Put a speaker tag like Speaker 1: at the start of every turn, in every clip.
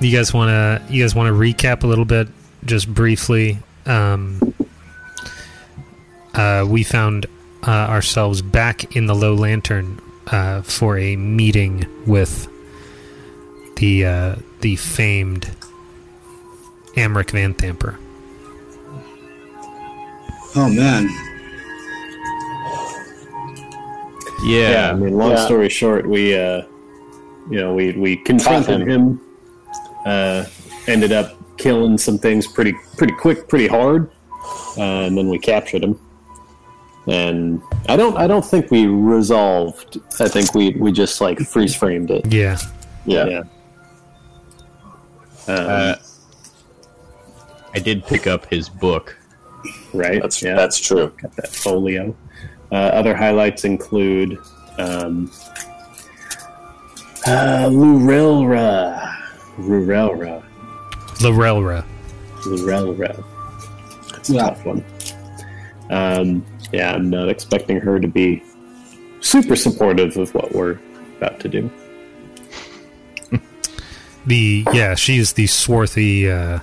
Speaker 1: you guys want to you guys want to recap a little bit, just briefly. Um, uh, we found uh, ourselves back in the Low Lantern uh, for a meeting with the uh, the famed Amric Van Thamper.
Speaker 2: Oh man.
Speaker 3: Yeah.
Speaker 4: Yeah, I mean, long
Speaker 3: Yeah.
Speaker 4: story short, we, uh, you know, we we confronted
Speaker 3: him.
Speaker 4: him. uh, ended up killing some things pretty pretty quick, pretty hard, uh, and then we captured him. And I don't I don't think we resolved. I think we we just like freeze framed it.
Speaker 1: Yeah,
Speaker 3: Yeah.
Speaker 4: Um,
Speaker 3: Uh, I did pick up his book.
Speaker 4: right.
Speaker 3: That's
Speaker 4: yeah.
Speaker 3: that's true.
Speaker 4: that folio. Uh, other highlights include um, uh, Lurelra. Lurelra.
Speaker 1: Lorelra.
Speaker 4: Lurelra. It's a
Speaker 2: Yeah.
Speaker 4: tough one. Um, yeah, I'm not expecting her to be super supportive of what we're about to do.
Speaker 1: The yeah, she is the swarthy uh,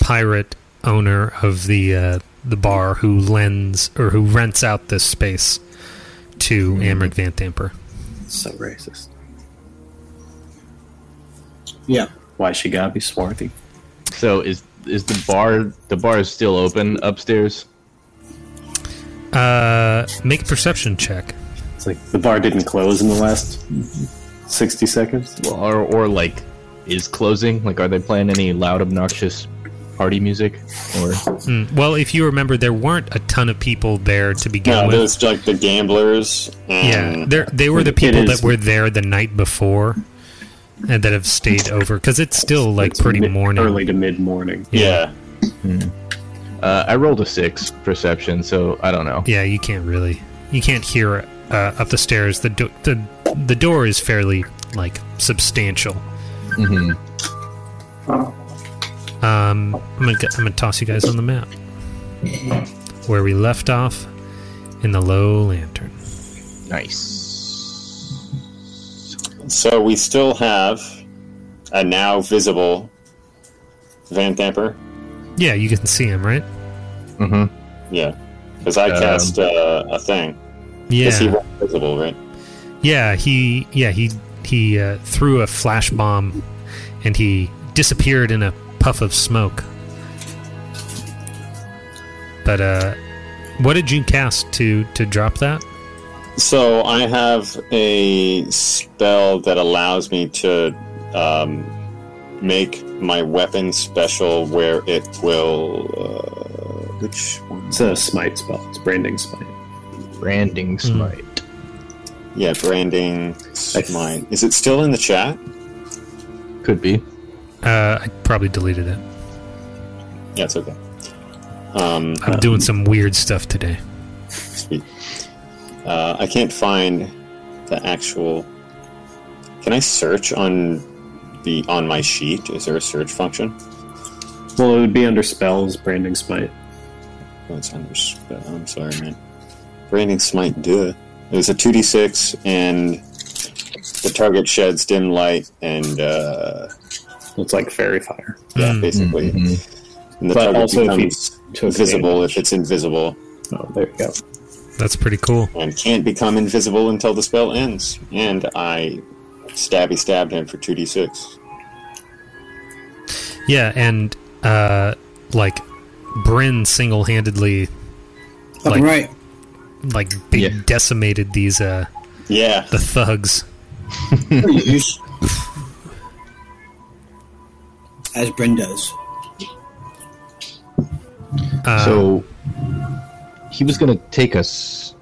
Speaker 1: pirate owner of the uh, the bar who lends or who rents out this space to
Speaker 5: Mm-hmm.
Speaker 1: Amric Van Thamper.
Speaker 4: So racist.
Speaker 2: Yeah.
Speaker 4: Why she gotta be swarthy?
Speaker 3: So is is the bar the bar is still open upstairs?
Speaker 1: Uh, make a perception check.
Speaker 4: It's like the bar didn't close in the last 60 seconds.
Speaker 3: Well, or or like is closing? Like are they playing any loud obnoxious party music or
Speaker 1: Mm, Well, if you remember, there weren't a ton of people there to begin
Speaker 5: No,
Speaker 1: with.
Speaker 5: there's like the gamblers.
Speaker 1: Yeah,
Speaker 5: And
Speaker 1: they're, they were the
Speaker 4: It
Speaker 1: people that
Speaker 4: is-
Speaker 1: were there the night before, and that have stayed over because it's still like
Speaker 4: It's
Speaker 1: pretty
Speaker 4: mid-
Speaker 1: morning.
Speaker 4: Early to mid morning.
Speaker 5: yeah.
Speaker 3: Uh, I rolled a six perception, so I don't know.
Speaker 1: Yeah, you can't really, you can't hear uh, up the stairs. The do- the the door is fairly like substantial.
Speaker 3: Mhm.
Speaker 1: Um, I'm gonna g- I'm gonna toss you guys on the map where we left off in the low lantern.
Speaker 3: Nice.
Speaker 5: So we still have a now visible Van Thamper.
Speaker 1: Yeah, you can see him, right?
Speaker 3: hmm
Speaker 5: Yeah. Because I
Speaker 3: Um,
Speaker 5: cast uh, a thing.
Speaker 1: Yeah.
Speaker 5: Is he was visible, right?
Speaker 1: Yeah, he yeah he he uh, threw a flash bomb, and he disappeared in a puff of smoke. But uh, what did you cast to to drop that?
Speaker 5: So I have a spell that allows me to um, make my weapon special where it will. Uh, which one?
Speaker 4: It's a smite spell. It's branding smite.
Speaker 3: Branding smite.
Speaker 5: Yeah, branding. Mine. Is it still in the chat?
Speaker 3: Could be.
Speaker 1: Uh, I probably deleted it.
Speaker 5: Yeah, it's okay. Um,
Speaker 1: I'm doing some weird stuff today.
Speaker 5: sweet. Uh, I can't find the actual. Can I search on the on my sheet? Is there a search function?
Speaker 4: Well, it would be under spells, branding smite.
Speaker 5: Oh, it's under. sp- I'm sorry, man. Branding smite. Duh. It was a two d six, and the target sheds dim light, and uh,
Speaker 4: It's like fairy fire.
Speaker 5: yeah, basically,
Speaker 3: Mhm.
Speaker 5: and the
Speaker 4: Hmm, But
Speaker 5: target
Speaker 4: also if he
Speaker 5: becomes
Speaker 4: took
Speaker 5: visible if it's invisible,
Speaker 4: Oh, there you go.
Speaker 1: That's pretty cool.
Speaker 5: and can't become invisible until the spell ends. And I stabby stabbed him for two d six.
Speaker 1: Yeah, and uh, like Bryn single handedly
Speaker 2: All
Speaker 1: Like-
Speaker 2: right.
Speaker 1: like big
Speaker 3: Yeah.
Speaker 1: decimated these uh
Speaker 5: Yeah,
Speaker 1: the thugs.
Speaker 2: As Bryn does.
Speaker 1: Uh,
Speaker 3: so he was gonna take us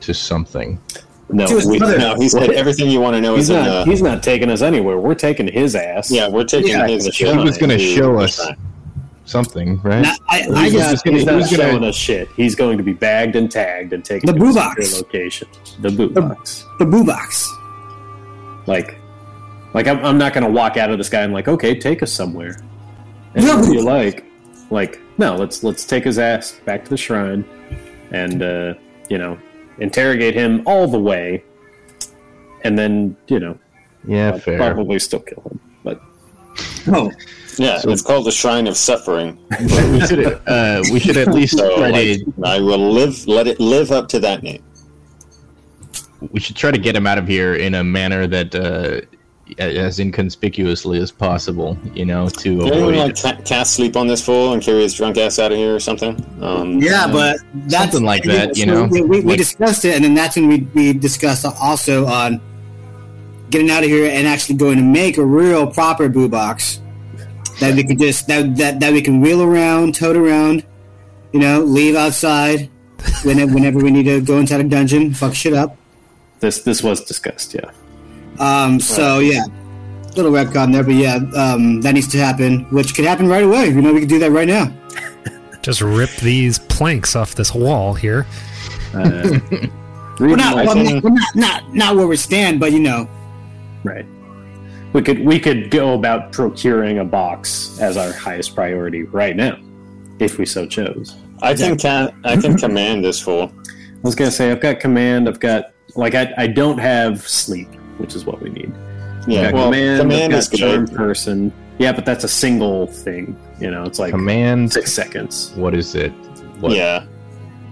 Speaker 3: to something.
Speaker 4: No,
Speaker 2: To his
Speaker 4: we,
Speaker 2: brother.
Speaker 5: No, he said everything you want to know
Speaker 4: he's
Speaker 5: is in
Speaker 4: not. uh,
Speaker 5: the.
Speaker 4: He's not taking us anywhere. We're taking his ass.
Speaker 5: Yeah, we're taking
Speaker 2: Yeah,
Speaker 5: his.
Speaker 4: he
Speaker 3: He was gonna
Speaker 5: shine.
Speaker 3: show us something, right?
Speaker 2: Now, I, I
Speaker 4: He's
Speaker 3: was
Speaker 4: not,
Speaker 2: got
Speaker 3: just gonna-
Speaker 4: he's
Speaker 3: he
Speaker 4: not
Speaker 3: was gonna-
Speaker 4: showing us shit. He's going to be bagged and tagged and taken
Speaker 2: The
Speaker 4: to
Speaker 2: boo
Speaker 4: a
Speaker 2: box.
Speaker 4: secure location. The boo box.
Speaker 2: the boo box.
Speaker 4: Like, like I'm, I'm not going to walk out of this guy. I'm like, okay, take us somewhere. And
Speaker 2: No.
Speaker 4: if you like, like, no, let's let's take his ass back to the shrine, and uh, you know, interrogate him all the way, and then you know,
Speaker 3: yeah, fair.
Speaker 4: probably still kill him. But
Speaker 2: Oh,
Speaker 5: Yeah, it's called the Shrine of Suffering.
Speaker 3: we should uh, we should at least
Speaker 5: So
Speaker 3: try
Speaker 5: like,
Speaker 3: to
Speaker 5: I will live. Let it live up to that name.
Speaker 3: we should try to get him out of here in a manner that uh, as inconspicuously as possible. You know, to
Speaker 5: Can anyone
Speaker 3: avoid
Speaker 5: like ca- cast sleep on this fool and carry his drunk ass out of here or something? Um,
Speaker 2: yeah, but that's
Speaker 3: Something like that, you know?
Speaker 2: We, we, we
Speaker 3: Like-
Speaker 2: discussed it, and then that's when we we discussed also on getting out of here and actually going to make a real proper boo box that we could just that that, that we can wheel around, tote around, you know, leave outside whenever whenever we need to go inside a dungeon, fuck shit up.
Speaker 4: This this was discussed. Yeah.
Speaker 2: Um, so yeah, little retcon there, but yeah, um, that needs to happen, which could happen right away. You know, we could do that right now.
Speaker 1: Just rip these planks off this wall here.
Speaker 4: Uh,
Speaker 2: We're not, well,
Speaker 5: I
Speaker 2: I mean,
Speaker 5: think-
Speaker 2: we're not, not, not where we stand, but you know,
Speaker 4: right. We could we could go about procuring a box as our highest priority right now, if we so chose.
Speaker 5: I can ca- I can command this fool.
Speaker 4: I was gonna say I've got command. I've got like I I don't have sleep, which is what we need.
Speaker 5: Yeah,
Speaker 4: I've got
Speaker 5: well,
Speaker 4: command,
Speaker 5: command,
Speaker 4: I've got
Speaker 5: is good.
Speaker 4: charm person. Yeah, but that's a single thing. You know, it's like
Speaker 3: command.
Speaker 4: six seconds.
Speaker 3: What is it? What?
Speaker 5: Yeah,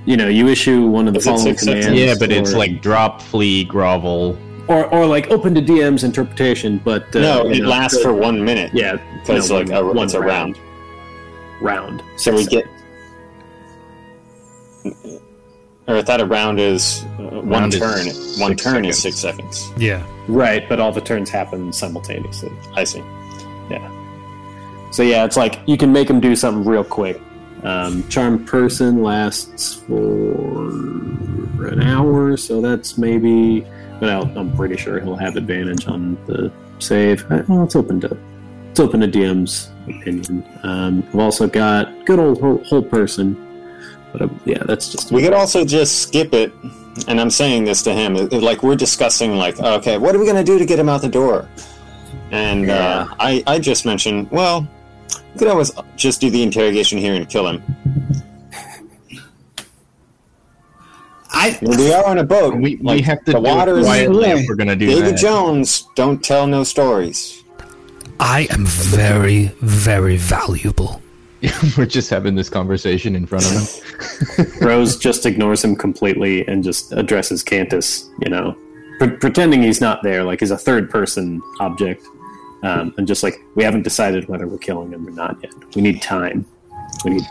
Speaker 4: You know, you issue one of the
Speaker 5: Is it
Speaker 4: following
Speaker 5: six seconds?
Speaker 4: commands.
Speaker 3: Yeah, but it's
Speaker 4: or-
Speaker 3: like drop, flee, grovel.
Speaker 4: or or like open to DM's interpretation. But uh,
Speaker 5: no,
Speaker 4: you
Speaker 5: it
Speaker 4: know,
Speaker 5: lasts
Speaker 4: the-
Speaker 5: for one minute.
Speaker 4: yeah,
Speaker 5: because like a, it's a round.
Speaker 4: round.
Speaker 5: So we get, or I thought a round is uh, one
Speaker 3: Round is
Speaker 5: turn. one
Speaker 3: six
Speaker 5: turn
Speaker 3: seconds.
Speaker 5: is six seconds.
Speaker 1: Yeah.
Speaker 4: right, but all the turns happen simultaneously.
Speaker 5: I see.
Speaker 4: So yeah, it's like you can make them do something real quick. Um, charm person lasts for an hour, so that's maybe. But I'll, I'm pretty sure he'll have advantage on the save. I, well, it's open to it's open to DM's opinion. Um, I've also got good old whole, whole person, but uh, yeah, that's just
Speaker 5: We could also just skip it, and I'm saying this to him. it- it- like we're discussing, like, okay, what are we gonna do to get him out the door? And
Speaker 4: Yeah.
Speaker 5: uh, I, I just mentioned, well, we could always just do the interrogation here and kill him.
Speaker 2: I
Speaker 5: We are on a boat.
Speaker 3: We, we
Speaker 5: Like,
Speaker 3: have to
Speaker 5: the
Speaker 3: do
Speaker 5: water
Speaker 3: it
Speaker 5: is
Speaker 3: quietly
Speaker 2: clear.
Speaker 3: if we're gonna do
Speaker 5: David
Speaker 3: that.
Speaker 5: Jones, don't tell no stories.
Speaker 1: I am very, very valuable.
Speaker 3: we're just having this conversation in front of him.
Speaker 4: Rose just ignores him completely and just addresses Cantus, you know, pre- pretending he's not there, like he's a third person object. Um, and just like, we haven't decided whether we're killing him or not yet. We need time. We need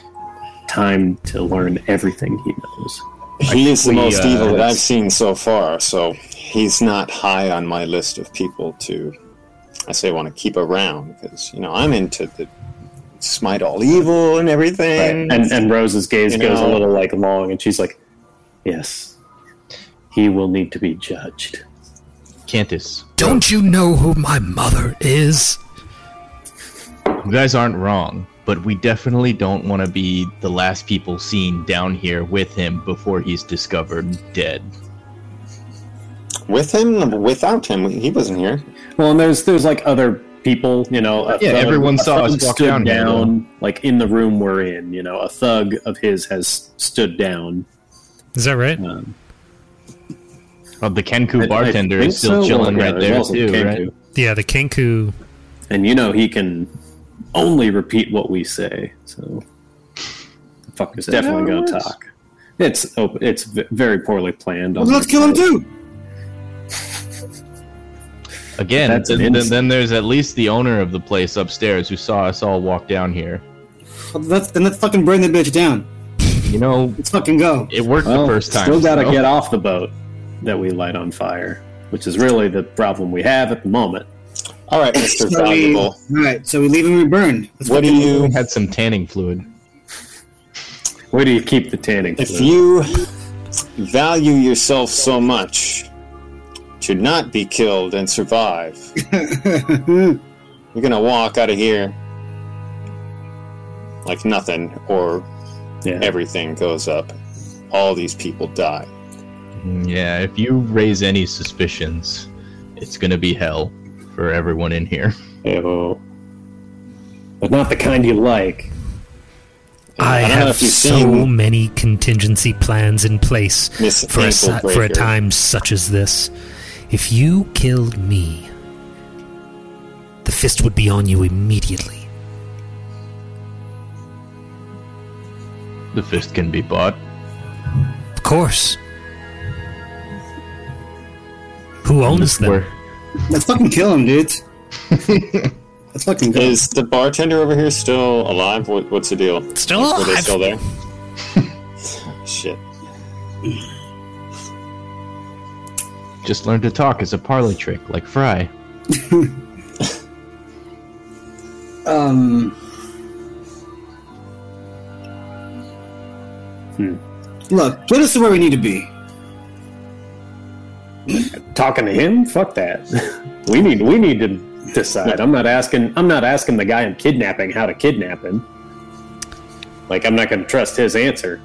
Speaker 4: time to learn everything he knows.
Speaker 5: He is the
Speaker 3: we,
Speaker 5: most
Speaker 3: uh,
Speaker 5: evil that I've
Speaker 3: that's-
Speaker 5: seen so far, so he's not high on my list of people to, I say, want to keep around because you know I'm into the smite all evil and everything.
Speaker 4: And, and Rose's gaze
Speaker 5: You
Speaker 4: goes a
Speaker 5: know-
Speaker 4: little like long and she's like, yes, he will need to be judged.
Speaker 3: Cantus,
Speaker 1: Don't you know who my mother is?
Speaker 3: you guys aren't wrong, but we definitely don't want to be the last people seen down here with him before he's discovered dead.
Speaker 5: with him, without him, he wasn't here.
Speaker 4: Well, and there's there's like other people, you know. A
Speaker 3: Yeah, everyone
Speaker 4: a
Speaker 3: saw us
Speaker 4: thug
Speaker 3: walk
Speaker 4: stood
Speaker 3: down here,
Speaker 4: like in the room we're in. You know, a thug of his has stood down.
Speaker 1: Is that right?
Speaker 4: Um,
Speaker 3: Well, the Kenku
Speaker 4: I- I
Speaker 3: bartender
Speaker 4: think
Speaker 3: is still
Speaker 4: so.
Speaker 3: chilling
Speaker 4: Well, yeah,
Speaker 3: right there
Speaker 4: there's also
Speaker 3: too,
Speaker 4: Kenku.
Speaker 3: right?
Speaker 1: Yeah, the Kenku.
Speaker 4: And you know he can only repeat what we say, so the fucker's definitely
Speaker 5: how it
Speaker 4: gonna
Speaker 5: works?
Speaker 4: talk. It's op- it's v- very poorly planned.
Speaker 2: well,
Speaker 4: on
Speaker 2: let's
Speaker 4: their
Speaker 2: kill him
Speaker 4: part.
Speaker 2: too.
Speaker 3: Again,
Speaker 4: That's an
Speaker 3: then, then,
Speaker 4: insult.
Speaker 3: then there's at least the owner of the place upstairs who saw us all walk down here.
Speaker 2: Let's then let's fucking burn the bitch down.
Speaker 3: You know,
Speaker 2: Let's fucking go.
Speaker 3: it worked the
Speaker 4: Well,
Speaker 3: first time.
Speaker 4: Still gotta
Speaker 3: so-
Speaker 4: get off the boat that we light on fire, which is really the problem we have at the moment.
Speaker 5: All right, Mister
Speaker 2: So we-
Speaker 5: Valuable.
Speaker 2: All right, so we leave and we burn. Let's
Speaker 5: What do
Speaker 2: fucking-
Speaker 5: you?
Speaker 3: had some tanning fluid.
Speaker 4: Where do you keep the tanning?
Speaker 5: If
Speaker 4: fluid?
Speaker 5: you value yourself so much, should not be killed and survive. You're gonna walk out of here like nothing, or
Speaker 4: yeah.
Speaker 5: everything goes up. All these people die.
Speaker 3: Yeah, if you raise any suspicions, it's gonna be hell for everyone in here.
Speaker 4: Ew. But not the kind you like.
Speaker 1: I
Speaker 5: don't know
Speaker 1: have
Speaker 5: if you've
Speaker 1: so
Speaker 5: seen-
Speaker 1: many contingency plans in place
Speaker 5: Miss
Speaker 1: for a, si-
Speaker 5: Ankle
Speaker 1: for a
Speaker 5: Breaker.
Speaker 1: time such as this. If you killed me, the fist would be on you immediately.
Speaker 3: The fist can be bought.
Speaker 1: Of course. Who owns them?
Speaker 3: Where-
Speaker 2: Let's fucking kill him, dude. Let's fucking go.
Speaker 5: Is the bartender over here still alive? What, what's the deal?
Speaker 1: Still
Speaker 5: Are they
Speaker 1: alive?
Speaker 5: still there? Shit.
Speaker 3: Just learn to talk as a parlor trick, like Fry.
Speaker 2: Um. Hmm. Look, get us to where we need to be.
Speaker 4: Talking to him? Fuck that. we need we need to decide. I'm not asking I'm not asking the guy I'm kidnapping how to kidnap him. Like I'm not going to trust his answer.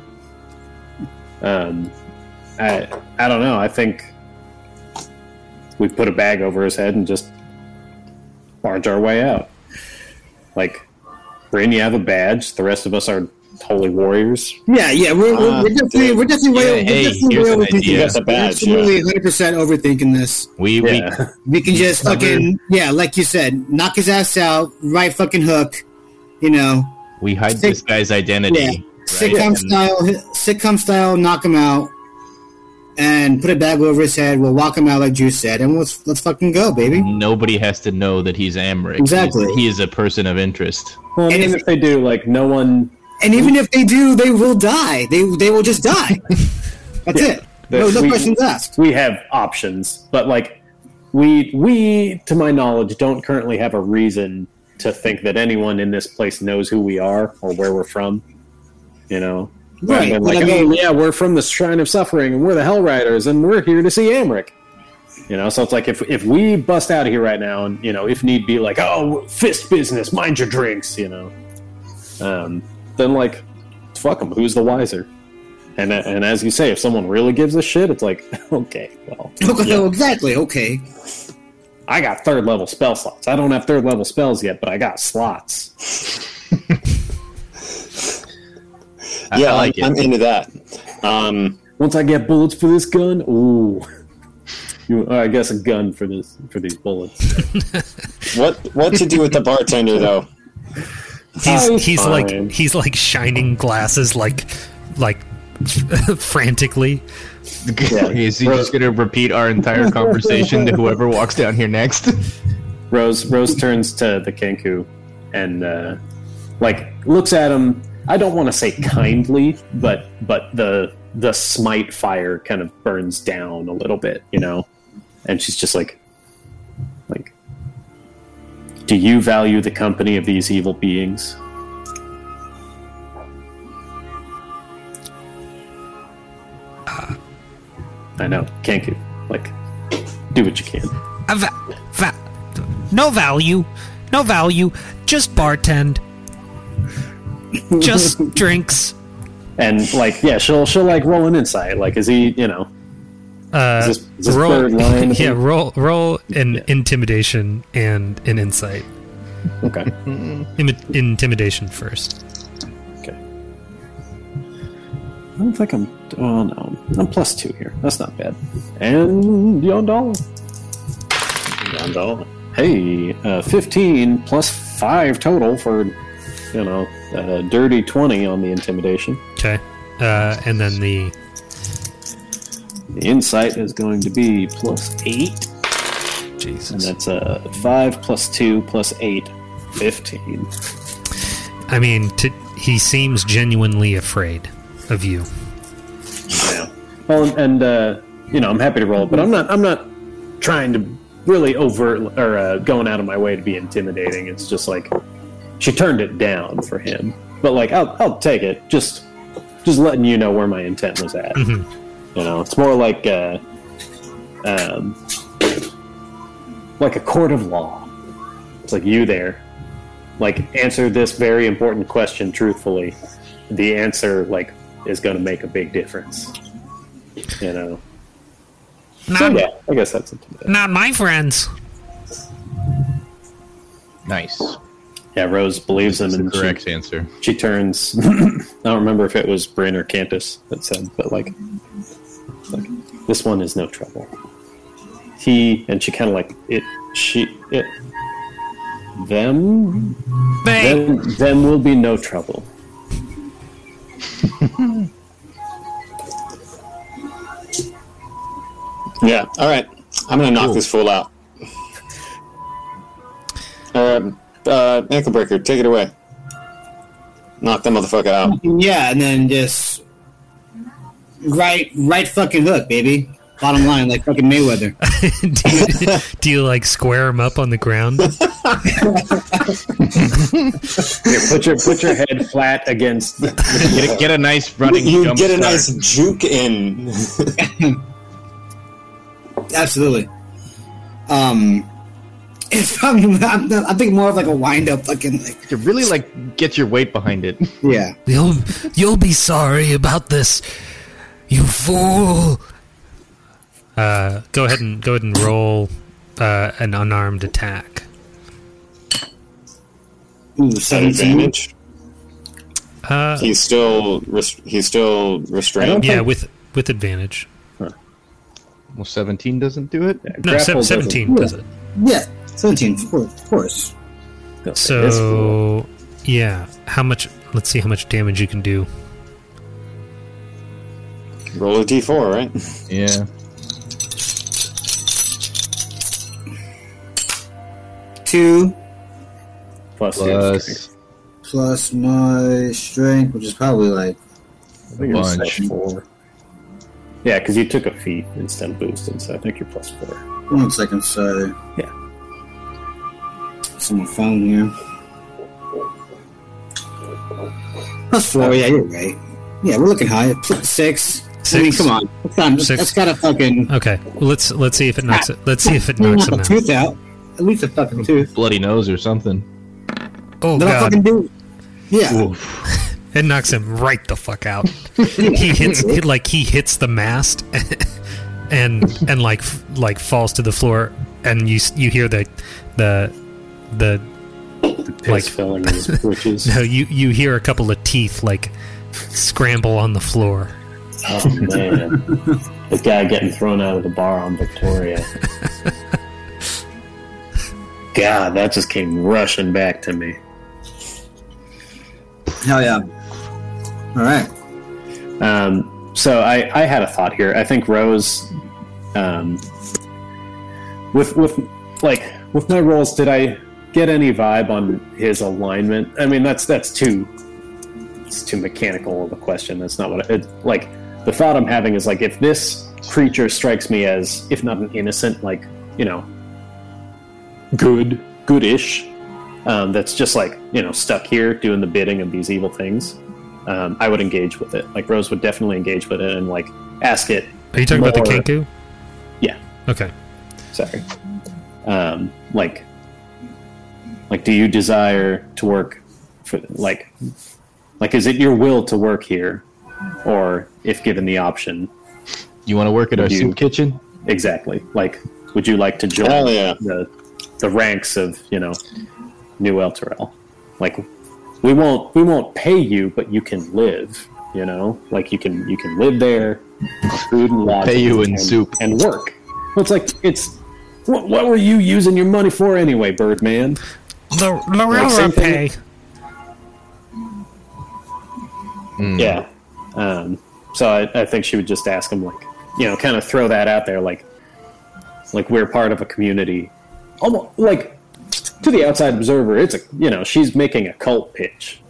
Speaker 4: Um, I I don't know. I think we put a bag over his head and just barge our way out. Like, Bryn, you have a badge. The rest of us are holy warriors.
Speaker 2: Yeah, yeah, we're, we're,
Speaker 5: Ah,
Speaker 2: we're definitely
Speaker 5: dude.
Speaker 2: we're definitely way,
Speaker 3: Uh,
Speaker 2: we're
Speaker 3: Yeah, hey,
Speaker 2: definitely
Speaker 3: here's
Speaker 2: way
Speaker 3: an
Speaker 2: overthinking
Speaker 3: idea.
Speaker 2: this.
Speaker 5: That's a
Speaker 2: We're
Speaker 5: badge,
Speaker 2: absolutely 100% overthinking this.
Speaker 3: We
Speaker 4: Yeah.
Speaker 2: We can just
Speaker 3: Cover.
Speaker 2: fucking yeah, like you said, knock his ass out, right fucking hook, you know,
Speaker 3: we we hide
Speaker 2: Sick-
Speaker 3: this guy's identity.
Speaker 2: yeah,
Speaker 3: right?
Speaker 2: sitcom
Speaker 3: And
Speaker 2: style, sitcom style, knock him out, and put a bag over his head. We'll walk him out like Juice said, and let's let's fucking go, baby.
Speaker 3: Nobody has to know that he's Amric.
Speaker 2: Exactly.
Speaker 3: He's- he is a person of interest.
Speaker 4: Well, I mean,
Speaker 2: And
Speaker 4: if,
Speaker 2: if-
Speaker 4: they do, like, no one.
Speaker 3: Mm-hmm.
Speaker 2: And even if they do, they will die. They they will just die. That's it. No, no
Speaker 4: We-
Speaker 2: questions asked.
Speaker 4: We have options, but like, we we, to my knowledge, don't currently have a reason to think that anyone in this place knows who we are or where we're from. You know,
Speaker 2: Right,
Speaker 4: And
Speaker 2: but
Speaker 4: like,
Speaker 2: I mean-
Speaker 4: oh yeah, we're from the Shrine of Suffering, and we're the Hell Riders, and we're here to see Amric. You know, so it's like if if we bust out of here right now, and you know, if need be, like oh, fist business, mind your drinks, you know, um, then like, fuck them. Who's the wiser? And and as you say, if someone really gives a shit, it's like, okay, well,
Speaker 2: Oh, exactly. Okay.
Speaker 4: I got third level spell slots. I don't have third level spells yet, but I got slots.
Speaker 3: I,
Speaker 5: yeah,
Speaker 3: I like it.
Speaker 5: I'm, I'm into that. Um,
Speaker 4: Once I get bullets for this gun, ooh. You, I guess a gun for this for these bullets.
Speaker 5: what what to do with the bartender though?
Speaker 1: He's
Speaker 4: Oh, he's
Speaker 1: he's
Speaker 4: fine.
Speaker 1: like he's like shining glasses like like frantically.
Speaker 3: is he just going to repeat our entire conversation to whoever walks down here next?
Speaker 4: Rose Rose turns to the Kenku and uh, like looks at him. I don't want to say kindly, but but the the smite fire kind of burns down a little bit, you know. And she's just like, like, do you value the company of these evil beings? I know, Kenku. Like, do what you can.
Speaker 1: A va- va- no value, no value. Just bartend. Just drinks.
Speaker 4: and like yeah she'll she'll like roll an insight like is he you know
Speaker 1: Uh,
Speaker 4: is this, is this
Speaker 1: roll,
Speaker 4: third line
Speaker 1: yeah, roll, roll an intimidation and an insight.
Speaker 4: okay
Speaker 1: Imi- intimidation first.
Speaker 4: okay i don't think i'm oh no i'm plus two here that's not bad and yondal yondal hey uh, 15 plus 5 total for you know uh, dirty 20 on the intimidation
Speaker 1: Okay, uh, and then the
Speaker 4: the insight is going to be plus 8 and
Speaker 1: Jesus.
Speaker 4: that's uh, 5 plus 2 plus 8 15
Speaker 1: I mean, t- he seems genuinely afraid of you.
Speaker 4: Well, and, and uh, you know, I'm happy to roll, but I'm not. I'm not trying to really overt or uh, going out of my way to be intimidating. It's just like she turned it down for him, but like I'll, I'll take it. Just just letting you know where my intent was at.
Speaker 1: Mhm.
Speaker 4: You know, it's more like uh, um, like a court of law. It's like you there, like answer this very important question truthfully. The answer like is going to make a big difference. You know. So
Speaker 1: Not,
Speaker 4: yeah, I guess that's intimidating.
Speaker 1: not my friends.
Speaker 3: nice.
Speaker 4: Yeah, Rose believes him,
Speaker 3: That's the
Speaker 4: and she,
Speaker 3: correct answer.
Speaker 4: she turns. I don't remember if it was Bryn or Cantus that said, but like, like this one is no trouble. He and she kind of like it. She it. Them,
Speaker 1: Bang!
Speaker 4: them, them will be no trouble.
Speaker 5: Yeah. All right. I'm gonna knock
Speaker 3: Cool.
Speaker 5: this fool out. Uh, uh, ankle breaker, take it away. Knock that motherfucker out.
Speaker 2: Yeah, and then just right, right fucking hook, baby. Bottom line, like fucking Mayweather.
Speaker 1: do, you, do you like square him up on the ground?
Speaker 4: Here, put your put your head flat against.
Speaker 3: Get a, get a nice running.
Speaker 5: You
Speaker 3: jump
Speaker 5: get a
Speaker 3: start.
Speaker 5: nice juke in.
Speaker 2: Absolutely. Um, it's I'm, I'm, I think more of like a wind up, fucking like
Speaker 3: You really like get your weight behind it.
Speaker 2: yeah.
Speaker 1: You'll you'll be sorry about this, you fool. Uh, go ahead and go ahead and roll uh, an unarmed attack.
Speaker 2: Ooh,
Speaker 5: That
Speaker 2: 17.
Speaker 5: advantage.
Speaker 1: Uh,
Speaker 5: He's still res- he's still restrained.
Speaker 1: yeah, with with advantage.
Speaker 3: Well, seventeen doesn't do it.
Speaker 1: No,
Speaker 4: Grapple
Speaker 1: se-
Speaker 4: doesn't.
Speaker 1: seventeen does it.
Speaker 2: Yeah, seventeen. Of course, of course.
Speaker 4: Okay, this fool.
Speaker 1: So yeah, how much? Let's see how much damage you can do.
Speaker 5: Roll a d4, right?
Speaker 3: Yeah.
Speaker 2: Two
Speaker 4: plus, your strength.
Speaker 3: Plus
Speaker 2: plus my strength, which is probably like
Speaker 4: I think it was
Speaker 3: bunch.
Speaker 4: plus four. Yeah, because you took a feat instead of boosted, so I think you're plus four.
Speaker 2: one second. Sorry.
Speaker 4: Yeah.
Speaker 2: It's on my phone here. Plus four. Yeah, you're right. Yeah, we're looking high. Plus six. I mean,
Speaker 1: Six.
Speaker 2: come on. That's not-
Speaker 1: Six.
Speaker 2: That's got a fucking
Speaker 1: Okay, well, let's let's see if it knocks it. Let's see if it knocks
Speaker 2: knock
Speaker 1: him
Speaker 2: a
Speaker 1: out.
Speaker 2: tooth out. At least a fucking tooth.
Speaker 3: bloody nose or something.
Speaker 1: Oh
Speaker 2: Then I
Speaker 1: god,
Speaker 2: fucking do. Yeah.
Speaker 1: it knocks him right the fuck out. he hits he, like he hits the mast, and and like f- like falls to the floor, and you s- you hear the the the Like-
Speaker 4: Piss filling his britches.
Speaker 1: no, you you hear a couple of teeth like scramble on the floor.
Speaker 4: oh man, this guy getting thrown out of the bar on Victoria. God, that just came rushing back to me.
Speaker 2: Hell yeah. All right.
Speaker 4: Um, so I, I had a thought here. I think Rose, um, with with like with my roles, did I get any vibe on his alignment? I mean, that's that's too it's too mechanical of a question. That's not what I, it like. The thought I'm having is like if this creature strikes me as, if not an innocent, like you know, good, goodish, um, that's just like you know stuck here doing the bidding of these evil things um, I would engage with it. Like Rose would definitely engage with it and like ask it.
Speaker 1: Are you talking about the
Speaker 4: More.
Speaker 1: Kenku?
Speaker 4: Yeah.
Speaker 1: Okay.
Speaker 4: Sorry. Um, like, like, do you desire to work for like, like, is it your will to work here, or if given the option,
Speaker 3: You want to work at our
Speaker 4: You-
Speaker 3: soup kitchen?
Speaker 4: exactly? Like, would you like to join
Speaker 5: Hell yeah.
Speaker 4: the the ranks of you know New El Terrell? Like, we won't we won't pay you, but you can live. You know, like you can you can live there, food and lodging,
Speaker 3: Pay you in
Speaker 4: and,
Speaker 3: soup.
Speaker 4: and work. Well, it's like it's what, what were you using your money for anyway, Birdman?
Speaker 1: Lor-
Speaker 4: Like,
Speaker 1: Lorella
Speaker 4: same thing-
Speaker 1: Pay.
Speaker 4: Yeah. Um, so I, I think she would just ask him, like, you know, kind of throw that out there, like, like we're part of a community, almost like to the outside observer, it's a you know she's making a cult pitch,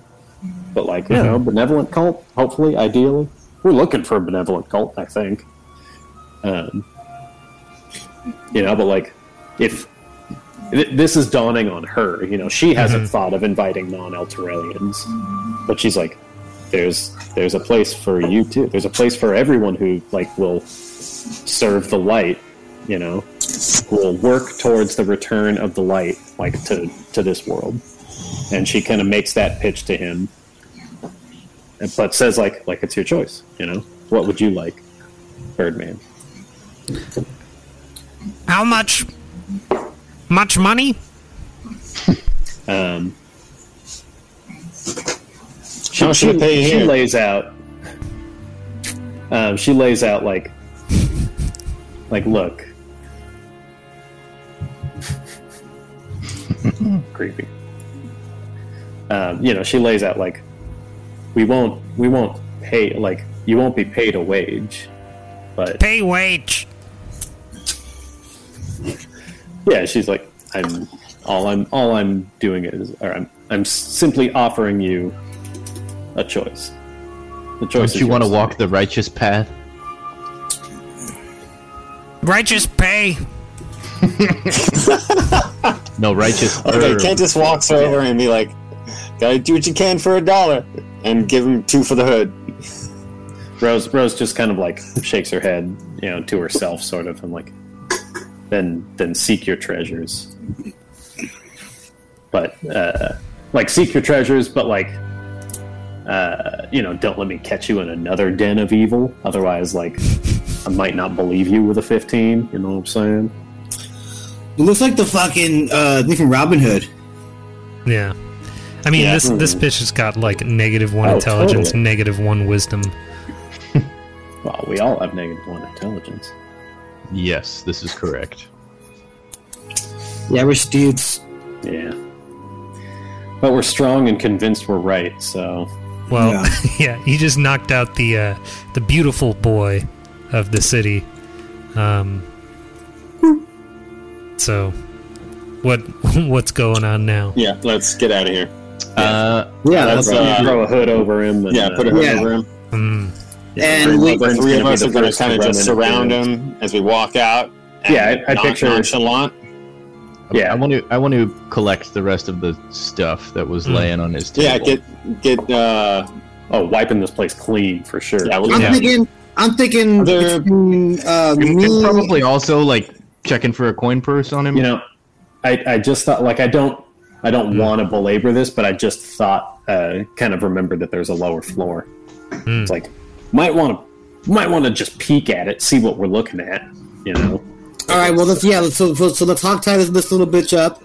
Speaker 4: but like you know benevolent cult, hopefully, ideally, we're looking for a benevolent cult, I think. Um, you know, but like if. th- This is dawning on her. You know, she hasn't thought of inviting non-Elturellians, but she's like, there's there's a place for you too. There's a place for everyone who like will serve the light, you know, who will work towards the return of the light, like to to this world. And she kind of makes that pitch to him, but says like like it's your choice, you know. What would you like, Birdman?
Speaker 1: How much? Much money?
Speaker 4: Um, she,
Speaker 5: How much
Speaker 4: she,
Speaker 5: do they pay you
Speaker 4: she
Speaker 5: here?
Speaker 4: lays out. Um, she lays out like, like look. creepy. Um, you know, she lays out like, we won't, we won't pay like you won't be paid a wage, but
Speaker 1: Pay wage.
Speaker 4: yeah, she's like, I'm all I'm all I'm doing is, or I'm I'm simply offering you a choice. The choice.
Speaker 3: Don't
Speaker 4: is
Speaker 3: you want to
Speaker 4: yours.
Speaker 3: walk the righteous path?
Speaker 1: Righteous pay.
Speaker 3: No, righteous.
Speaker 5: Okay,
Speaker 3: herb.
Speaker 5: Kent just walks over and be like, "Gotta do what you can for a dollar," and give him two for the hood.
Speaker 4: Rose Rose just kind of like shakes her head, you know, to herself, sort of, and like, then then seek your treasures. But uh, like seek your treasures, but like, uh, you know, don't let me catch you in another den of evil. Otherwise, like, I might not believe you with a fifteen. You know what I'm saying?
Speaker 2: It looks like the fucking uh, thing from Robin Hood.
Speaker 1: Yeah. I mean,
Speaker 5: Yeah.
Speaker 1: this this bitch has got like negative one
Speaker 4: Oh,
Speaker 1: intelligence,
Speaker 4: totally.
Speaker 1: negative one wisdom.
Speaker 4: Well, we all have negative one intelligence.
Speaker 3: Yes, this is correct.
Speaker 2: Yeah, we're dudes.
Speaker 4: Yeah. But we're strong and convinced we're right, so
Speaker 1: Well, yeah. he just knocked out the uh, the beautiful boy of the city. Um, so, what what's going on now?
Speaker 5: Yeah, let's get out of here.
Speaker 3: Uh,
Speaker 2: Yeah,
Speaker 5: that's,
Speaker 2: that's,
Speaker 5: uh,
Speaker 4: You throw a hood over him. And,
Speaker 5: Yeah,
Speaker 4: uh,
Speaker 5: put a hood
Speaker 2: Yeah.
Speaker 5: over him.
Speaker 1: Mm,
Speaker 2: and we,
Speaker 5: The three of
Speaker 4: gonna be
Speaker 5: us
Speaker 4: the
Speaker 5: are gonna
Speaker 4: first to
Speaker 5: kind of
Speaker 4: run
Speaker 5: just
Speaker 4: into
Speaker 5: surround
Speaker 4: it.
Speaker 5: him as we walk out. and
Speaker 4: Yeah, I- I
Speaker 5: non-
Speaker 4: picture-
Speaker 5: nonchalant.
Speaker 4: Yeah.
Speaker 3: I want to. I want to collect the rest of the stuff that was
Speaker 1: Mm.
Speaker 3: laying on his table.
Speaker 5: Yeah, get get. uh
Speaker 4: Oh, wiping this place clean for sure.
Speaker 5: Yeah, we'll
Speaker 2: I'm
Speaker 5: yeah.
Speaker 2: thinking. I'm thinking.
Speaker 5: There-
Speaker 2: between, uh,
Speaker 3: And
Speaker 2: me,
Speaker 3: probably also like checking for a coin purse on him.
Speaker 4: you know, I, I just thought like I don't I don't
Speaker 5: Hmm.
Speaker 4: want to belabor this, but I just thought uh, kind of remembered that there's a lower floor.
Speaker 5: Hmm.
Speaker 1: Mm.
Speaker 4: It's like might want to might want to just peek at it, see what we're looking at. You know,
Speaker 2: All right. Well, let's yeah. Let's, so, so, so let's hog tie this, this little bitch up.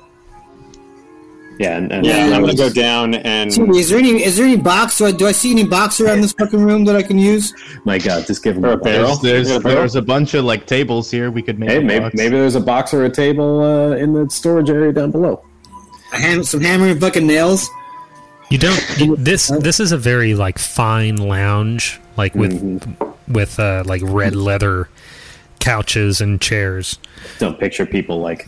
Speaker 4: yeah, and, and
Speaker 5: yeah,
Speaker 4: and
Speaker 5: I'm gonna
Speaker 4: Rose-
Speaker 5: go down and
Speaker 2: Dude, Is there any is there any box? Do I, do I see any box around this fucking room that I can use?
Speaker 4: My God, just give him
Speaker 5: Or
Speaker 4: a
Speaker 5: a
Speaker 4: box.
Speaker 5: barrel.
Speaker 3: there's there's,
Speaker 5: You got a barrel?
Speaker 3: there's a bunch of like tables here. We could make.
Speaker 4: Hey,
Speaker 3: a
Speaker 4: maybe
Speaker 3: box.
Speaker 4: maybe there's a box or a table uh, in the storage area down below.
Speaker 2: A ham, some hammer and fucking nails.
Speaker 1: You don't. you- this this is a very like fine lounge, like with with uh, like red leather couches and chairs.
Speaker 4: Don't picture people like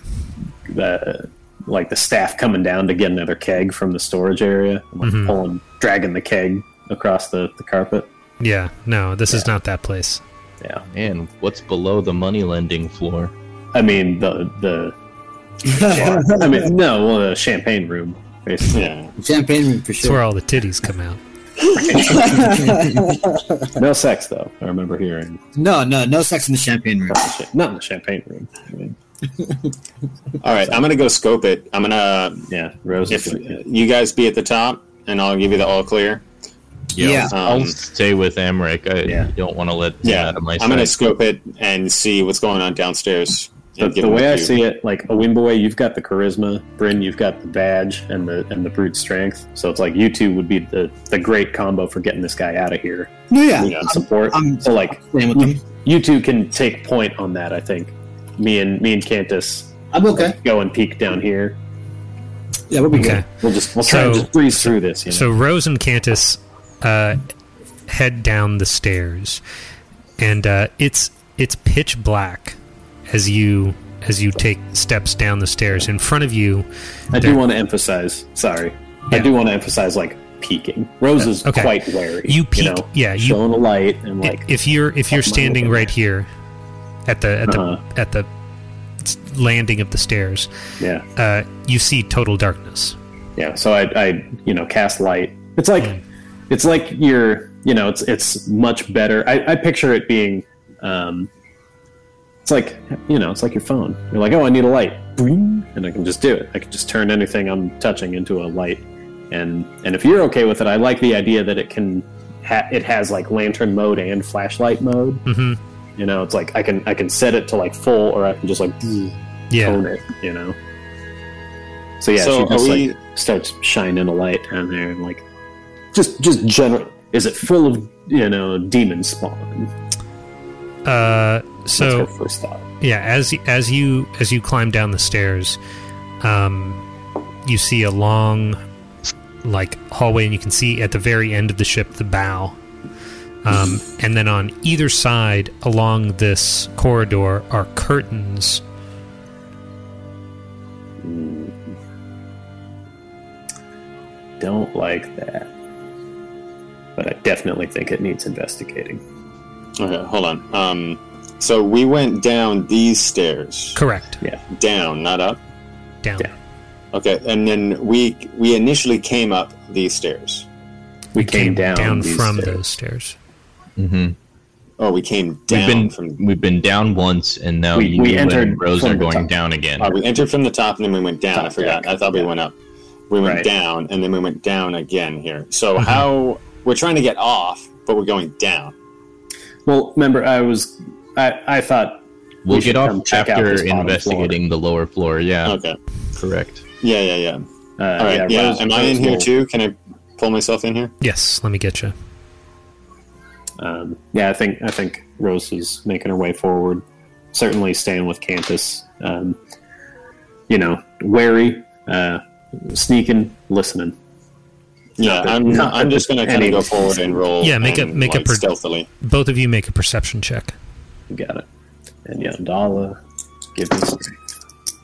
Speaker 4: the like the staff coming down to get another keg from the storage area, and, like pulling dragging the keg across the, the carpet.
Speaker 1: Yeah, no, this is not that place.
Speaker 4: Yeah,
Speaker 3: Man, what's below the money lending floor?
Speaker 4: I mean the the. I mean no, well, the champagne room. Basically.
Speaker 5: yeah.
Speaker 2: Champagne room for
Speaker 1: It's where
Speaker 2: sure.
Speaker 1: all the titties come out.
Speaker 4: No sex though. I remember hearing
Speaker 2: No, no, no sex in the champagne room.
Speaker 4: Not in the cha- not in the champagne room. I mean,
Speaker 5: All right, I'm gonna go scope it. I'm gonna
Speaker 4: yeah, Rose. is
Speaker 5: if
Speaker 4: gonna- yeah.
Speaker 5: you guys be at the top, and I'll give you the all clear.
Speaker 2: Yeah.
Speaker 3: I'll
Speaker 5: Um,
Speaker 3: stay with Amric. I
Speaker 4: Yeah.
Speaker 3: don't want to let him
Speaker 5: yeah,
Speaker 3: out of my
Speaker 5: I'm gonna
Speaker 3: sight.
Speaker 5: scope it and see what's going on downstairs.
Speaker 4: The,
Speaker 5: and give
Speaker 4: the
Speaker 5: him a
Speaker 4: way I
Speaker 5: cue.
Speaker 4: see it, like Owimboy, you've got the charisma. Bryn, you've got the badge and the and the brute strength. So it's like you two would be the the great combo for getting this guy out of here.
Speaker 2: No, yeah,
Speaker 5: Yeah.
Speaker 4: and support.
Speaker 2: I'm-
Speaker 4: so like
Speaker 2: playing with them.
Speaker 4: you two can take point on that. I think me and me and Cantus
Speaker 2: I'm okay.
Speaker 4: go and peek down here.
Speaker 2: Yeah, we'll be
Speaker 1: Okay.
Speaker 4: We'll just we'll try and
Speaker 1: So-
Speaker 4: just breeze through this. You know?
Speaker 1: So Rose and Cantus uh, head down the stairs, and uh, it's it's pitch black as you as you take steps down the stairs. In front of you,
Speaker 4: I do
Speaker 1: there-
Speaker 4: want to emphasize. Sorry, I
Speaker 1: Yeah.
Speaker 4: do want to emphasize like peeking. Rose is
Speaker 1: Okay.
Speaker 4: quite wary.
Speaker 1: You peek-
Speaker 4: know,
Speaker 1: yeah, you-
Speaker 4: showing a light and like
Speaker 1: if you're if you're
Speaker 4: Up my
Speaker 1: standing
Speaker 4: window.
Speaker 1: right here at the at the
Speaker 4: Uh-huh.
Speaker 1: at the landing of the stairs,
Speaker 4: yeah,
Speaker 1: uh, you see total darkness.
Speaker 4: yeah. So I, I you know cast light. It's like it's like you're you know it's it's much better. I, I picture it being. Um, it's like you know, it's like your phone. You're like, oh, I need a light, Boing, and I can just do it. I can just turn anything I'm touching into a light, and and if you're okay with it, I like the idea that it can, ha- it has like lantern mode and flashlight mode.
Speaker 1: hmm
Speaker 4: You know, it's like I can I can set it to like full, or I can just like
Speaker 1: Yeah.
Speaker 4: tone it. You know. So yeah,
Speaker 5: So
Speaker 4: she just like
Speaker 5: are we-
Speaker 4: starts shining a light down there, and like just just general. Is it full of you know demon spawn?
Speaker 1: Uh,
Speaker 4: That's
Speaker 1: so
Speaker 4: her first thought.
Speaker 1: yeah, as as you as you climb down the stairs, um, you see a long, like hallway, and you can see at the very end of the ship the bow. Um, and then on either side along this corridor are curtains.
Speaker 4: Don't like that. But I definitely think it needs investigating.
Speaker 5: Okay, hold on. Um, so we went down these stairs.
Speaker 1: Correct.
Speaker 4: Yeah.
Speaker 5: Down, not up.
Speaker 1: Down.
Speaker 4: Yeah.
Speaker 5: Okay, and then we we initially came up these stairs.
Speaker 4: We, came, down, these
Speaker 1: from
Speaker 4: stairs.
Speaker 1: those stairs.
Speaker 3: Mm-hmm.
Speaker 5: Oh, we came down
Speaker 3: we've been
Speaker 5: from.
Speaker 3: we've been down once, and now
Speaker 4: We-
Speaker 3: you
Speaker 4: we
Speaker 3: and
Speaker 4: entered
Speaker 3: Rose
Speaker 4: from
Speaker 3: are
Speaker 4: the
Speaker 3: going
Speaker 4: top.
Speaker 3: down again.
Speaker 5: Uh, we entered from the top and then we went down.
Speaker 4: Top
Speaker 5: I forgot.
Speaker 4: deck,
Speaker 5: I thought
Speaker 4: yeah.
Speaker 5: we went up. We went
Speaker 4: Right. Mm-hmm.
Speaker 5: down and then we went down again here. So how we're trying to get off, but we're going down.
Speaker 4: Well, remember, I was. I, I thought.
Speaker 3: we'll
Speaker 4: we should
Speaker 3: get
Speaker 4: come
Speaker 3: off
Speaker 4: check out
Speaker 3: after
Speaker 4: this bottom
Speaker 3: investigating the lower floor.
Speaker 4: Oh.
Speaker 3: Yeah,
Speaker 5: Okay.
Speaker 3: correct.
Speaker 5: Yeah, yeah, yeah.
Speaker 4: Uh,
Speaker 5: All right. Yeah.
Speaker 4: Rose-
Speaker 5: Am I
Speaker 4: Rose
Speaker 5: in here
Speaker 4: will-
Speaker 5: too? Can I pull myself in here?
Speaker 1: Yes, let me get you.
Speaker 4: Um, yeah, I think I think Rose is making her way forward. Certainly staying with Campus. Um, you know, wary, uh, sneaking, listening.
Speaker 5: Yeah. I'm.
Speaker 4: not
Speaker 5: I'm
Speaker 4: that
Speaker 5: just gonna kind
Speaker 4: any of
Speaker 5: of go
Speaker 4: us can
Speaker 5: forward
Speaker 4: see.
Speaker 5: and roll.
Speaker 1: Yeah, make a-
Speaker 5: and,
Speaker 1: make a
Speaker 5: like,
Speaker 1: per-
Speaker 5: stealthily.
Speaker 1: Both of you make a perception check.
Speaker 4: You got it. And Yandala, give me some.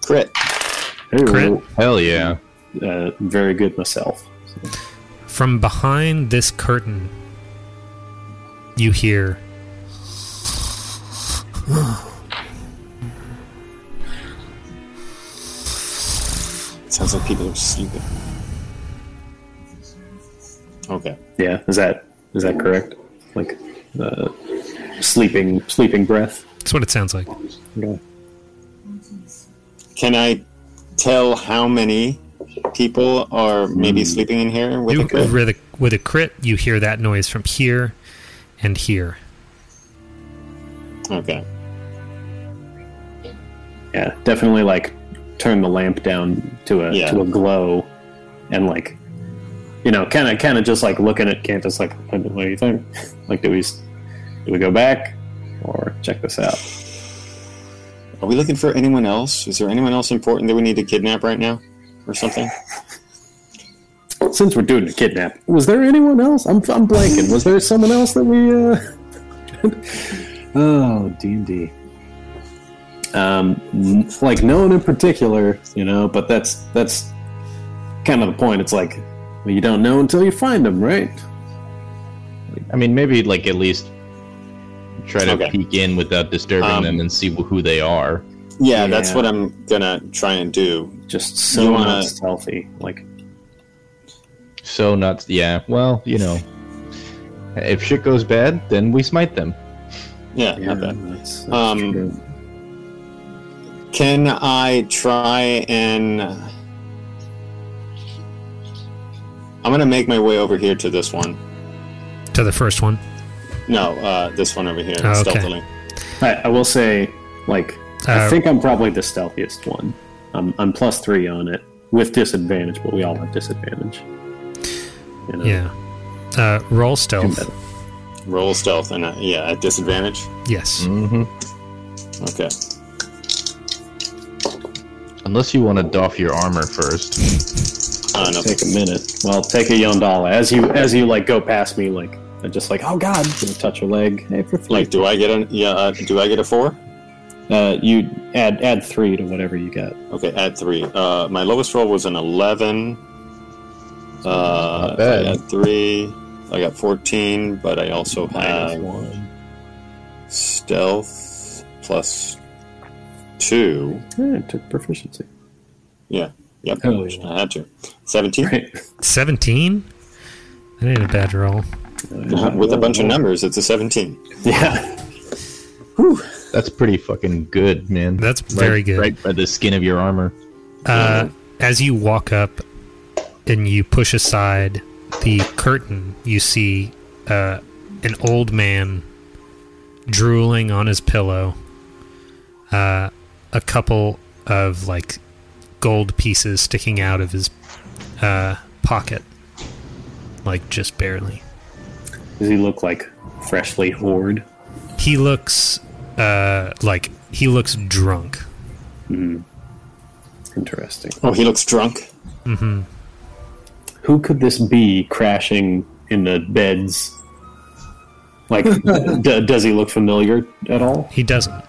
Speaker 5: Crit.
Speaker 4: Hey,
Speaker 1: Crit.
Speaker 3: Hell yeah!
Speaker 4: Uh, very good myself.
Speaker 1: From behind this curtain, you hear.
Speaker 5: Sounds like people are sleeping. Okay.
Speaker 4: Yeah, is that is that correct? Like uh, sleeping sleeping breath.
Speaker 1: That's what it sounds like.
Speaker 5: Can I tell how many people are
Speaker 4: Hmm.
Speaker 5: maybe sleeping in here with
Speaker 1: You-
Speaker 5: a crit?
Speaker 1: with, a, with a crit, you hear that noise from here and here.
Speaker 5: Okay.
Speaker 4: Yeah, definitely like turn the lamp down to a
Speaker 5: Yeah.
Speaker 4: to a glow, and like you know, kind of kind of just like looking at Cantus, like what what do you think? Like, do we s- do we go back or check this out?
Speaker 5: Are we looking for anyone else? Is there anyone else important that we need to kidnap right now, or something?
Speaker 4: Since we're doing a kidnap, was there anyone else? I'm I'm blanking. Was there someone else that we? uh Oh, D and D. Um, n- like no one in particular, you know. But that's that's kind of the point. It's like well, you don't know until you find them, right?
Speaker 3: I mean, maybe like at least try to
Speaker 5: Okay.
Speaker 3: peek in without disturbing
Speaker 5: Um,
Speaker 3: them and see who they are.
Speaker 5: Yeah, that's
Speaker 4: Yeah.
Speaker 5: what I'm gonna try and do.
Speaker 4: Just so
Speaker 5: You wanna-
Speaker 4: not stealthy. Like
Speaker 3: So nuts. Yeah. Well, you know, if shit goes bad, then we smite them.
Speaker 5: Yeah,
Speaker 4: yeah,
Speaker 5: not bad.
Speaker 4: that's- that's
Speaker 5: Um,
Speaker 4: true.
Speaker 5: Can I try and? I'm gonna make my way over here to this one.
Speaker 1: To the first one.
Speaker 5: No, uh, this one over here
Speaker 1: Oh, okay.
Speaker 5: stealthily.
Speaker 4: I, I will say, like, I
Speaker 1: Uh,
Speaker 4: think I'm probably the stealthiest one. I'm, I'm plus three on it with disadvantage, but we all have disadvantage. You know?
Speaker 1: Yeah. Uh, roll stealth.
Speaker 5: Roll stealth and uh, yeah, at disadvantage.
Speaker 1: Yes.
Speaker 3: hmm
Speaker 5: Okay.
Speaker 3: Unless you want to doff your armor first.
Speaker 5: Uh, no,
Speaker 4: Take a minute. Well, take a Yondala as you as you like go past me, like I just like oh god, you know, touch your leg. Hey, for free.
Speaker 5: like, do I get a yeah? Uh, do I get a four?
Speaker 4: uh, you add add three to whatever you got.
Speaker 5: Okay, add three. Uh, my lowest roll was an eleven. Uh,
Speaker 3: Not bad.
Speaker 5: I had three. I got fourteen, but I also
Speaker 4: Minus
Speaker 5: have
Speaker 4: one.
Speaker 5: stealth plus two.
Speaker 4: Yeah, I took proficiency.
Speaker 5: Yeah. Yep.
Speaker 4: Oh, yeah.
Speaker 5: I had to. Seventeen
Speaker 4: Right.
Speaker 1: 17? That ain't a bad roll.
Speaker 5: with a bunch of numbers. It's a seventeen.
Speaker 4: Yeah.
Speaker 3: That's pretty fucking good, man.
Speaker 1: That's
Speaker 3: Right-
Speaker 1: very good.
Speaker 3: Right by the skin of your armor.
Speaker 1: Uh, as you walk up and you push aside the curtain, you see uh, an old man drooling on his pillow. Uh, a couple of like gold pieces sticking out of his uh, pocket, like just barely.
Speaker 4: Does he look like freshly hoard?
Speaker 1: He looks uh, like he looks drunk.
Speaker 4: Interesting.
Speaker 5: Oh, he looks drunk.
Speaker 4: Who could this be crashing in the beds? Like, d- does he look familiar at all?
Speaker 1: He doesn't.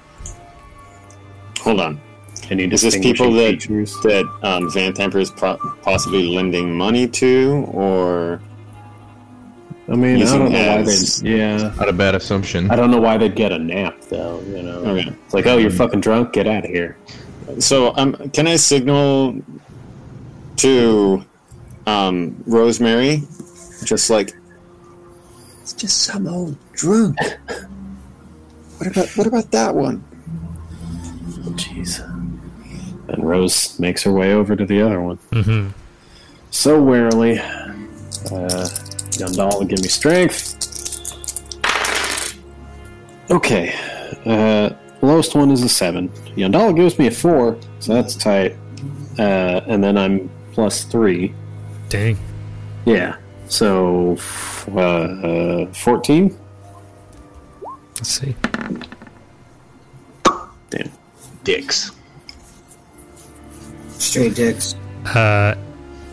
Speaker 5: Hold on.
Speaker 4: Any
Speaker 5: Is this
Speaker 4: distinguishing
Speaker 5: people that
Speaker 4: features?
Speaker 5: that um, Van Tamper is pro- possibly lending money to, or
Speaker 4: I mean, I
Speaker 5: using
Speaker 4: don't know why
Speaker 5: as-
Speaker 4: they. Yeah,
Speaker 3: Not a bad assumption.
Speaker 4: I don't know why they'd get a nap though. You know,
Speaker 5: Okay.
Speaker 4: it's like, oh, you're fucking drunk. Get out of here.
Speaker 5: so? Um, can I signal to um, Rosemary, just like it's just some old drunk. what about what about that one?
Speaker 4: Jeez. And Rose makes her way over to the other one.
Speaker 1: hmm
Speaker 4: So warily. Uh, Yandala, give me strength. Okay. Uh, lowest one is a 7. Yandala gives me a 4, so that's tight. Uh, and then I'm plus 3.
Speaker 1: Dang.
Speaker 4: Yeah. So, f- uh, uh, 14?
Speaker 1: Let's see.
Speaker 4: Damn.
Speaker 3: Dicks.
Speaker 2: Straight dicks.
Speaker 1: uh,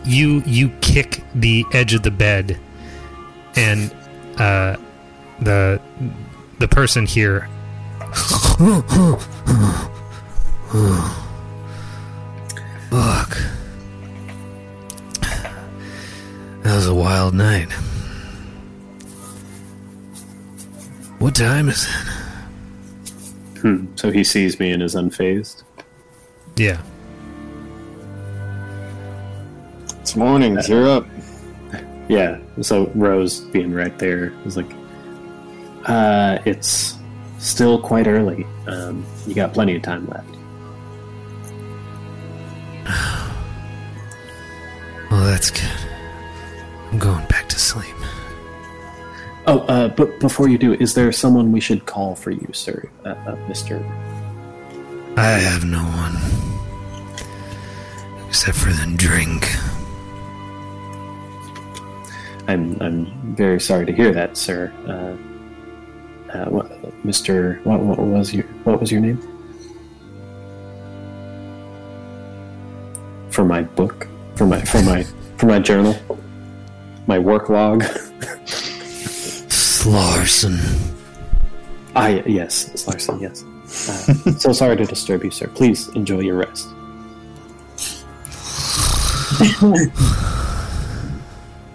Speaker 1: you you kick the edge of the bed, and uh, the the person here look. That was a wild night. What time is it?
Speaker 4: Hmm. So he sees me and is unfazed.
Speaker 1: Yeah.
Speaker 5: It's morning. You're up.
Speaker 4: Yeah. So Rose being right there is like, uh, it's still quite early. Um, you got plenty of time left.
Speaker 1: Well, Oh, that's good. I'm going back to sleep.
Speaker 4: Oh, uh, but before you do, is there someone we should call for you, sir, uh, uh, Mister?
Speaker 1: I have no one. Except for the drink.
Speaker 4: I'm I'm very sorry to hear that, sir. Uh, uh, what, Mister, what, what was your what was your name? For my book, for my for my for my journal, my work log.
Speaker 1: Larson.
Speaker 4: I Ah, yes, it's Larson. Yes. Uh, so sorry to disturb you, sir. Please enjoy your rest.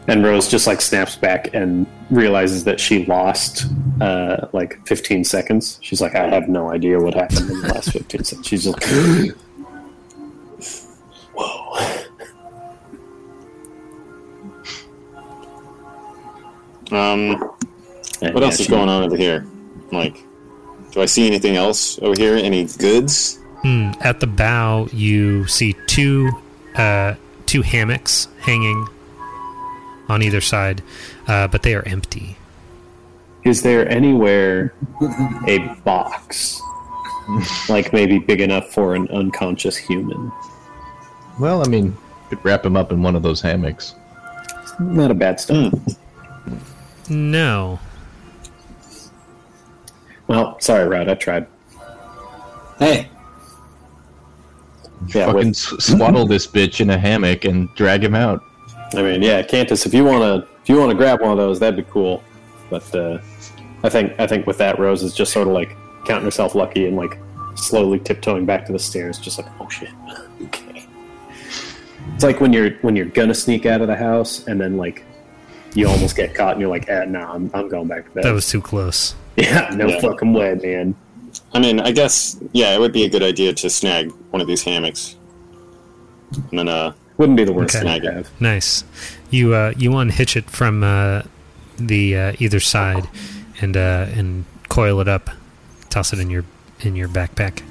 Speaker 4: and Rose just like snaps back and realizes that she lost uh, like 15 seconds. She's like, I have no idea what happened in the last 15 seconds. She's just like, whoa.
Speaker 5: Um, what else is going on over here? Like, do I see anything else over here? Any goods?
Speaker 1: Mm, at the bow, you see two uh, two hammocks hanging on either side, uh, but they are empty.
Speaker 4: Is there anywhere a box? like maybe big enough for an unconscious human?
Speaker 3: Well, I mean, could wrap him up in one of those hammocks.
Speaker 4: Not a bad
Speaker 5: Hmm.
Speaker 4: start.
Speaker 1: No.
Speaker 4: Well, sorry, Rod, I tried.
Speaker 2: Hey,
Speaker 4: Yeah,
Speaker 3: Fucking
Speaker 4: with,
Speaker 3: s- swaddle this bitch in a hammock and drag him out.
Speaker 4: I mean, yeah, Cantus, if you wanna if you wanna grab one of those, that'd be cool. But uh, I think I think with that, Rose is just sort of like counting herself lucky and like slowly tiptoeing back to the stairs, just like oh shit. okay. It's like when you're when you're gonna sneak out of the house and then like you almost get caught and you're like, eh, nah, I'm, I'm going back to bed.
Speaker 1: That was too close.
Speaker 4: yeah, no
Speaker 5: Yeah.
Speaker 4: fucking way, man.
Speaker 5: I mean, I guess yeah, it would be a good idea to snag one of these hammocks. And then, uh,
Speaker 4: Wouldn't be the worst
Speaker 1: Okay.
Speaker 4: thing I'd have.
Speaker 1: Nice. You uh, you unhitch it from uh, the uh, either side and uh, and coil it up, toss it in your in your backpack.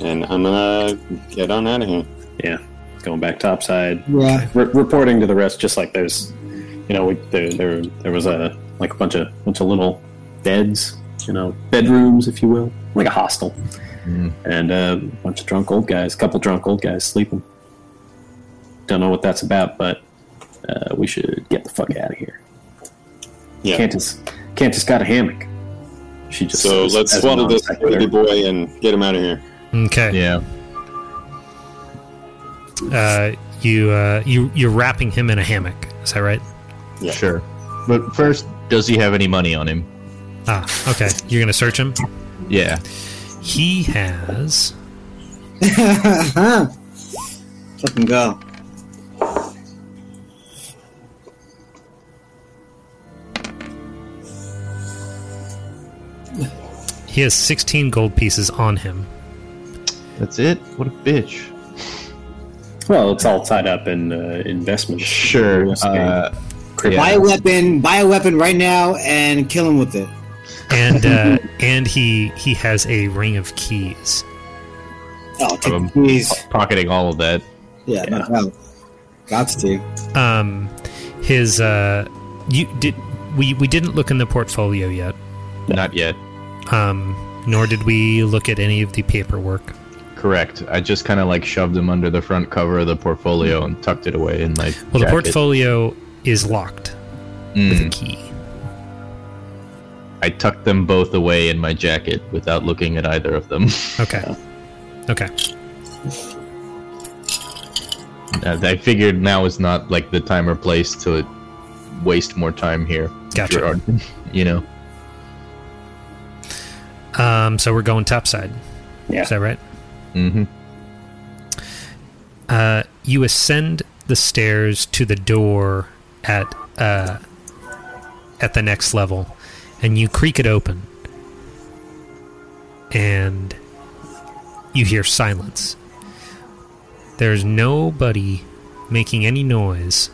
Speaker 5: and I'm gonna get on out of here.
Speaker 4: Yeah, going back topside.
Speaker 2: yeah.
Speaker 4: re- reporting to the rest, just like there's, you know, we, there, there there was a like a bunch of bunch of little beds, you know, bedrooms, if you will, like a hostel,
Speaker 5: Mm-hmm.
Speaker 4: and uh, a bunch of drunk old guys, couple drunk old guys sleeping. Don't know what that's about, but uh, we should get the fuck out of here.
Speaker 5: Yeah.
Speaker 4: Cantus, Cantus got a hammock. She just
Speaker 5: so
Speaker 4: says,
Speaker 5: let's
Speaker 4: as
Speaker 5: swaddle
Speaker 4: a
Speaker 5: this
Speaker 4: non-sequitur.
Speaker 5: baby boy and get him out of here.
Speaker 1: Okay.
Speaker 3: Yeah.
Speaker 1: uh, you uh, you you're wrapping him in a hammock. Is that right?
Speaker 5: Yeah.
Speaker 3: Sure. But first, does he have any money on him?
Speaker 1: Ah, okay. You're gonna search him.
Speaker 3: Yeah.
Speaker 1: He has.
Speaker 2: Fucking go.
Speaker 1: He has 16 gold pieces on him.
Speaker 3: That's it? What a bitch.
Speaker 4: Well, it's all tied up in uh, investment.
Speaker 3: Sure. Uh, yeah.
Speaker 2: Buy a weapon. Buy a weapon right now and kill him with it.
Speaker 1: And uh, and he he has a ring of keys.
Speaker 2: Oh, take
Speaker 3: Um,
Speaker 2: the keys.
Speaker 3: Pocketing all of that.
Speaker 2: Yeah, no problem. Got to.
Speaker 1: Um, his uh, you did we we didn't look in the portfolio yet.
Speaker 3: Not yet.
Speaker 1: Um, nor did we look at any of the paperwork.
Speaker 3: Correct. I just kind of like shoved him under the front cover of the portfolio and tucked it away in my.
Speaker 1: Well, the
Speaker 3: jacket.
Speaker 1: portfolio is locked with a
Speaker 3: Mm,
Speaker 1: key.
Speaker 3: I tucked them both away in my jacket without looking at either of them.
Speaker 1: Okay. Okay.
Speaker 3: Uh, I figured now is not like the time or place to waste more time here.
Speaker 1: Gotcha.
Speaker 3: Gerard. you know.
Speaker 1: Um, so we're going topside.
Speaker 4: Yeah.
Speaker 1: Is that right?
Speaker 3: Mm-hmm.
Speaker 1: Uh, you ascend the stairs to the door at uh, at the next level, and you creak it open, and you hear silence. There's nobody making any noise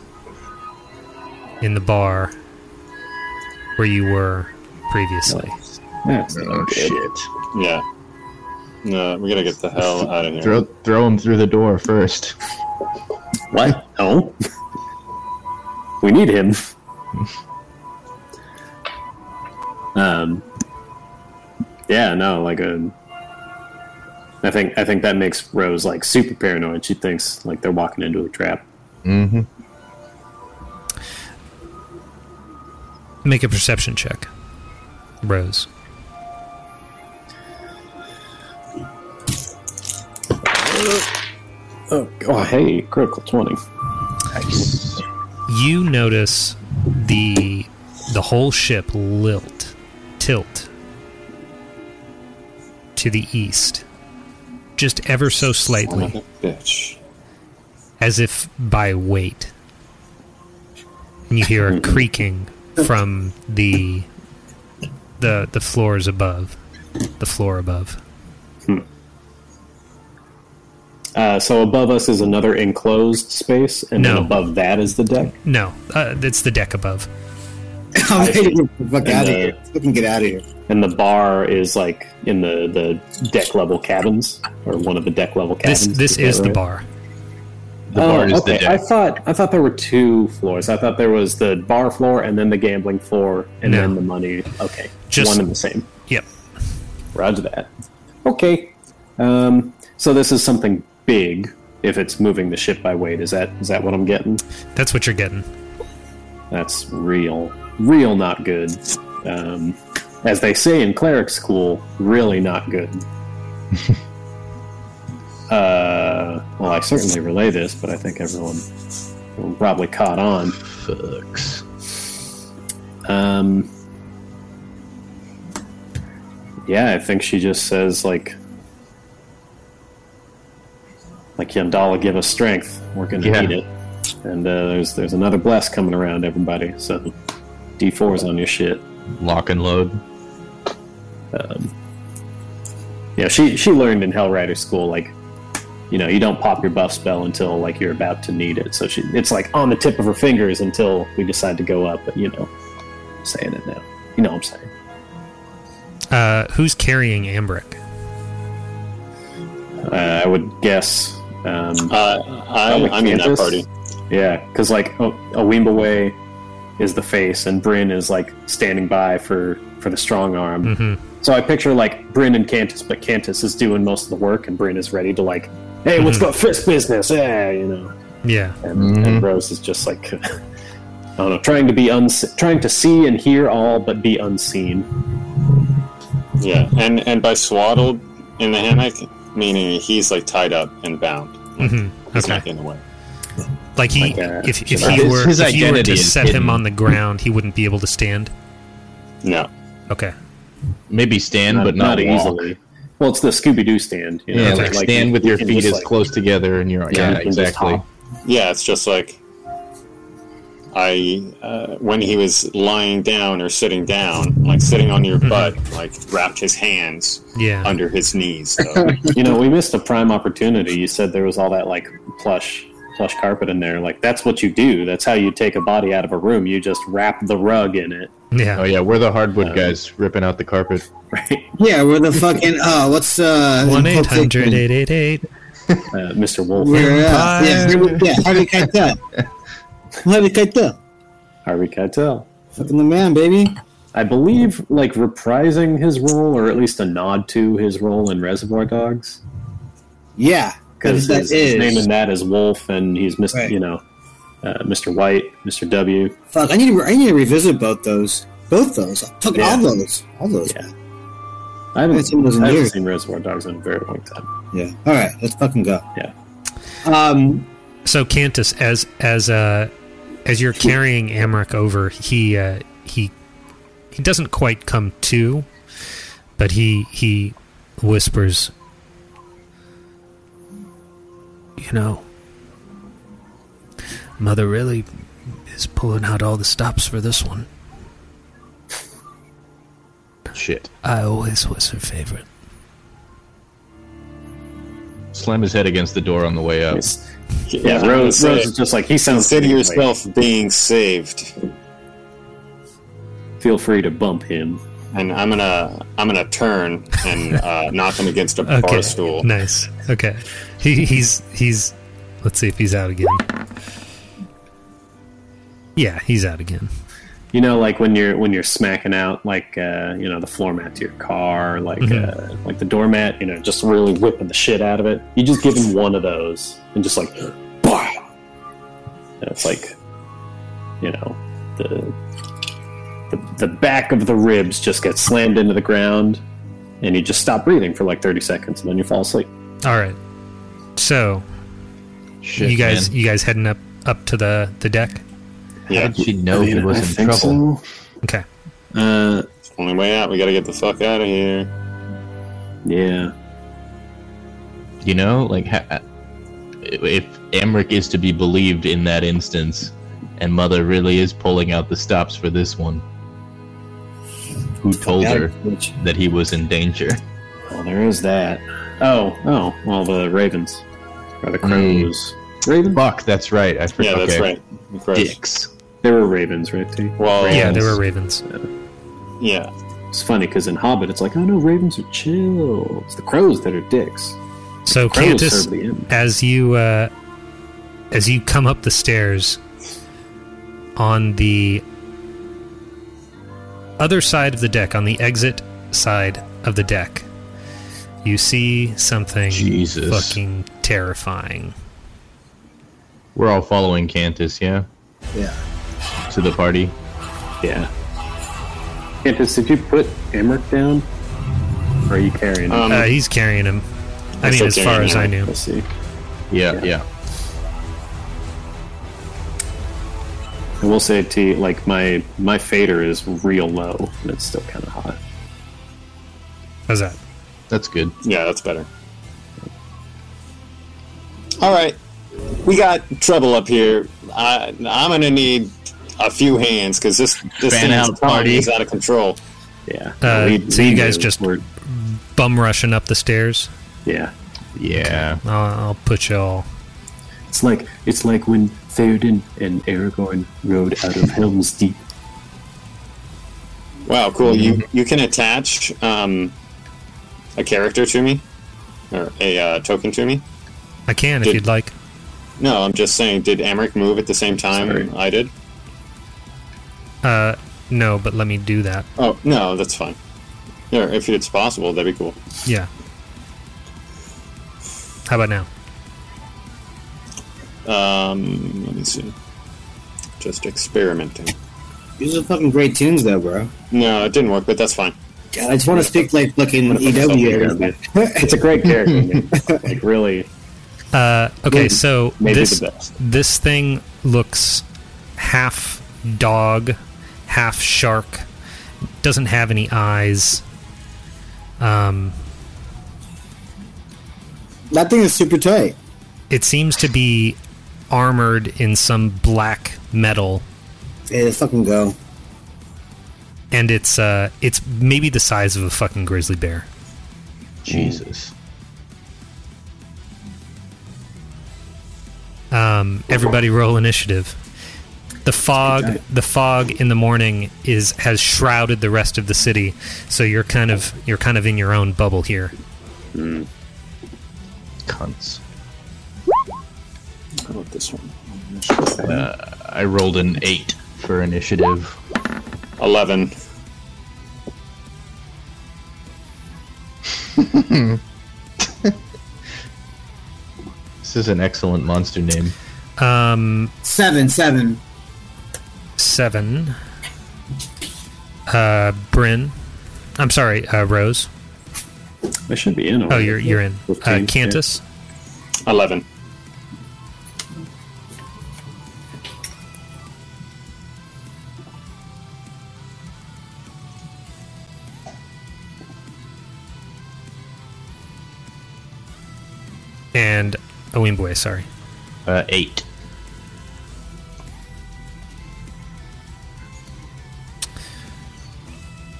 Speaker 1: in the bar where you were previously.
Speaker 4: That's
Speaker 3: Oh shit!
Speaker 5: Yeah. No, we gotta get the hell out of here.
Speaker 3: Throw throw him through the door first.
Speaker 4: What? No. we need him. um. Yeah, no, like a. I think I think that makes Rose like super paranoid. She thinks like they're walking into a trap.
Speaker 3: Mm-hmm.
Speaker 1: Make a perception check, Rose.
Speaker 4: Oh, oh hey, critical twenty.
Speaker 3: Nice.
Speaker 1: you notice the the whole ship lilt tilt to the east just ever so slightly
Speaker 5: Bitch.
Speaker 1: as if by weight and you hear a creaking from the the the floors above the floor above
Speaker 4: Uh, so above us is another enclosed space, and
Speaker 1: No.
Speaker 4: then above that is the deck.
Speaker 1: no uh, it's the deck above
Speaker 2: I'm ready to get the fuck out of
Speaker 4: uh,
Speaker 2: here. Fucking get out of here.
Speaker 4: and the bar is like in the the deck level cabins or one of the deck level
Speaker 1: this
Speaker 4: cabins.
Speaker 1: this
Speaker 4: that
Speaker 1: is the
Speaker 4: right?
Speaker 1: bar
Speaker 3: The
Speaker 4: oh,
Speaker 3: bar is
Speaker 4: okay.
Speaker 3: the deck.
Speaker 4: I thought I thought there were two floors. I thought there was the bar floor and then the gambling floor and
Speaker 1: No.
Speaker 4: then the money. Okay,
Speaker 1: Just-
Speaker 4: one and the same.
Speaker 1: yep
Speaker 4: Roger that. Okay. Um, so this is something big. If it's moving the ship by weight, is that is that what I'm getting?
Speaker 1: that's what you're getting
Speaker 4: That's real, real not good. Um, as they say in cleric school, really not good. uh, well, I certainly relay this, but I think everyone, everyone probably caught on.
Speaker 3: Fucks.
Speaker 4: Um, yeah, I think she just says like, like Yandala, give us strength. We're gonna
Speaker 3: Yeah.
Speaker 4: need it. And uh, there's there's another bless coming around, everybody. So D 4s on your shit.
Speaker 3: Lock and load.
Speaker 4: Yeah, she she learned in Hellrider school like, you know, you don't pop your buff spell until like you're about to need it. So she it's like on the tip of her fingers until we decide to go up. But you know, I'm saying it now. You know what I'm saying.
Speaker 1: uh, who's carrying ambric
Speaker 4: Uh, I would guess. Um,
Speaker 5: Uh, I,
Speaker 4: Probably
Speaker 5: I'm in that
Speaker 4: Kansas.
Speaker 5: party.
Speaker 4: Yeah, because like o- Awimbawe is the face, and Bryn is like standing by for for the strong arm.
Speaker 1: hmm
Speaker 4: So I picture like Bryn and Cantus, but Cantus is doing most of the work, and Bryn is ready to like, hey, what's
Speaker 3: Hmm.
Speaker 4: up, fist business? Yeah, you know.
Speaker 1: yeah
Speaker 4: And,
Speaker 3: Mhm.
Speaker 4: and Rose is just like, I don't know, trying to be uns- trying to see and hear all, but be unseen.
Speaker 5: Yeah, and and by swaddled in the hammock, meaning he's like tied up and bound. He's
Speaker 1: mm-hmm. Okay.
Speaker 5: not getting away.
Speaker 1: Like he,
Speaker 5: Like, uh,
Speaker 1: if, if
Speaker 5: like
Speaker 1: he
Speaker 3: his-
Speaker 1: were,
Speaker 3: his
Speaker 1: if you were
Speaker 3: identity
Speaker 1: to
Speaker 3: is
Speaker 1: set him
Speaker 3: hidden.
Speaker 1: on the ground, he wouldn't be able to stand.
Speaker 5: No.
Speaker 1: Okay.
Speaker 3: Maybe stand, but not, easily.
Speaker 4: Well, it's the Scooby Doo stand. You know?
Speaker 3: Yeah,
Speaker 4: it's
Speaker 3: like, stand with
Speaker 4: you
Speaker 3: your
Speaker 4: can
Speaker 3: feet
Speaker 4: just,
Speaker 3: as
Speaker 4: like-
Speaker 3: close together, and you're yeah,
Speaker 4: you can just
Speaker 3: exactly.
Speaker 4: hop.
Speaker 5: Yeah, it's just like I uh, when he was lying down or sitting down, like sitting on
Speaker 1: Mm-hmm.
Speaker 5: your butt, like wrapped his hands
Speaker 1: Yeah.
Speaker 5: under his knees. Though.
Speaker 4: You know, we missed a prime opportunity. You said there was all that like plush plush carpet in there. Like that's what you do. That's how you take a body out of a room. You just wrap the rug in it.
Speaker 1: Yeah.
Speaker 3: Oh yeah, we're the hardwood guys ripping out the carpet.
Speaker 4: Right,
Speaker 2: Yeah, we're the fucking. Uh, what's uh?
Speaker 1: One eight
Speaker 2: Pulp Fiction?
Speaker 1: hundred eight eight eight.
Speaker 4: uh, Mr. Wolf,
Speaker 2: We're, uh, yeah,
Speaker 1: Empire.
Speaker 2: yeah, Harvey Keitel. Harvey Keitel,
Speaker 4: Harvey Keitel.
Speaker 2: fucking the man, baby.
Speaker 4: I believe like reprising his role, or at least a nod to his role in Reservoir Dogs,
Speaker 2: Yeah, because
Speaker 4: because
Speaker 2: that
Speaker 4: his,
Speaker 2: is.
Speaker 4: his name in that is Wolf, and he's Mr.
Speaker 2: Right.
Speaker 4: You know, uh, Mr. White, Mr. W.
Speaker 2: Fuck, I need to. I need to revisit both those. Both those. Fuck
Speaker 4: Yeah.
Speaker 2: all those. All those.
Speaker 4: Yeah.
Speaker 2: Yeah.
Speaker 4: I haven't,
Speaker 2: That's in those
Speaker 4: I haven't
Speaker 2: years.
Speaker 4: seen Reservoir Dogs in a very long time.
Speaker 2: All right, let's fucking go.
Speaker 4: Yeah.
Speaker 2: Um.
Speaker 1: So Cantus, as as uh as you're carrying Amric over, he uh, he he doesn't quite come to, but he he whispers, you know, Mother really is pulling out all the stops for this one.
Speaker 3: Shit!
Speaker 1: I always was her favorite.
Speaker 3: Slam his head against the door on the way up.
Speaker 4: It's-
Speaker 5: I
Speaker 4: yeah,
Speaker 5: was
Speaker 4: Rose,
Speaker 5: gonna
Speaker 4: Rose
Speaker 5: say,
Speaker 4: is just like he sounds.
Speaker 5: Consider
Speaker 4: like-
Speaker 5: yourself being saved,
Speaker 4: feel free to bump him.
Speaker 5: and I'm gonna I'm gonna turn and uh, knock him against a
Speaker 1: Okay,
Speaker 5: bar stool.
Speaker 1: nice. Okay, he, he's he's. Let's see if he's out again. Yeah, he's out again.
Speaker 4: You know, like when you're when you're smacking out like uh, you know the floor mat to your car, like uh, like the doormat. You know, just really whipping the shit out of it. You just give him one of those, and just like, bah! and it's like, you know, the, the the back of the ribs just get slammed into the ground, and you just stop breathing for like thirty seconds, and then you fall asleep.
Speaker 1: All right. So
Speaker 3: Shit,
Speaker 1: you guys,
Speaker 3: man.
Speaker 1: you guys heading up up to the the deck.
Speaker 5: Yeah,
Speaker 3: How'd she know he was in trouble?
Speaker 1: Okay.
Speaker 4: Uh,
Speaker 5: only way out. We gotta get the fuck out of here.
Speaker 4: yeah.
Speaker 3: You know, like ha- if Amric is to be believed in that instance, and Mother really is pulling out the stops for this one. Who told
Speaker 2: yeah,
Speaker 3: her
Speaker 2: bitch.
Speaker 3: that he was in danger?
Speaker 4: Well, there is that. Oh, oh, well, the Ravens. Or the Crows. Ravens?
Speaker 3: Fuck, that's right. I forgot.
Speaker 5: Yeah, that's
Speaker 3: okay.
Speaker 5: right. Correct.
Speaker 3: Dicks.
Speaker 4: There were Ravens, right, T?
Speaker 5: Well,
Speaker 1: Yeah, there were ravens.
Speaker 5: yeah.
Speaker 4: It's funny because in Hobbit, it's like, oh no, Ravens are chill. It's the Crows that are dicks.
Speaker 1: So
Speaker 4: Crows
Speaker 1: Cantus,
Speaker 4: serve the end.
Speaker 1: as you uh, as you come up the stairs on the other side of the deck, on the exit side of the deck, you see something
Speaker 3: Jesus.
Speaker 1: fucking terrifying.
Speaker 3: We're all following Cantus, yeah?
Speaker 2: Yeah.
Speaker 3: To the party.
Speaker 4: Yeah. Cantus, did you put Emmerich down? Or are you carrying him?
Speaker 5: Um,
Speaker 1: Uh, he's carrying him. I
Speaker 5: That's
Speaker 1: mean, as
Speaker 5: okay,
Speaker 1: far
Speaker 5: I
Speaker 1: as I
Speaker 5: know.
Speaker 1: knew.
Speaker 4: Let's see.
Speaker 3: Yeah, yeah.
Speaker 4: I will say, T, like, my, my fader is real low, and it's still kind of hot.
Speaker 1: How's that?
Speaker 3: That's good.
Speaker 5: Yeah, that's better. All right, we got trouble up here. I, I'm gonna need a few hands because this this
Speaker 3: Fan
Speaker 5: thing
Speaker 3: out
Speaker 5: is, probably
Speaker 3: party.
Speaker 5: is out of control.
Speaker 4: Yeah.
Speaker 1: Uh, so you guys
Speaker 4: knew
Speaker 1: just-
Speaker 4: we're-
Speaker 1: Bum rushing up the stairs.
Speaker 4: Yeah.
Speaker 3: Yeah.
Speaker 1: I'll, I'll put y'all.
Speaker 4: It's like it's like when Theoden and Aragorn rode out of Helm's Deep.
Speaker 5: Wow, cool. You
Speaker 3: Mm-hmm.
Speaker 5: you can attach um, a character to me or a uh, token to me.
Speaker 1: I can if
Speaker 5: Did-
Speaker 1: you'd like.
Speaker 5: No, I'm just saying. Did Amric move at the same time
Speaker 4: Sorry.
Speaker 5: I did?
Speaker 1: Uh, no, but let me do that.
Speaker 5: Oh no, that's fine. Yeah, if it's possible, that'd be cool.
Speaker 1: Yeah. How about now?
Speaker 5: Um, let me see. Just experimenting.
Speaker 2: These are fucking great tunes, though, bro.
Speaker 5: No, it didn't work, but that's fine.
Speaker 2: God, I just want to speak like fucking E
Speaker 5: fuck
Speaker 2: EW.
Speaker 5: you,
Speaker 2: everything.
Speaker 4: It's a great character. man. like really,
Speaker 1: Uh, okay, so
Speaker 6: Mm, maybe
Speaker 1: this
Speaker 6: the best.
Speaker 1: this thing looks half dog, half shark. Doesn't have any eyes.
Speaker 2: That thing is super tight.
Speaker 1: It seems to be armored in some black metal,
Speaker 2: Yeah, let's fucking go.
Speaker 1: and it's uh, it's maybe the size of a fucking grizzly bear.
Speaker 3: Jesus.
Speaker 1: Um, everybody roll initiative. The fog, the fog in the morning is has shrouded the rest of the city, so you're kind of you're kind of in your own bubble here.
Speaker 3: Cunts.
Speaker 5: How about this one?
Speaker 3: Uh, I rolled an eight for initiative.
Speaker 5: 11.
Speaker 3: This is an excellent monster name.
Speaker 1: Um,
Speaker 2: Seven, seven.
Speaker 1: seven. Uh, Bryn, I'm sorry, uh, Rose.
Speaker 6: I should be in.
Speaker 1: Oh,
Speaker 6: already.
Speaker 1: you're you're in. Uh,
Speaker 6: Fifteen, yeah.
Speaker 1: Cantus,
Speaker 5: 11.
Speaker 1: and Owimbwe. Sorry.
Speaker 3: Uh, eight.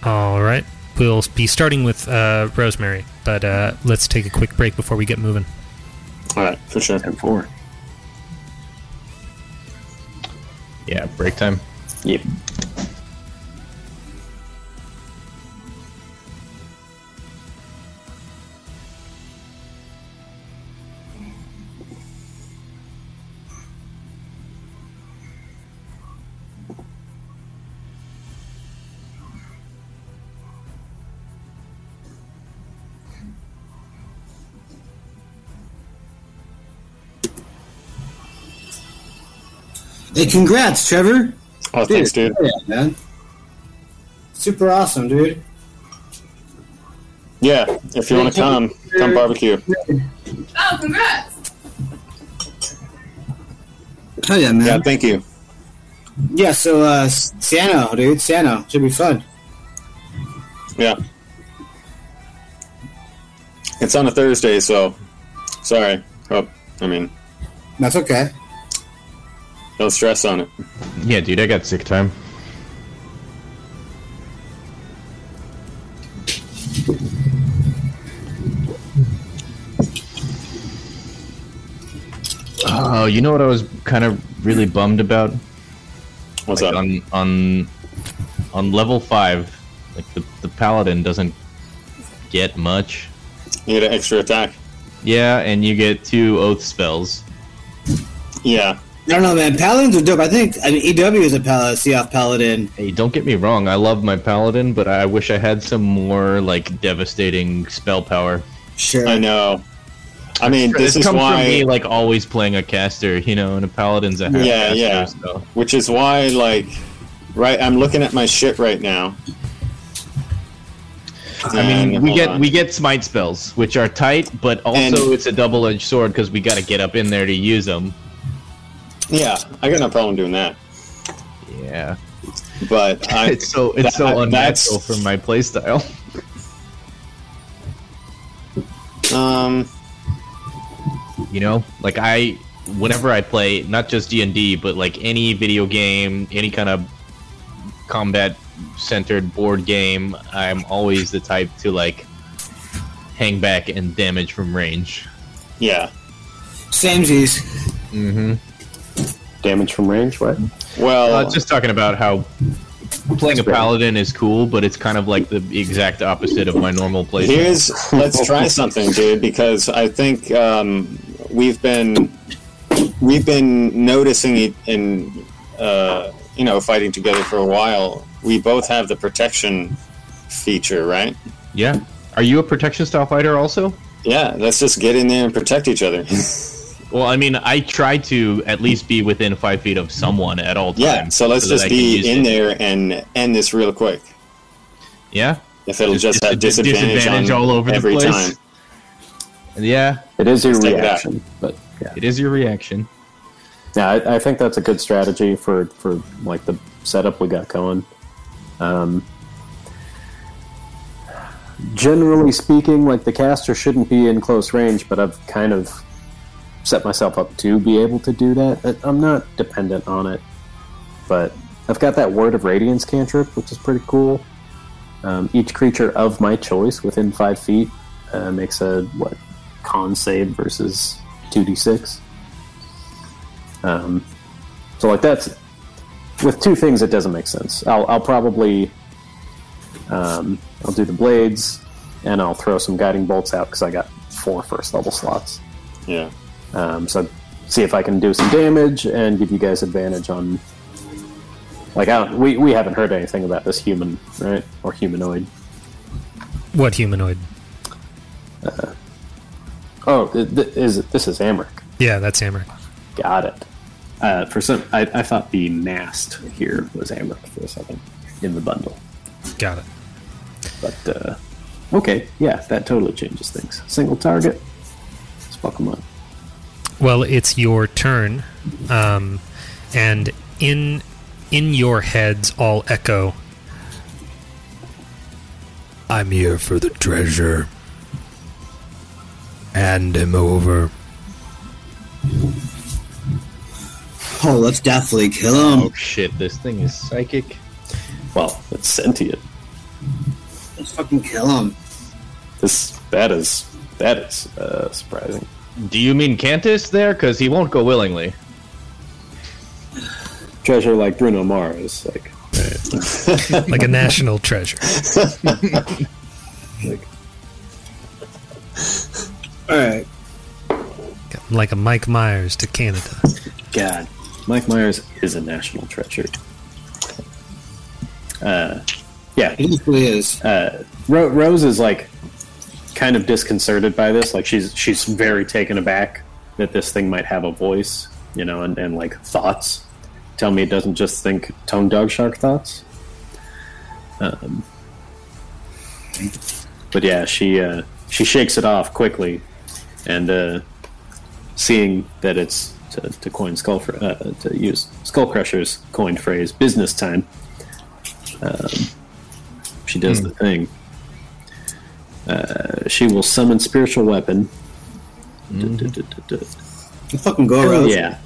Speaker 1: All right, we'll be starting with uh, Rosemary, but uh, let's take a quick break before we get moving.
Speaker 5: All right, for sure.
Speaker 6: And four.
Speaker 3: Yeah, break time.
Speaker 6: Yep.
Speaker 2: Hey, congrats, Trevor.
Speaker 5: Oh, thanks, dude.
Speaker 2: Yeah, man. Super awesome, dude.
Speaker 5: Yeah, if you want to come, come barbecue.
Speaker 7: Oh, congrats!
Speaker 2: Oh yeah, man.
Speaker 5: Yeah,
Speaker 2: Yeah,
Speaker 5: thank you.
Speaker 2: so uh Sano, dude, Sano. Should be fun.
Speaker 5: Yeah. It's on a Thursday, so sorry. Oh, I mean,
Speaker 2: That's okay.
Speaker 5: no stress on it.
Speaker 3: Yeah, dude, I got sick time. Oh, you know what I was kind of really bummed about?
Speaker 5: What's
Speaker 3: Like,
Speaker 5: up?
Speaker 3: on on on level five, like the, the paladin doesn't get much.
Speaker 5: you get an extra attack.
Speaker 3: Yeah, and you get two oath spells.
Speaker 5: Yeah.
Speaker 2: I don't know, man. Paladins are dope. I think I mean EW is a pal- Seoth Paladin.
Speaker 3: Hey, don't get me wrong, I love my paladin, but I wish I had some more like devastating spell power.
Speaker 2: Sure.
Speaker 5: I know. I mean, this
Speaker 3: this
Speaker 5: is
Speaker 3: comes from me
Speaker 5: why,
Speaker 3: like always playing a caster, you know, and a paladin's a half
Speaker 5: Yeah,
Speaker 3: caster,
Speaker 5: yeah.
Speaker 3: so
Speaker 5: which is why, like, right? I'm looking at my shit right now.
Speaker 3: I mean,
Speaker 5: And-
Speaker 3: we
Speaker 5: hold
Speaker 3: get
Speaker 5: on.
Speaker 3: we get smite spells, which are tight, but also
Speaker 5: And-
Speaker 3: it's a double-edged sword because we got to get up in there to use them.
Speaker 5: yeah. I got no problem doing that,
Speaker 3: Yeah,
Speaker 5: but I,
Speaker 3: it's so it's
Speaker 5: that-
Speaker 3: so unnatural
Speaker 5: that's-
Speaker 3: for my playstyle.
Speaker 5: um,
Speaker 3: You know, like I, whenever I play, not just D and D, but like any video game, any kind of combat-centered board game, I'm always the type to like hang back and damage from range.
Speaker 5: yeah.
Speaker 2: Samesies.
Speaker 3: Mm-hmm.
Speaker 6: Damage from range. What?
Speaker 5: Well,
Speaker 3: Uh, just talking about how playing a paladin is cool, but it's kind of like the exact opposite of my normal play.
Speaker 5: Here's let's try something, dude, because I think um, we've been we've been noticing it in uh, you know fighting together for a while. We both have the protection feature, right?
Speaker 3: Yeah. Are you a protection style fighter also?
Speaker 5: Yeah, let's just get in there and protect each other.
Speaker 3: Well, I mean, I try to at least be within five feet of someone at all times.
Speaker 5: yeah, so let's
Speaker 3: that I
Speaker 5: just
Speaker 3: can
Speaker 5: be
Speaker 3: use
Speaker 5: in
Speaker 3: it.
Speaker 5: there and end this real quick.
Speaker 3: Yeah.
Speaker 5: If it'll just, have
Speaker 3: dis-
Speaker 5: disadvantage, on
Speaker 3: disadvantage all over the
Speaker 5: every
Speaker 3: place.
Speaker 5: time.
Speaker 3: Yeah,
Speaker 4: It is your
Speaker 5: Let's take it out.
Speaker 4: reaction, but yeah,
Speaker 3: it is your reaction.
Speaker 4: yeah. I, I think that's a good strategy for for like the setup we got going. Um, generally speaking, like the caster shouldn't be in close range, but I've kind of set myself up to be able to do that. I- I'm not dependent on it, but I've got that Word of Radiance cantrip, which is pretty cool. Um, each creature of my choice within five feet uh, makes a what con save versus two d six. Um, so like that's with two things it doesn't make sense. I'll, I'll probably um, I'll do the blades and I'll throw some guiding bolts out because I got four first level slots.
Speaker 5: Yeah.
Speaker 4: Um, so see if I can do some damage and give you guys advantage on. Like I don't, we we haven't heard anything about this human right or humanoid.
Speaker 1: What humanoid?
Speaker 4: Oh, th- th- is it, this is Amric?
Speaker 1: Yeah, that's Amric.
Speaker 4: Got it. Uh, for some, I, I thought the mast here was Amric for a second in the bundle,
Speaker 1: Got it.
Speaker 4: but uh, okay, yeah, that totally changes things. Single target, let's fuck 'em up.
Speaker 1: Well, it's your turn, um, and in in your heads all echo.
Speaker 8: I'm here for the treasure. Hand him over.
Speaker 2: Oh, let's definitely kill him.
Speaker 3: Oh shit! This thing is psychic.
Speaker 4: Well, it's sentient.
Speaker 2: Let's fucking kill him.
Speaker 4: This that is that is uh, surprising.
Speaker 3: Do you mean Cantus there? Because he won't go willingly.
Speaker 4: Treasure like Bruno Mars, like
Speaker 1: like a national treasure.
Speaker 2: All right.
Speaker 1: Like a Mike Myers to Canada.
Speaker 4: God, Mike Myers is a national treasure. Uh, yeah,
Speaker 2: He really is.
Speaker 4: uh, Ro- Rose is like kind of disconcerted by this. Like she's she's very taken aback that this thing might have a voice, you know, and, and like thoughts. Tell me it doesn't just think tone dog shark thoughts. Um, but yeah, she uh, she shakes it off quickly, and uh, seeing that it's to, to coin skull fr- uh, to use skull crusher's coined phrase business time. um, She does the thing. Uh, she will summon spiritual weapon. Duh, duh, duh, duh, duh.
Speaker 2: Fucking go, Rose.
Speaker 4: Yeah,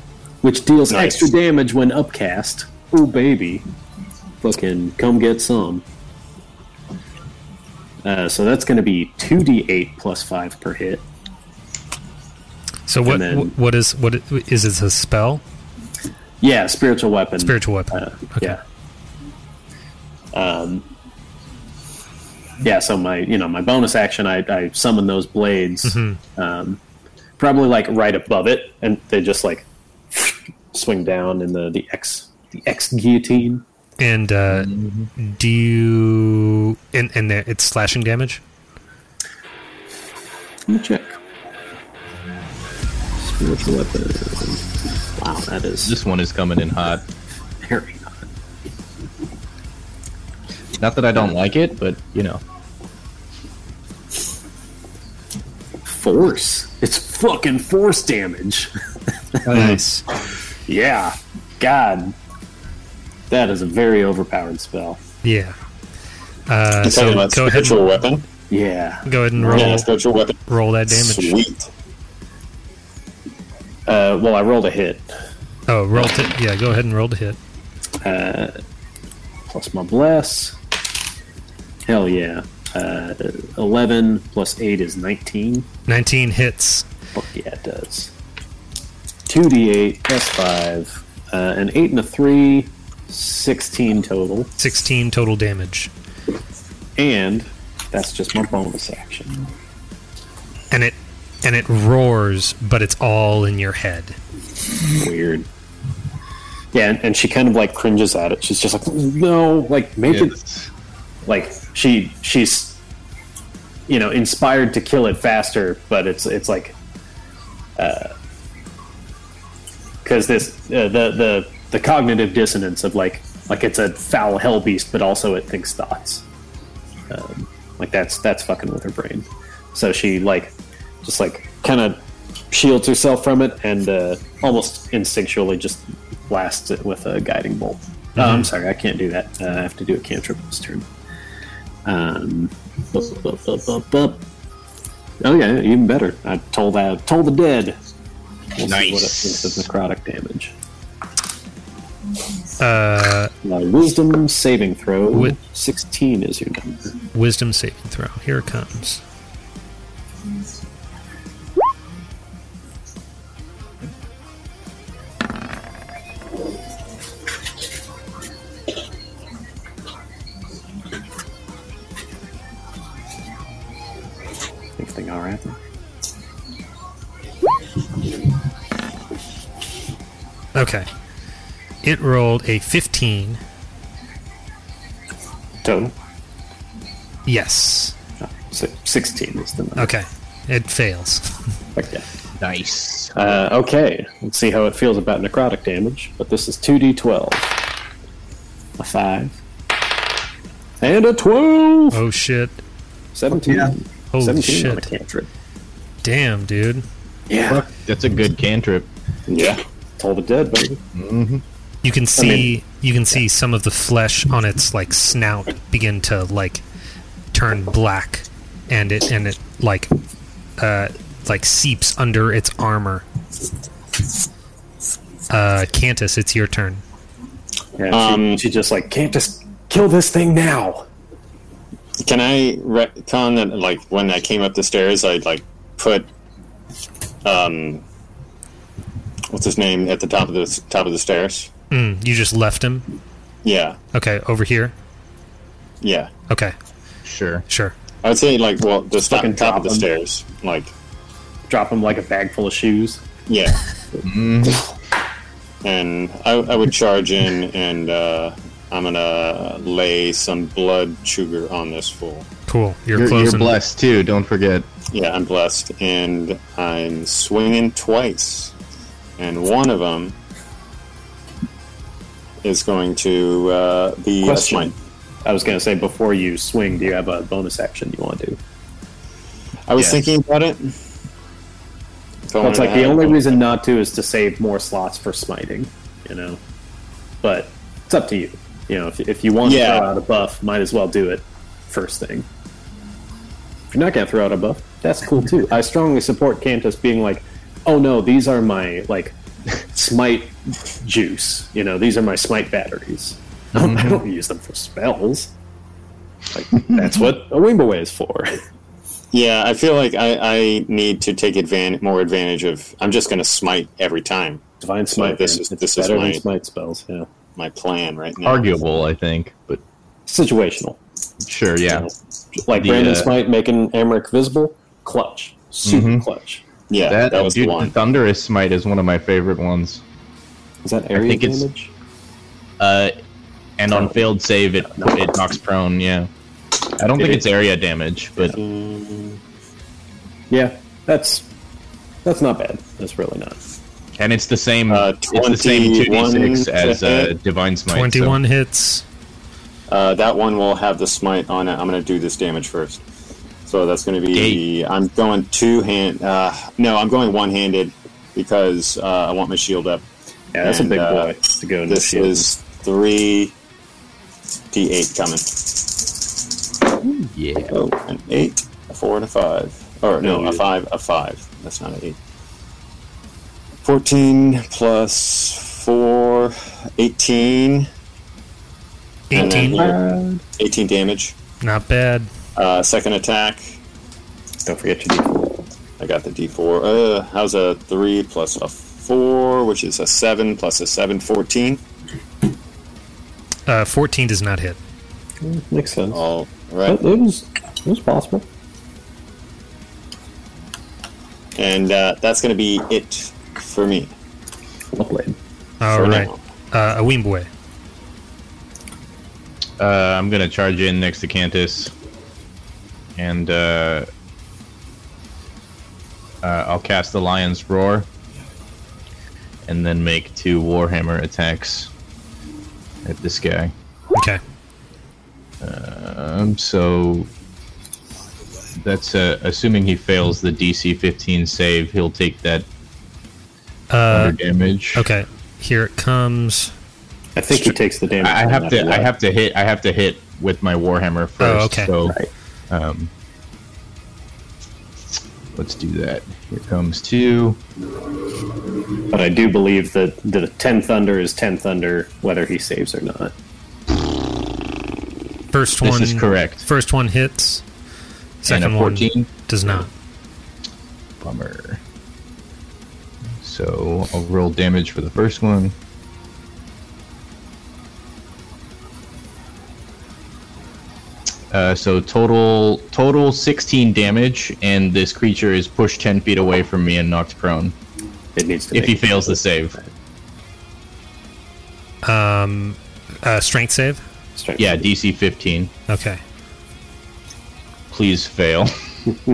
Speaker 4: which deals
Speaker 5: Nice.
Speaker 4: extra damage when upcast. Ooh baby, fucking come get some. Uh, so that's going to be two d eight plus five per hit.
Speaker 1: So what?
Speaker 4: And then-
Speaker 1: what is what it- is it? A spell?
Speaker 4: Yeah, spiritual weapon.
Speaker 1: Spiritual weapon.
Speaker 4: Uh, Yeah. Um, yeah. So my, you know, my bonus action, I, I summon those blades, um, probably like right above it, and they just like swing down in the the X the X guillotine.
Speaker 1: And uh, do you? And and there, it's slashing damage.
Speaker 4: Let me check. Spiritual weapon. Wow, that is
Speaker 3: This one is coming in hot.
Speaker 4: very high.
Speaker 3: Not that I don't like it, but you know,
Speaker 4: force. It's fucking force damage.
Speaker 1: Nice.
Speaker 4: Yeah. God. That is a very overpowered spell.
Speaker 1: Yeah. Uh,
Speaker 5: You're talking
Speaker 1: so
Speaker 5: about
Speaker 1: go ahead.
Speaker 5: spiritual weapon?
Speaker 4: Yeah.
Speaker 1: Go ahead and roll.
Speaker 5: Yeah, spiritual weapon.
Speaker 1: Roll that damage.
Speaker 5: Sweet.
Speaker 4: Uh, well, I rolled a hit.
Speaker 1: Oh, roll to yeah. Go ahead and roll to hit.
Speaker 4: Plus my bless. Hell yeah. Uh, 11 plus 8 is 19.
Speaker 1: Nineteen hits.
Speaker 4: Fuck yeah, it does. 2d8 plus 5. Uh, an 8 and a 3. 16 total.
Speaker 1: Sixteen total damage,
Speaker 4: And that's just my bonus action.
Speaker 1: and it and it roars, but it's all in your head.
Speaker 4: Weird. Yeah, and, and she kind of like cringes at it. She's just like, no, like make it
Speaker 3: it's-
Speaker 4: like she she's you know inspired to kill it faster but it's it's like because this uh, the the the cognitive dissonance of like like it's a foul hell beast but also it thinks thoughts um, like that's that's fucking with her brain so she like
Speaker 6: just like kind of shields herself from it and uh, almost instinctually just blasts it with a guiding bolt. Oh, I'm sorry, I can't do that. Uh, I have to do a cantrip this turn. Um, bup, bup, bup, bup, bup. Oh yeah, even better. I told I told the dead. We'll see what it
Speaker 5: Nice.
Speaker 6: thinks of necrotic damage.
Speaker 1: Uh,
Speaker 6: My wisdom saving throw.
Speaker 1: Wi-
Speaker 6: Sixteen is your number.
Speaker 1: wisdom saving throw. Here it comes.
Speaker 6: Everything all right?
Speaker 1: Okay. It rolled a 15.
Speaker 6: Total.
Speaker 1: Yes.
Speaker 6: Oh, si- Sixteen is the number.
Speaker 1: Okay. It fails.
Speaker 6: Okay.
Speaker 3: Nice.
Speaker 6: Uh, okay, let's see how it feels about necrotic damage. But this is 2d12. A 5. And a 12!
Speaker 1: Oh shit.
Speaker 6: 17.
Speaker 1: Holy
Speaker 6: 17 on a
Speaker 1: shit.
Speaker 6: cantrip.
Speaker 1: Damn, dude.
Speaker 6: Yeah.
Speaker 3: That's a good cantrip.
Speaker 5: Yeah.
Speaker 6: Toll the dead, baby.
Speaker 1: You can see you can see some of the flesh on its like snout begin to like turn black and it and it like uh like seeps under its armor. Uh Cantus, it's your turn.
Speaker 6: Yeah, she,
Speaker 5: Um,
Speaker 6: she just like, can't just kill this thing now!
Speaker 5: Can I retcon that? Like when I came up the stairs, I like put um, what's his name at the top of the s- top of the stairs.
Speaker 1: Mm, you just left him?
Speaker 5: Yeah,
Speaker 1: Okay, over here.
Speaker 5: yeah.
Speaker 1: Okay,
Speaker 3: Sure.
Speaker 1: sure.
Speaker 5: I would say like well, the top,
Speaker 6: fucking
Speaker 5: top of the
Speaker 6: drop 'em.
Speaker 5: stairs. Like
Speaker 6: Drop him like a bag full of shoes.
Speaker 5: yeah. and I, I would charge in, and uh, I'm gonna lay some blood sugar on this fool.
Speaker 1: Cool. You're,
Speaker 3: You're, you're
Speaker 1: closing.
Speaker 3: blessed too. Don't forget.
Speaker 5: Yeah, I'm blessed, and I'm swinging twice, and one of them is going to uh, be a
Speaker 6: Question.
Speaker 5: smite.
Speaker 6: I was going to say, before you swing, do you have a bonus action you want to do?
Speaker 5: I was
Speaker 3: Yes.
Speaker 5: thinking about it. If I
Speaker 6: Well, it's
Speaker 5: wanted
Speaker 6: like
Speaker 5: to
Speaker 6: the
Speaker 5: have-
Speaker 6: only reason not to is to save more slots for smiting, you know. But it's up to you. You know, if, if you want
Speaker 5: Yeah.
Speaker 6: to throw out a buff, might as well do it first thing. If you're not gonna throw out a buff, that's cool too. I strongly support Cantus being like, oh no, these are my like smite juice. You know, these are my smite batteries.
Speaker 5: Mm-hmm.
Speaker 6: I don't use them for spells. Like that's what a wingbow is for.
Speaker 5: Yeah, I feel like I, I need to take advantage more advantage of. I'm just going to smite every time.
Speaker 6: Divine smite.
Speaker 5: this
Speaker 6: burn.
Speaker 5: is-
Speaker 6: it's
Speaker 5: this is
Speaker 6: better
Speaker 5: my-
Speaker 6: than smite spells. Yeah,
Speaker 5: My plan right now.
Speaker 3: Arguable, I think, but
Speaker 6: situational.
Speaker 3: sure, yeah.
Speaker 6: like
Speaker 3: The,
Speaker 6: Brandon
Speaker 3: uh,
Speaker 6: Smite making Emmerich visible, clutch, super clutch.
Speaker 5: Yeah,
Speaker 3: That,
Speaker 5: that, was
Speaker 3: dude,
Speaker 5: the one.
Speaker 3: Thunderous Smite is one of my favorite ones.
Speaker 6: Is that area
Speaker 3: think it's-
Speaker 6: damage?
Speaker 3: Uh, and on failed save, it it knocks prone. Yeah, I don't think it's area damage, but
Speaker 6: Yeah, that's that's not bad. That's really not.
Speaker 3: and it's the same.
Speaker 5: Uh,
Speaker 3: it's the same two d
Speaker 5: 21
Speaker 3: six as uh,
Speaker 5: hit.
Speaker 3: divine smite. so-
Speaker 1: 21 hits.
Speaker 5: Uh, that one will have the smite on it. I'm going to do this damage first. So that's going to be.
Speaker 3: Gate.
Speaker 5: I'm going two hand. Uh, no, I'm going one handed because uh, I want my shield up.
Speaker 6: Yeah, that's
Speaker 5: And,
Speaker 6: a big
Speaker 5: uh,
Speaker 6: boy to go into
Speaker 5: This
Speaker 6: shield.
Speaker 5: is three d8 coming.
Speaker 3: Yeah.
Speaker 5: Oh, an eight, a four, and a five. Or no,
Speaker 6: No,
Speaker 5: a
Speaker 6: you-
Speaker 5: five, a five. That's not an eight. Fourteen plus four, 18. And
Speaker 1: 18.
Speaker 5: then here, 18 damage.
Speaker 1: Not bad.
Speaker 5: Uh, second attack.
Speaker 6: Don't forget your D4.
Speaker 5: I got the d4. Uh, how's a 3 plus a 4, which is a 7 plus a 7, 14.
Speaker 1: Uh, 14 does not hit.
Speaker 6: Makes sense.
Speaker 5: All right.
Speaker 6: But it was it was possible.
Speaker 5: And uh, that's going to be it for me.
Speaker 6: Lovely.
Speaker 1: All
Speaker 5: for
Speaker 1: right.
Speaker 5: now.
Speaker 1: Uh, Awimboy.
Speaker 3: Uh, I'm gonna charge in next to Cantus, and uh, uh, I'll cast the Lion's Roar, and then make two Warhammer attacks at this guy.
Speaker 1: Okay.
Speaker 3: Um, so That's uh, assuming he fails the DC 15 save. He'll take that
Speaker 1: Uh,
Speaker 3: under damage.
Speaker 1: okay, here it comes.
Speaker 6: I think he takes the damage.
Speaker 3: I I
Speaker 6: no
Speaker 3: have
Speaker 6: matter
Speaker 3: to. I
Speaker 6: what.
Speaker 3: have to hit. I have to hit with my warhammer first.
Speaker 1: Oh, okay.
Speaker 3: So,
Speaker 6: Right.
Speaker 3: um, let's do that. Here comes two.
Speaker 6: But I do believe that the ten thunder is ten thunder, whether he saves or not.
Speaker 1: First
Speaker 3: This
Speaker 1: one
Speaker 3: is correct.
Speaker 1: First one hits.
Speaker 3: And a
Speaker 1: Second one
Speaker 3: 14?
Speaker 1: does not.
Speaker 3: Bummer. So I'll roll damage for the first one. Uh, so total total 16 damage, and this creature is pushed 10 feet away from me and knocked prone.
Speaker 6: It needs to.
Speaker 3: If he
Speaker 6: make-
Speaker 3: fails the save,
Speaker 1: Uh, strength save.
Speaker 6: strength.
Speaker 3: yeah, DC 15.
Speaker 1: Okay.
Speaker 3: Please fail.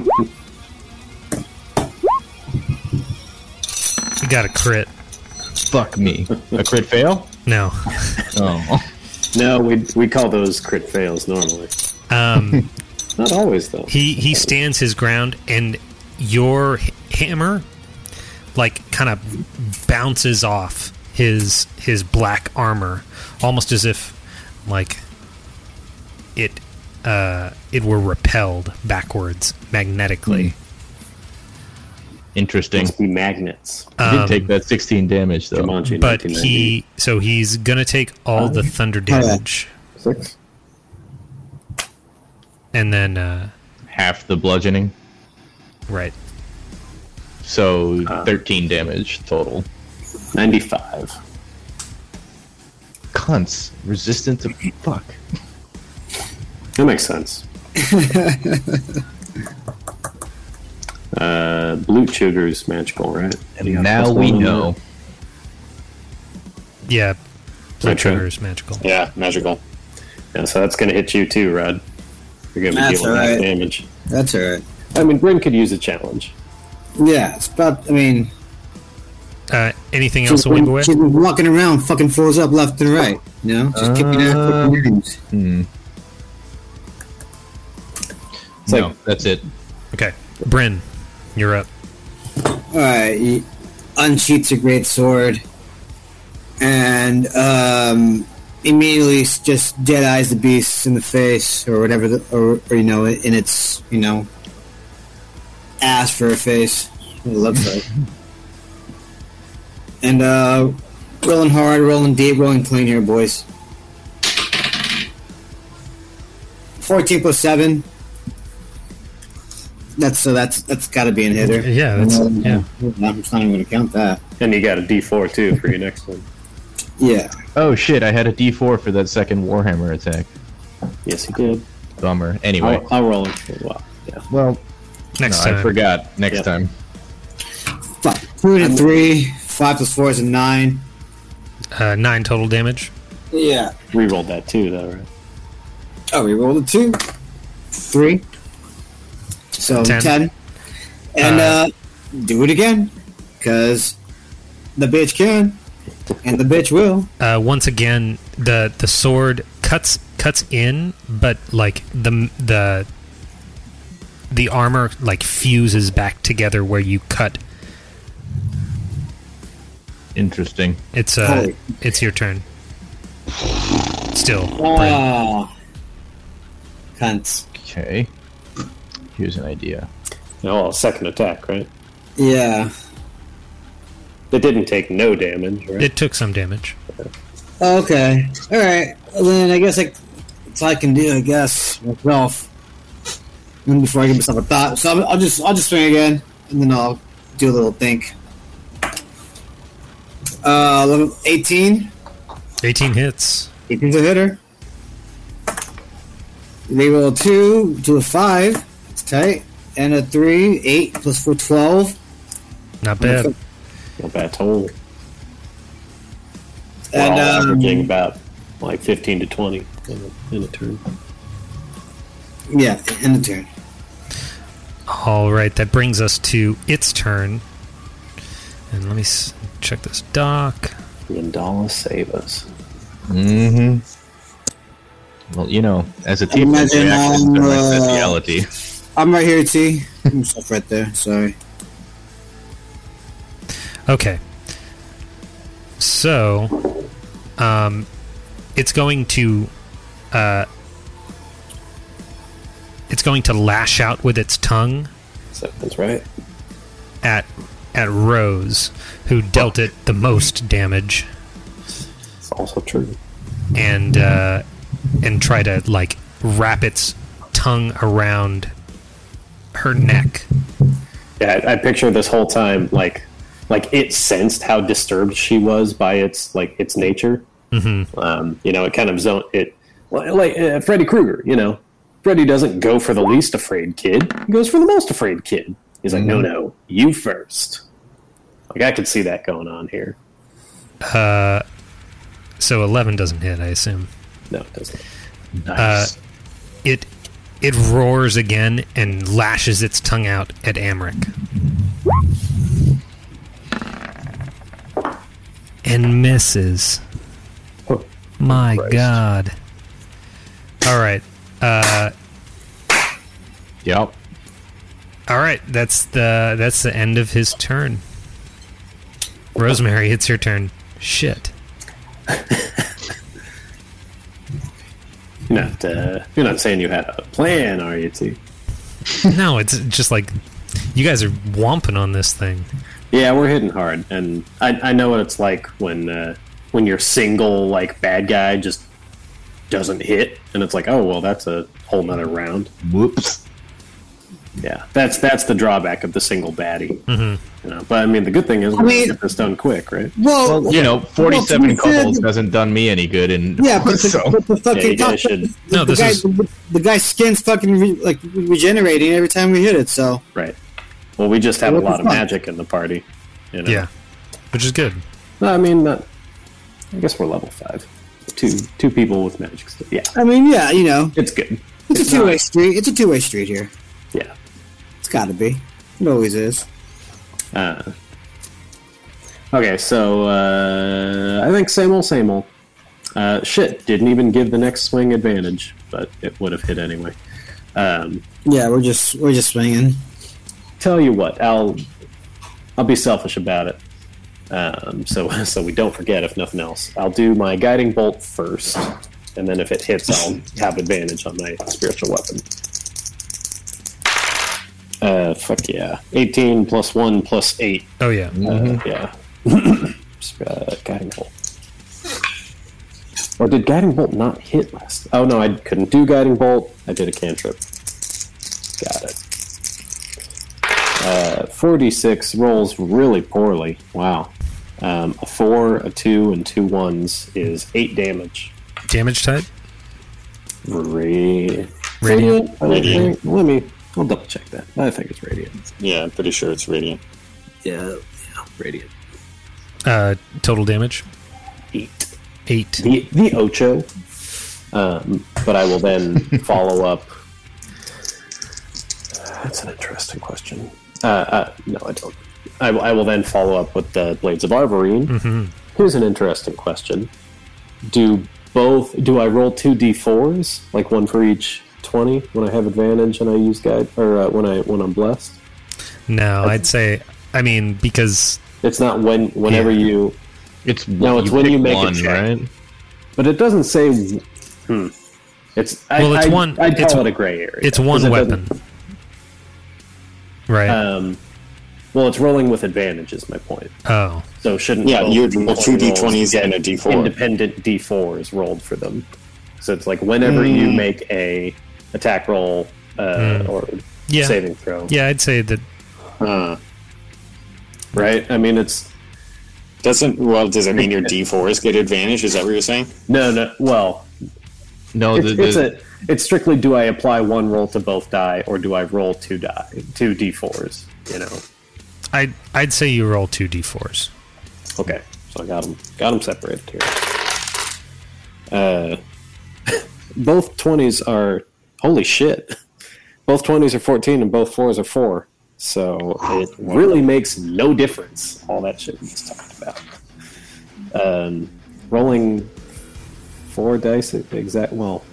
Speaker 1: You got a crit.
Speaker 3: Fuck me. A crit fail?
Speaker 1: No.
Speaker 3: Oh,
Speaker 6: No, we we call those crit fails normally.
Speaker 1: Um,
Speaker 6: Not always though.
Speaker 1: he he stands his ground, and your h- hammer, like, kind of bounces off his his black armor, almost as if, like, it uh, it were repelled backwards magnetically.
Speaker 3: interesting.
Speaker 6: Must be magnets.
Speaker 3: he did take that 16 damage though.
Speaker 6: Jumanji,
Speaker 1: But
Speaker 6: 1990.
Speaker 1: he so he's gonna take all the thunder damage,
Speaker 5: Six.
Speaker 1: and then uh,
Speaker 3: Half the bludgeoning.
Speaker 1: right.
Speaker 3: So 13 damage total.
Speaker 6: ninety-five.
Speaker 3: Cunts resistant to fuck.
Speaker 6: That makes sense. uh, blue sugar's magical, right?
Speaker 3: And now we know.
Speaker 1: Yeah, blue
Speaker 6: Okay.
Speaker 1: trigger is magical.
Speaker 5: Yeah, magical.
Speaker 6: Yeah, so that's going to hit you too, Rod. You're going to be
Speaker 2: That's
Speaker 6: dealing with that
Speaker 2: alright.
Speaker 6: damage.
Speaker 2: That's all right.
Speaker 6: I mean, Bryn could use a challenge.
Speaker 2: Yeah, it's about. I mean,
Speaker 1: Uh, anything
Speaker 2: she's
Speaker 1: else
Speaker 2: been,
Speaker 1: away? away?
Speaker 2: she's been walking around, fucking fools up left and right. You know, just kicking out fucking names.
Speaker 6: It's
Speaker 3: no,
Speaker 6: like-
Speaker 3: that's it.
Speaker 1: Okay, Bryn, you're up.
Speaker 2: All right, Uh, he unsheaths a great sword, and um, immediately s- just dead eyes the beast in the face, or whatever, the, or, or you know, in its you know ass for a face. What it looks like. and uh, rolling hard, rolling deep, rolling clean here, boys. Fourteen plus seven. That's so. That's that's got to be an hitter.
Speaker 1: Yeah, that's
Speaker 2: Um,
Speaker 1: yeah.
Speaker 2: I'm just not even going to count that.
Speaker 6: And you got a D4 too for your next one.
Speaker 2: Yeah.
Speaker 3: Oh shit, I had a d4 for that second Warhammer attack.
Speaker 6: Yes, he did.
Speaker 3: Bummer. Anyway.
Speaker 6: I'll, I'll roll it for a while. Yeah.
Speaker 3: well,
Speaker 1: Next
Speaker 3: no,
Speaker 1: time,
Speaker 3: I forgot. Next
Speaker 6: Yeah.
Speaker 3: time.
Speaker 2: Fuck. Two to three. Five plus four is a nine.
Speaker 1: uh, nine total damage.
Speaker 2: Yeah.
Speaker 6: Rerolled that too, though, right?
Speaker 2: Oh, we rolled a two. Three. So
Speaker 1: Ten.
Speaker 2: ten. And uh, do it again. Because the bitch can. And the bitch will.
Speaker 1: Uh, once again, the the sword cuts cuts in, but like the the the armor like fuses back together where you cut.
Speaker 3: Interesting.
Speaker 1: It's uh,
Speaker 2: Holy.
Speaker 1: it's your turn. Still, Bryn.
Speaker 2: Ah. Cunts.
Speaker 3: Okay. Here's an idea.
Speaker 6: No, Oh, well, second attack, right?
Speaker 2: Yeah.
Speaker 6: It didn't take no damage, right?
Speaker 1: it took some damage.
Speaker 2: Okay. All right. Well, then I guess I, that's all I can do. I guess myself. And before I give myself a thought, so I'll, I'll just I'll just swing again, and then I'll do a little think. Uh, 11, 18.
Speaker 1: Eighteen hits.
Speaker 2: 18's a hitter. They roll a two to a five. It's tight. And a three, eight plus four, 12.
Speaker 1: Not bad.
Speaker 6: Not bad total. We're all
Speaker 2: And um,
Speaker 6: averaging about like 15 to 20 in a, in a turn.
Speaker 2: yeah, end of turn.
Speaker 1: All right, that brings us to its turn. And let me s- check this doc.
Speaker 6: Lindala save us.
Speaker 3: Mm-hmm. Well, you know, as a team,
Speaker 2: Imagine,
Speaker 3: reactions are
Speaker 2: um,
Speaker 3: my
Speaker 2: uh,
Speaker 3: speciality.
Speaker 2: I'm right here, T. I'm stuff right there. Sorry.
Speaker 1: Okay. So, um, it's going to, uh, it's going to lash out with its tongue
Speaker 6: That's right.
Speaker 1: at at Rose, who dealt it the most damage,
Speaker 6: It's also true.
Speaker 1: and uh, and try to like wrap its tongue around her neck.
Speaker 6: Yeah, I, I picture this whole time like like it sensed how disturbed she was by its like its nature. Mm-hmm. Um, you know, it kind of zone it li- like uh, Freddy Krueger. You know, Freddy doesn't go for the least afraid kid; he goes for the most afraid kid. He's like, no, no, you first. Like I could see that going on here.
Speaker 1: So eleven doesn't hit, I assume.
Speaker 6: No, it doesn't.
Speaker 3: Nice.
Speaker 1: It it roars again and lashes its tongue out at Amric. And misses.
Speaker 6: Oh,
Speaker 1: My
Speaker 6: Christ.
Speaker 1: god. All right.
Speaker 3: yep.
Speaker 1: All right, that's the that's the end of his turn. Rosemary, it's your turn. Shit.
Speaker 6: You're not. Uh, you're not saying you had a plan, are you, T?
Speaker 1: No, it's just like you guys are womping on this thing.
Speaker 6: Yeah, we're hitting hard, and I, I know what it's like when uh, when your single like bad guy just doesn't hit, and it's like, oh well, that's a whole nother round.
Speaker 3: Whoops.
Speaker 6: Yeah, that's that's the drawback of the single baddie.
Speaker 1: Mm-hmm.
Speaker 6: You know, but I mean, the good thing is we
Speaker 2: mean-
Speaker 6: get this done quick, right?
Speaker 2: Well,
Speaker 3: You know, forty-seven
Speaker 2: Well, to be fair,
Speaker 3: couples hasn't done me any good, and
Speaker 2: yeah, but the,
Speaker 3: so
Speaker 2: but the
Speaker 6: Yeah, you
Speaker 2: fucking
Speaker 6: guys should.
Speaker 1: No,
Speaker 2: the,
Speaker 1: this
Speaker 2: guy,
Speaker 1: is-
Speaker 2: the, guy's skin's fucking re, like regenerating every time we hit it. So
Speaker 6: Right. Well, we just have a
Speaker 2: What the
Speaker 6: lot of
Speaker 2: fuck?
Speaker 6: magic in the party. You know?
Speaker 1: Yeah. Which is good.
Speaker 6: No, I mean, not, I guess we're level five. Two two people with magic. Stuff. Yeah,
Speaker 2: I mean, yeah, you know,
Speaker 6: it's good.
Speaker 2: it's,
Speaker 6: It's
Speaker 2: a
Speaker 6: not-
Speaker 2: two way street. It's a two way street here.
Speaker 6: Yeah.
Speaker 2: It's got to be. It always is.
Speaker 6: Uh, okay, so uh, I think same old, same old. Uh, shit, didn't even give the next swing advantage, but it would have hit anyway. Um,
Speaker 2: Yeah, we're just we're just swinging.
Speaker 6: tell you what, I'll I'll be selfish about it. Um, so so we don't forget, if nothing else, I'll do my guiding bolt first, and then if it hits, I'll have advantage on my spiritual weapon. Uh, fuck yeah, eighteen plus one plus eight.
Speaker 1: Oh yeah.
Speaker 6: Uh, yeah. Just, uh, guiding bolt. Or did guiding bolt not hit last? Oh no, I couldn't do guiding bolt. I did a cantrip. Got it. Uh, Forty-six rolls really poorly. Wow. Um, a four, a two, and two ones is eight damage.
Speaker 1: Damage type?
Speaker 6: Ra-
Speaker 1: Radiant.
Speaker 6: I don't think- Oh, Let me. I'll double check that. I think it's radiant.
Speaker 5: Yeah, I'm pretty sure it's radiant.
Speaker 6: Yeah, yeah, radiant.
Speaker 1: Uh total damage?
Speaker 6: Eight.
Speaker 1: Eight.
Speaker 6: the the ocho. Um, but I will then follow up. That's an interesting question. Uh, uh, no, I don't. I, will- I will then follow up with the blades of Arborine. Here's an interesting question: Do both? Do I roll two d4s, like one for each twenty, when I have advantage and I use guide, or uh, when I when I'm blessed?
Speaker 1: No, I'd say I mean because
Speaker 6: It's not when whenever
Speaker 1: Yeah.
Speaker 6: you
Speaker 3: it's
Speaker 6: No, it's when
Speaker 3: pick
Speaker 6: you make a
Speaker 3: one,
Speaker 6: check.
Speaker 3: right?
Speaker 6: But it doesn't say. Hmm. It's I,
Speaker 1: Well, it's
Speaker 6: I-
Speaker 1: one-
Speaker 6: I'd
Speaker 1: it's-
Speaker 6: call it a gray area.
Speaker 1: it's
Speaker 6: 'cause
Speaker 1: one
Speaker 6: it
Speaker 1: weapon. Right.
Speaker 6: doesn't- Um, well, it's rolling with advantage is my point.
Speaker 1: oh.
Speaker 6: So shouldn't
Speaker 5: Yeah,
Speaker 6: both
Speaker 5: you would
Speaker 6: people
Speaker 5: roll two
Speaker 6: rolls
Speaker 5: d20s
Speaker 6: get
Speaker 5: and a d4.
Speaker 6: Independent d4s rolled for them. So it's like whenever you make a attack roll uh, or
Speaker 1: Hmm. Yeah.
Speaker 6: saving throw,
Speaker 1: Yeah, I'd say that
Speaker 6: right? I mean, it's
Speaker 5: Doesn't well? Does it mean your d4s get advantage? Is that what you're saying?
Speaker 6: no, no. Well,
Speaker 3: No,
Speaker 6: it's,
Speaker 3: the, the,
Speaker 6: it's a it's strictly do I apply one roll to both die or do I roll two die two d4s? You know.
Speaker 1: I'd I'd say you roll two D fours.
Speaker 6: Okay, so I got them, got them separated here. Uh, both twenties are holy shit. Both twenties are fourteen, and both fours are four. So it really makes no difference. All that shit we just talked about. Um, rolling four dice exact. Well,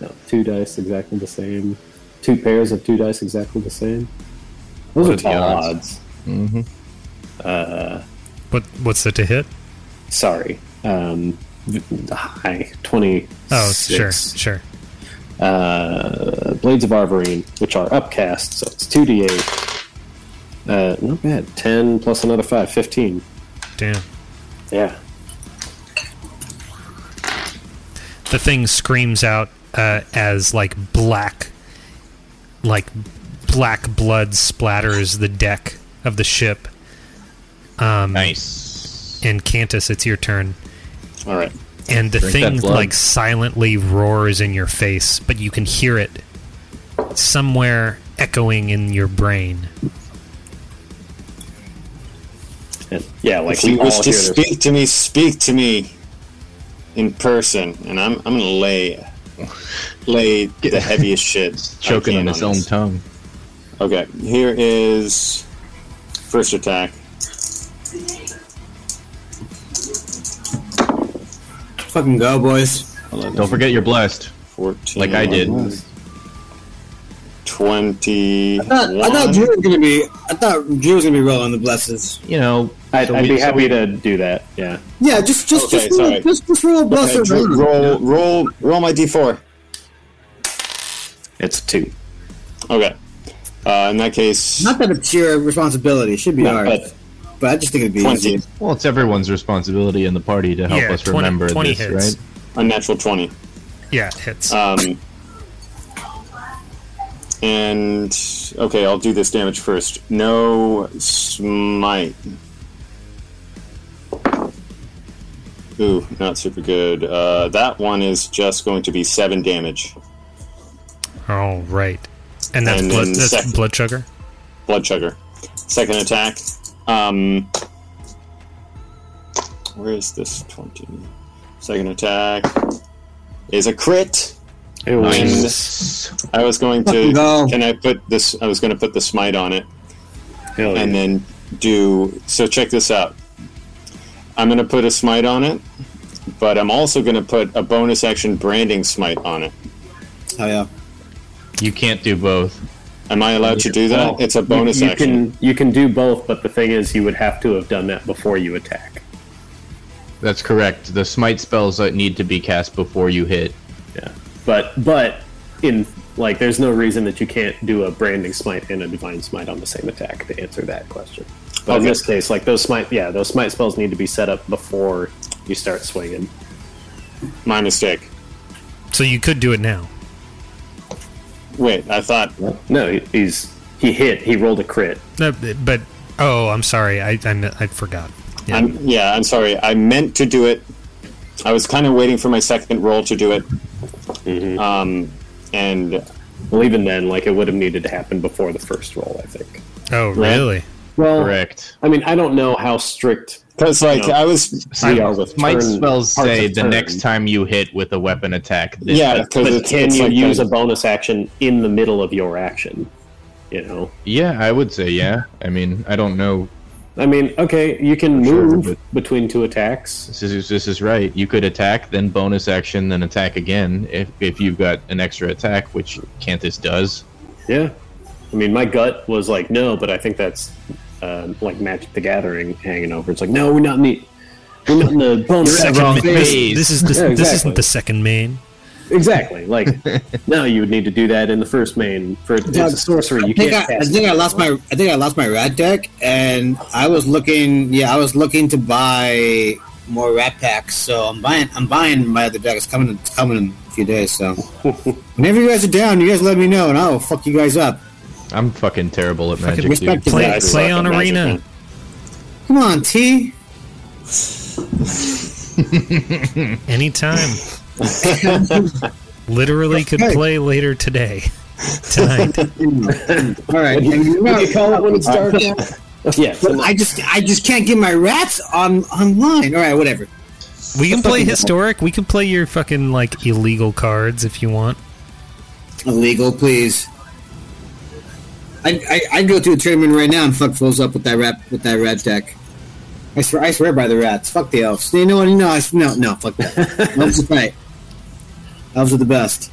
Speaker 6: no, two dice exactly the same. two pairs of two dice exactly the same. Those
Speaker 3: What
Speaker 6: are
Speaker 3: are the
Speaker 6: tall
Speaker 3: odds?
Speaker 6: odds.
Speaker 1: What what's it to hit?
Speaker 6: Sorry. Um, high twenty.
Speaker 1: Oh, sure, sure.
Speaker 6: uh, Blades of Arvorine, which are upcast, so it's 2d8. Uh, not bad. 10 plus another 5, 15.
Speaker 1: Damn.
Speaker 6: Yeah.
Speaker 1: the thing screams out uh, as like black like black blood splatters the deck of the ship
Speaker 3: Nice.
Speaker 1: and Cantus it's your turn
Speaker 5: All right.
Speaker 1: and the
Speaker 3: Drink that
Speaker 1: thing
Speaker 3: blood.
Speaker 1: like silently roars in your face but you can hear it somewhere echoing in your brain
Speaker 6: And- yeah, like
Speaker 5: if you
Speaker 6: we all
Speaker 5: wish to
Speaker 6: hear their-
Speaker 5: speak to me, speak to me in person, and I'm I'm gonna lay lay the heaviest shit. I
Speaker 3: Choking
Speaker 5: can
Speaker 3: on his own
Speaker 5: this.
Speaker 3: tongue.
Speaker 5: Okay, here is first attack.
Speaker 2: Fucking go, boys.
Speaker 5: 11,
Speaker 3: Don't forget you're blessed,
Speaker 5: 14,
Speaker 3: like I did.
Speaker 5: 20.
Speaker 2: I thought, I thought Drew was gonna be. I thought Drew was gonna be rolling the blesses.
Speaker 3: You know,
Speaker 6: I'd,
Speaker 3: so
Speaker 6: I'd
Speaker 3: we-
Speaker 6: be
Speaker 3: so
Speaker 6: happy to do that. Yeah.
Speaker 2: Yeah, just just
Speaker 5: Okay,
Speaker 2: just, roll,
Speaker 5: sorry.
Speaker 2: just just roll a bless
Speaker 5: Okay,
Speaker 2: or
Speaker 5: Drew,
Speaker 2: burn.
Speaker 5: roll, roll, roll my d4.
Speaker 6: It's 2.
Speaker 5: Okay. Uh, in that case,
Speaker 2: Not that it's your responsibility. It should be
Speaker 6: No,
Speaker 2: ours,
Speaker 6: but
Speaker 2: but, I just think it'd be
Speaker 5: 20.
Speaker 2: easy.
Speaker 3: Well, it's everyone's responsibility in the party to help
Speaker 1: Yeah,
Speaker 3: us
Speaker 1: 20
Speaker 3: remember
Speaker 1: 20
Speaker 3: this,
Speaker 1: hits.
Speaker 3: right?
Speaker 5: Unnatural 20.
Speaker 1: yeah it hits
Speaker 5: Um, and okay, I'll do this damage first. No smite. Ooh, not super good. Uh, that one is just going to be seven damage.
Speaker 1: all right and that's
Speaker 5: And
Speaker 1: blood
Speaker 5: then
Speaker 1: that's
Speaker 5: second-
Speaker 1: blood sugar
Speaker 5: Blood sugar. Second attack. Um, where is this twenty? Second attack is a crit.
Speaker 6: it was
Speaker 3: Nice.
Speaker 5: I was going to.
Speaker 2: Fucking go.
Speaker 5: Can I put this? I was going to put the smite on it.
Speaker 6: hell Oh, yeah.
Speaker 5: and then do so check this out i'm going to put a smite on it but i'm also going to put a bonus action branding smite on it
Speaker 2: Oh yeah.
Speaker 3: You can't do both.
Speaker 5: am i allowed to do that
Speaker 6: Well,
Speaker 5: it's a bonus
Speaker 6: Oh. you, you
Speaker 5: action
Speaker 6: Can, you can do both, but the thing is, you would have to have done that before you attack.
Speaker 3: That's correct. The smite spells that need to be cast before you hit.
Speaker 6: Yeah. But, but, in like, there's no reason that you can't do a branding smite and a divine smite on the same attack to answer that question. But in
Speaker 5: Okay.
Speaker 6: this case, like those smite, yeah, those smite spells need to be set up before you start swinging.
Speaker 5: my mistake
Speaker 1: so you could do it now
Speaker 5: wait i thought
Speaker 6: No, he, he's he hit, he rolled a crit.
Speaker 1: No, but oh i'm sorry i i, I forgot yeah.
Speaker 5: i'm yeah i'm sorry i meant to do it i was kind of waiting for my second roll to do it
Speaker 6: Mm-hmm.
Speaker 5: um, and
Speaker 6: Well, even then, like it would have needed to happen before the first roll, I think.
Speaker 1: oh
Speaker 5: Right.
Speaker 1: really
Speaker 6: Well,
Speaker 3: Correct.
Speaker 6: I mean, I don't know how strict.
Speaker 5: because like
Speaker 6: No.
Speaker 5: i was
Speaker 6: we are with
Speaker 3: Smite
Speaker 6: turn-
Speaker 3: spells
Speaker 6: parts
Speaker 3: say
Speaker 6: of
Speaker 3: the
Speaker 6: turn.
Speaker 3: next time you hit with a weapon attack. this-
Speaker 5: yeah
Speaker 6: But
Speaker 5: because it's,
Speaker 6: can
Speaker 5: it's
Speaker 6: you
Speaker 5: like
Speaker 6: use
Speaker 5: a,
Speaker 6: a bonus action in the middle of your action? You know,
Speaker 3: Yeah, I would say yeah. I mean, I don't know.
Speaker 6: I mean, okay, you can
Speaker 3: sure,
Speaker 6: move
Speaker 3: but-
Speaker 6: between two attacks.
Speaker 3: This is this is right. You could attack, then bonus action, then attack again if if you've got an extra attack, which Cantus does.
Speaker 6: Yeah, I mean, my gut was like no, but I think that's um, like Magic the Gathering hanging over. It's like no, we're not in the we're not in the bonus
Speaker 1: Second
Speaker 6: action
Speaker 1: ma- this,
Speaker 3: phase.
Speaker 1: this is the,
Speaker 6: Yeah,
Speaker 1: this
Speaker 6: exactly.
Speaker 1: isn't the second main
Speaker 6: Exactly. Like no, you would need to do that in the first main for it's a sorcery. You
Speaker 2: I think
Speaker 6: can't.
Speaker 2: I, I
Speaker 6: cast
Speaker 2: think
Speaker 6: it.
Speaker 2: I lost my I think I lost my rat deck and I was looking yeah I was looking to buy more rat packs so I'm buying I'm buying my other deck it's coming it's coming in a few days so whenever you guys are down you guys let me know and I'll fuck you guys up
Speaker 3: I'm fucking terrible at magic.
Speaker 2: respect
Speaker 3: dude.
Speaker 2: to
Speaker 1: play,
Speaker 5: I
Speaker 2: that.
Speaker 5: suck
Speaker 1: play
Speaker 5: at
Speaker 1: on
Speaker 5: Magic,
Speaker 1: arena
Speaker 5: man.
Speaker 2: come on T
Speaker 1: Anytime. Literally could
Speaker 2: Okay.
Speaker 1: play later today. Tonight.
Speaker 2: all right and you know-
Speaker 6: Yeah.
Speaker 2: but I just I just can't get my rats on online all right whatever
Speaker 1: We can play historic. We can play your fucking like illegal cards if you want.
Speaker 2: illegal please. I, I, I'd go to a tournament right now and fuck fools up with that rat with that rat deck. I swear, I swear by the rats. Fuck the elves. You know what? No, I, s- no, no. Fuck that. elves are right. Elves are the best.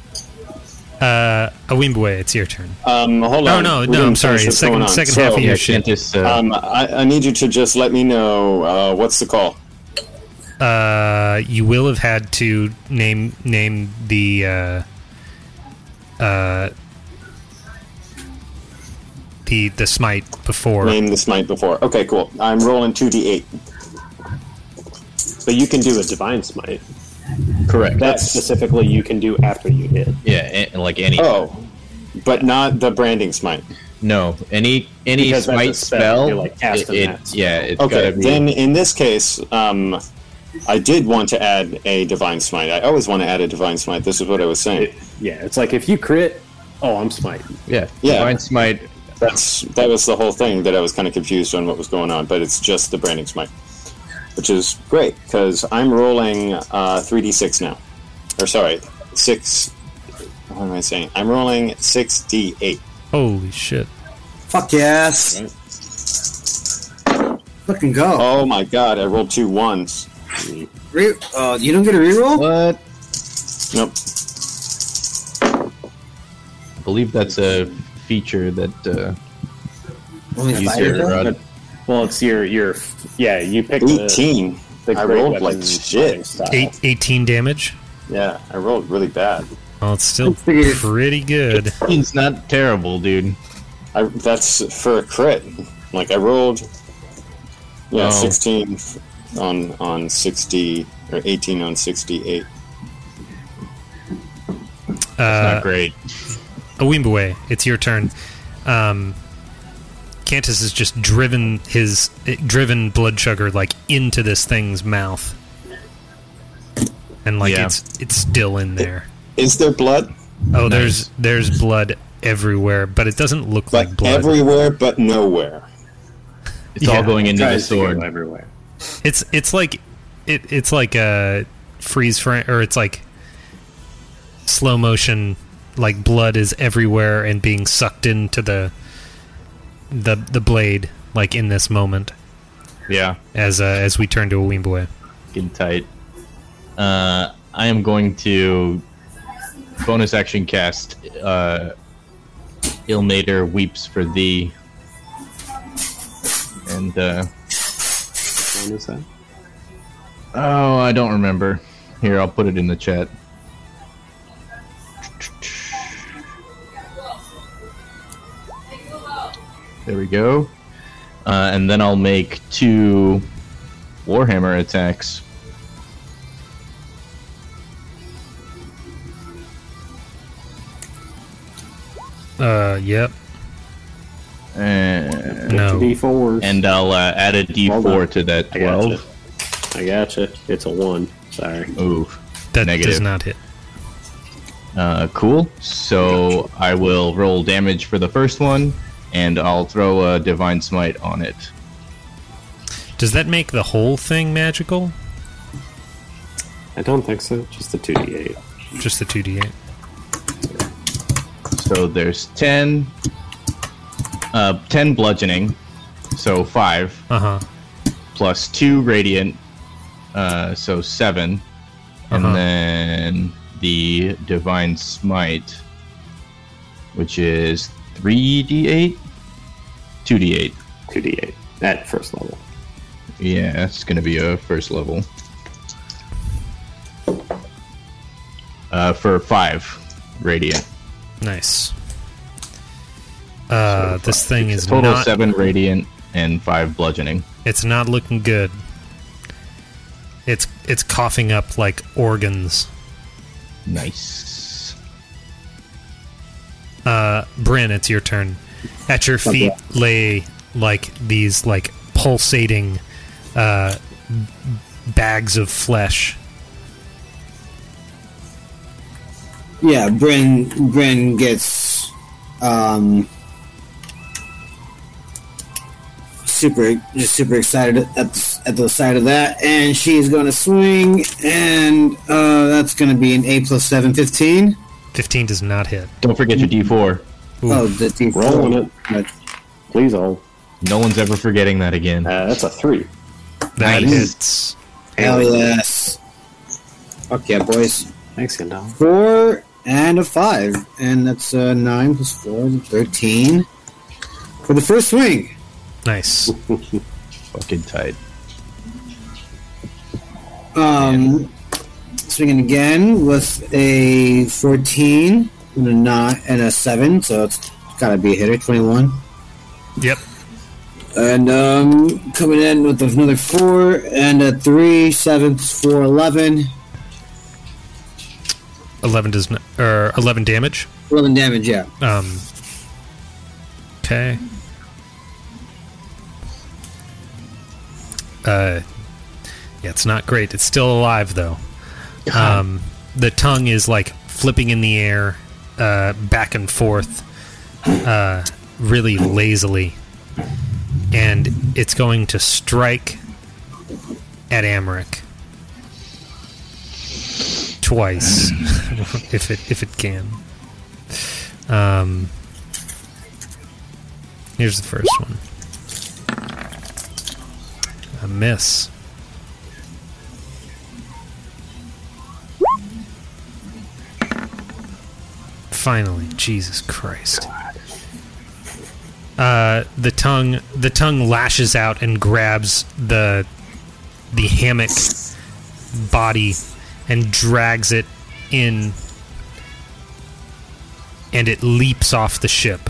Speaker 1: Uh, Awimbwe, it's your turn.
Speaker 5: Um, hold
Speaker 1: No,
Speaker 5: on.
Speaker 1: no,
Speaker 5: We
Speaker 1: no,
Speaker 5: didn't
Speaker 1: I'm sorry.
Speaker 5: finish what's
Speaker 1: Second-
Speaker 5: going on.
Speaker 1: second half
Speaker 5: So,
Speaker 1: of your
Speaker 3: Yeah,
Speaker 1: shit.
Speaker 3: can't just, uh,
Speaker 5: Um, I, I need you to just let me know uh, what's the call.
Speaker 1: Uh, you will have had to name name the uh, uh, the the smite before.
Speaker 5: Name the smite before. Okay, cool. I'm rolling two d eight.
Speaker 6: But you can do a divine smite.
Speaker 3: correct.
Speaker 6: Um, That specifically you can do after you hit.
Speaker 3: yeah, and, like any.
Speaker 5: Oh, but not the branding smite.
Speaker 3: No, any any
Speaker 6: Because that's a
Speaker 3: smite
Speaker 6: spell,
Speaker 3: spell.
Speaker 6: you're, like, casting
Speaker 3: it,
Speaker 6: that
Speaker 3: it, yeah, it's
Speaker 5: Okay,
Speaker 3: gotta be.
Speaker 5: then in this case, um, I did want to add a divine smite. I always want to add a divine smite. This is what I was saying.
Speaker 6: Yeah, it's like if you crit, oh, I'm smite.
Speaker 3: yeah,
Speaker 5: Yeah.
Speaker 3: divine smite.
Speaker 5: That's that was the whole thing that I was kind of confused on what was going on, but it's just the branding smite, which is great because I'm rolling uh, three d six now, or sorry, six. What am I saying? I'm rolling six d eight.
Speaker 1: Holy shit!
Speaker 2: Fuck yes. Fucking go.
Speaker 5: Oh my god! I rolled two ones.
Speaker 2: Re- uh, you don't get a reroll?
Speaker 3: What?
Speaker 5: Nope.
Speaker 3: I believe that's a feature that uh,
Speaker 2: Only
Speaker 3: you
Speaker 2: five
Speaker 3: hear,
Speaker 2: reroll?
Speaker 3: Rod.
Speaker 6: Well, it's your your yeah. You pick the,
Speaker 5: Eighteen.
Speaker 6: the
Speaker 5: I
Speaker 6: great
Speaker 5: rolled like
Speaker 6: weapon fighting
Speaker 5: shit.
Speaker 6: style.
Speaker 1: Eight, 18 damage.
Speaker 5: Yeah, I rolled really bad.
Speaker 1: Well, it's still
Speaker 2: Figured.
Speaker 1: pretty good.
Speaker 3: It's not terrible, dude.
Speaker 5: I, that's for a crit. Like I rolled, yeah,
Speaker 3: Oh.
Speaker 5: sixteen f- on on sixty or eighteen on sixty-eight.
Speaker 1: Uh,
Speaker 3: not great.
Speaker 1: Awimbwe, it's your turn. Um, Cantus has just driven his it, driven blood sugar like into this thing's mouth, and like
Speaker 3: Yeah.
Speaker 1: it's it's still in there.
Speaker 5: Is there blood?
Speaker 1: Oh,
Speaker 3: Nice.
Speaker 1: there's there's blood everywhere, but it doesn't look like,
Speaker 5: Like
Speaker 1: blood.
Speaker 5: everywhere, but nowhere.
Speaker 3: It's
Speaker 1: yeah.
Speaker 3: all going into the
Speaker 6: Tries to go
Speaker 3: sword.
Speaker 6: everywhere.
Speaker 1: It's it's like it it's like a freeze frame, or it's like slow motion. Like blood is everywhere and being sucked into the the the blade, like in this moment.
Speaker 3: Yeah,
Speaker 1: as uh, as we turn to a Wimbwe.
Speaker 3: getting tight. Uh, I am going to bonus action cast uh, Ilmater Weeps for Thee. And, uh,
Speaker 6: What is that?
Speaker 3: oh, I don't remember. Here, I'll put it in the chat. There we go. Uh, and then I'll make two Warhammer attacks.
Speaker 1: Uh, yep.
Speaker 3: Uh,
Speaker 1: No.
Speaker 6: D four.
Speaker 3: and I'll uh, add a
Speaker 6: Hold on.
Speaker 3: d4 to that
Speaker 6: I gotcha.
Speaker 3: 12.
Speaker 6: I gotcha. It's a one. Sorry.
Speaker 3: Ooh,
Speaker 1: That
Speaker 3: negative.
Speaker 1: does not hit.
Speaker 3: uh, cool. So I will roll damage for the first one, and I'll throw a divine smite on it.
Speaker 1: Does that make the whole thing magical?
Speaker 6: I don't think so. Just the two D eight.
Speaker 1: Just the 2d8.
Speaker 3: So there's 10, uh, 10 bludgeoning, so 5,
Speaker 1: Uh huh.
Speaker 3: plus 2 radiant, uh, so 7.
Speaker 1: Uh-huh.
Speaker 3: And then the divine smite, which is 3d8? 2d8.
Speaker 6: Two D eight at first level.
Speaker 3: Yeah, it's gonna be a first level. Uh, for five radiant.
Speaker 1: Nice. Uh, this thing is
Speaker 3: Total
Speaker 1: not.
Speaker 3: seven radiant and five bludgeoning.
Speaker 1: It's not looking good. It's it's coughing up like organs.
Speaker 3: Nice.
Speaker 1: Uh, Bryn, it's your turn. At your feet lay like these like pulsating uh, bags of flesh.
Speaker 2: Yeah, Bryn Bryn gets um super just super excited at the, at the sight of that and she's going to swing and uh that's going to be an 8 plus 7 15.
Speaker 1: Fifteen does not hit.
Speaker 3: Don't forget your D4.
Speaker 2: Oh, the D4.
Speaker 6: Rolling it. Please all.
Speaker 3: No one's ever forgetting that again.
Speaker 6: Uh, that's a three.
Speaker 1: That
Speaker 3: Nice.
Speaker 1: hits.
Speaker 2: Hell yes. Fuck yeah, boys.
Speaker 6: Thanks, Gandalf.
Speaker 2: Four and a 5. And that's uh, 9 plus 4 is 13. For the first swing.
Speaker 1: Nice.
Speaker 3: Fucking tight.
Speaker 2: Um, swinging again with a 14 and a 9 and a 7, so it's gotta be a hitter, 21.
Speaker 1: Yep.
Speaker 2: And um, coming in with another 4 and a 3, 7 plus 4, 11.
Speaker 1: 11 does n- or 11 damage.
Speaker 2: 11 damage, yeah.
Speaker 1: Um. Okay. Uh, yeah, it's not great. It's still alive though. Um, the tongue is like flipping in the air, uh, back and forth, uh, really lazily, and it's going to strike at Amric twice if it if it can. Um, here's the first one. A miss. Finally, Jesus Christ. Uh, the tongue the tongue lashes out and grabs the the hammock body and drags it in and it leaps off the ship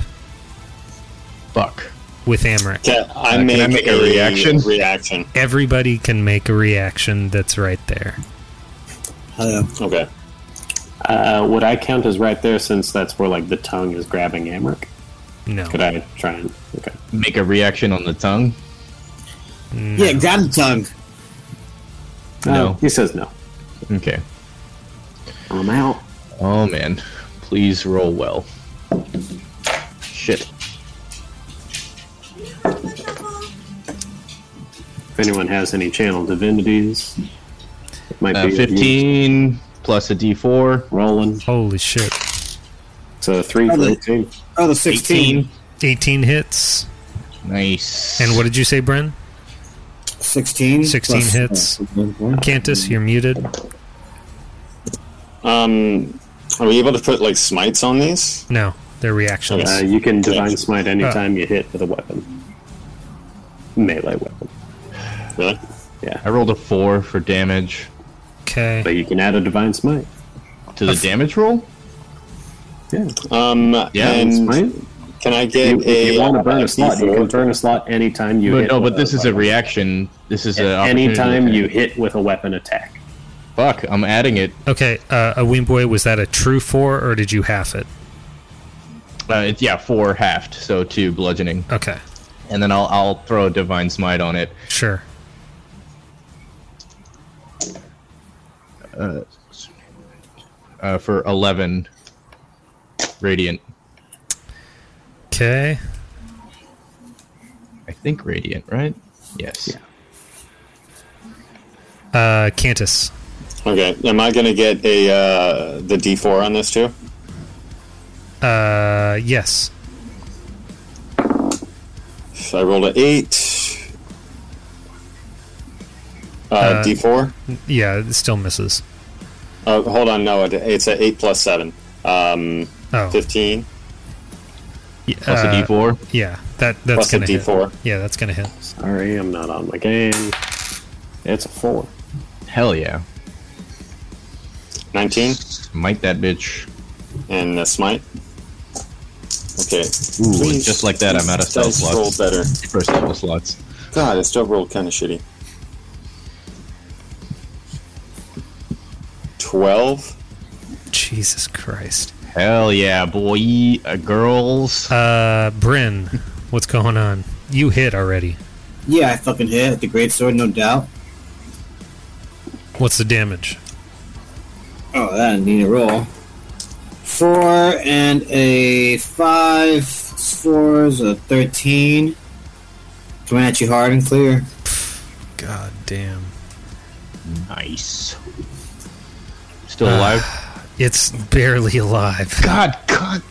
Speaker 3: Fuck.
Speaker 1: with Amric.
Speaker 5: Can I,
Speaker 9: can
Speaker 5: make,
Speaker 9: I make a reaction?
Speaker 5: Reaction.
Speaker 1: Everybody can make a reaction that's right there.
Speaker 2: Hello.
Speaker 5: Okay.
Speaker 6: Uh, would I count as right there since that's where like the tongue is grabbing Amric?
Speaker 1: No.
Speaker 6: Could I try and okay?
Speaker 3: Make a reaction on the tongue?
Speaker 2: Yeah, grab the tongue.
Speaker 3: No.
Speaker 6: Uh, he says no.
Speaker 3: Okay.
Speaker 6: I'm out.
Speaker 3: Oh man. Please roll well. Shit.
Speaker 6: If anyone has any channel divinities, it might
Speaker 3: Uh,
Speaker 6: be
Speaker 3: 15 plus a d4.
Speaker 6: Rolling.
Speaker 1: Holy shit.
Speaker 6: So three for
Speaker 2: Probably.
Speaker 6: 18.
Speaker 2: Oh, the 16.
Speaker 1: 18 hits.
Speaker 3: Nice.
Speaker 1: And what did you say, Bren?
Speaker 2: 16.
Speaker 1: 16
Speaker 2: plus-
Speaker 1: hits. Cantus, you're muted.
Speaker 5: Um, are we able to put like smites on these?
Speaker 1: No, they're reactions.
Speaker 6: Uh, you can divine smite
Speaker 3: Uh.
Speaker 6: anytime you hit with a weapon, melee weapon.
Speaker 5: Really?
Speaker 3: I rolled a 4 for damage
Speaker 1: Okay.
Speaker 6: But you can add a divine smite.
Speaker 3: to the damage roll?
Speaker 6: Yeah,
Speaker 5: Um,
Speaker 3: Yeah,
Speaker 5: and
Speaker 6: smite.
Speaker 5: can I
Speaker 6: If
Speaker 5: get
Speaker 6: you,
Speaker 5: a? uh,
Speaker 6: if you want to burn a slot, you
Speaker 5: D4?
Speaker 6: can burn a slot anytime you.
Speaker 3: But
Speaker 6: hit
Speaker 3: no,
Speaker 6: with
Speaker 3: but this is a reaction. This is a
Speaker 6: Anytime you hit with a weapon attack.
Speaker 3: Fuck, I'm adding it.
Speaker 1: Okay, uh, a wing boy, was that a true four or did you half it?
Speaker 3: Uh, it's yeah, 4 halved, so 2 bludgeoning.
Speaker 1: Okay,
Speaker 3: And then I'll I'll throw a divine smite on it.
Speaker 1: sure.
Speaker 3: uh, for 11 radiant.
Speaker 1: Okay.
Speaker 3: I think radiant, right? Yes.
Speaker 1: Uh, Cantus.
Speaker 5: Okay. Am I gonna get a uh, the D four on this too?
Speaker 1: Uh, yes.
Speaker 5: So I rolled an eight. Uh, D four.
Speaker 1: Yeah, it still misses.
Speaker 5: Oh, hold on. No, it- it's a eight plus seven. Um,
Speaker 1: Oh,
Speaker 5: fifteen
Speaker 1: yeah,
Speaker 3: Plus
Speaker 1: uh,
Speaker 3: a d4.
Speaker 1: Yeah, that that's
Speaker 5: plus a
Speaker 1: gonna
Speaker 5: D
Speaker 1: hit.
Speaker 5: four.
Speaker 1: Yeah, that's gonna hit.
Speaker 6: Sorry, I'm not on my game. It's a four.
Speaker 3: Hell yeah.
Speaker 5: Nineteen
Speaker 3: Might that bitch.
Speaker 5: and a smite. Okay.
Speaker 3: Ooh, just like that, I'm out of spell
Speaker 5: dice roll
Speaker 3: slots.
Speaker 5: better.
Speaker 3: First level slots.
Speaker 5: God, it still rolled kind of shitty. Twelve.
Speaker 1: Jesus Christ.
Speaker 3: Hell yeah, boy. Uh, girls.
Speaker 1: Uh, Bryn, what's going on? You hit already.
Speaker 2: Yeah, I fucking hit with the great sword, no doubt.
Speaker 1: What's the damage?
Speaker 2: Oh, that didn't need a roll. Four and a five. Four is a thirteen. Coming at you hard and clear.
Speaker 1: God damn.
Speaker 3: Nice. Still alive?
Speaker 1: It's barely alive.
Speaker 3: God, God.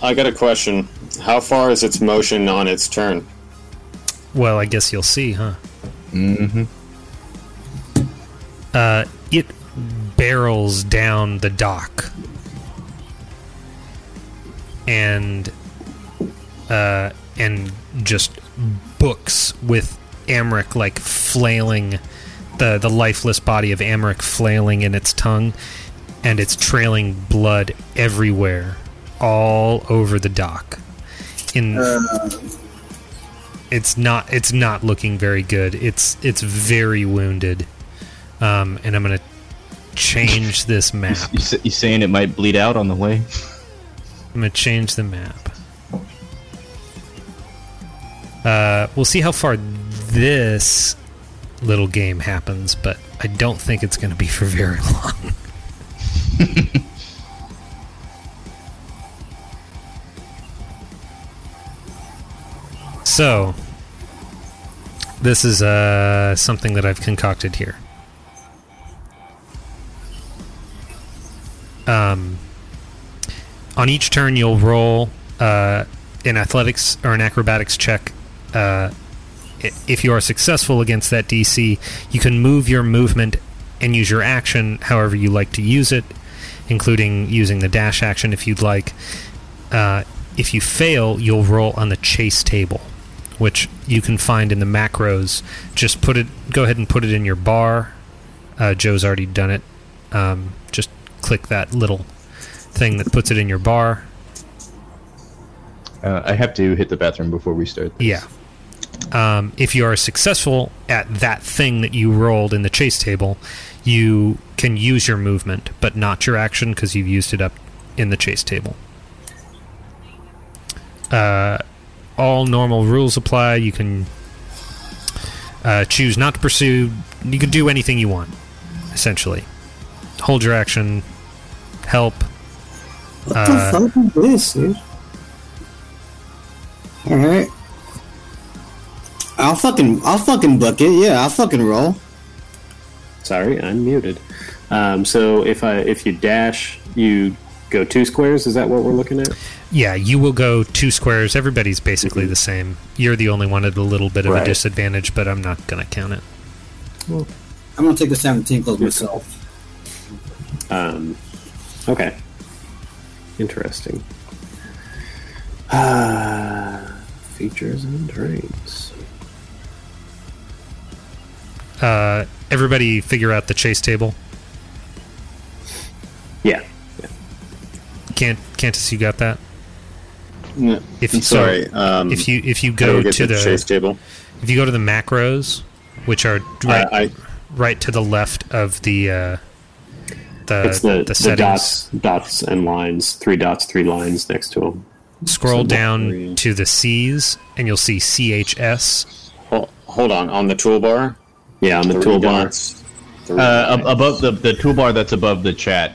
Speaker 5: I got a question. How far is its motion on its turn?
Speaker 1: Well, I guess you'll see, huh?
Speaker 3: Mm-hmm.
Speaker 1: Uh, it barrels down the dock. And uh, and just books with Amric like flailing the the lifeless body of Amric flailing in its tongue and it's trailing blood everywhere all over the dock. In it's not it's not looking very good. It's it's very wounded. Um, and I'm gonna change this map.
Speaker 3: You, s- you saying it might bleed out on the way?
Speaker 1: I'm gonna change the map. Uh, we'll see how far this little game happens, but I don't think it's gonna be for very long. so, this is uh, something that I've concocted here. on each turn you'll roll uh, an athletics or an acrobatics check uh, i- if you are successful against that dc you can move your movement and use your action however you like to use it including using the dash action if you'd like uh, if you fail you'll roll on the chase table which you can find in the macros just put it go ahead and put it in your bar uh, joe's already done it um, just click that little thing that puts it in your bar.
Speaker 3: Uh, I have to hit the bathroom before we start. This.
Speaker 1: Yeah. Um, if you are successful at that thing that you rolled in the chase table, you can use your movement, but not your action because you've used it up in the chase table. Uh, all normal rules apply. You can uh, choose not to pursue. You can do anything you want, essentially. Hold your action, help.
Speaker 2: What the fuck is this, dude? Alright. I'll fucking I'll fucking book it, yeah, I'll fucking roll.
Speaker 6: Sorry, I'm muted. Um, so if I if you dash, you go two squares. Is that what we're looking at?
Speaker 1: Yeah, you will go two squares. Everybody's basically the same. You're the only one at a little bit of a
Speaker 6: Right.
Speaker 1: disadvantage, but I'm not going to count it.
Speaker 2: I'm gonna take the seventeen close myself.
Speaker 6: Um, okay. Interesting. Ah, features and traits.
Speaker 1: Uh, everybody figure out the chase table.
Speaker 6: Yeah.
Speaker 1: Can't Cantus, you got that?
Speaker 5: No,
Speaker 1: If
Speaker 5: I'm
Speaker 1: so,
Speaker 5: sorry. um,
Speaker 1: if you if you
Speaker 5: I will
Speaker 1: go
Speaker 5: get
Speaker 1: to the
Speaker 5: chase table.
Speaker 1: if you go to the macros, which are right
Speaker 5: I, I
Speaker 1: right to the left of the uh, the
Speaker 6: It's the, the,
Speaker 1: settings.
Speaker 6: dots, dots and lines. Three dots, three lines next to them.
Speaker 1: Scroll
Speaker 6: Symbol
Speaker 1: down
Speaker 6: three.
Speaker 1: to the C's, and you'll see CHS.
Speaker 5: hol- hold on on the toolbar.
Speaker 6: Yeah, on the
Speaker 5: Three
Speaker 6: toolbar.
Speaker 5: dots, three
Speaker 3: Uh, ab-
Speaker 5: lines.
Speaker 3: above the the toolbar that's above the chat,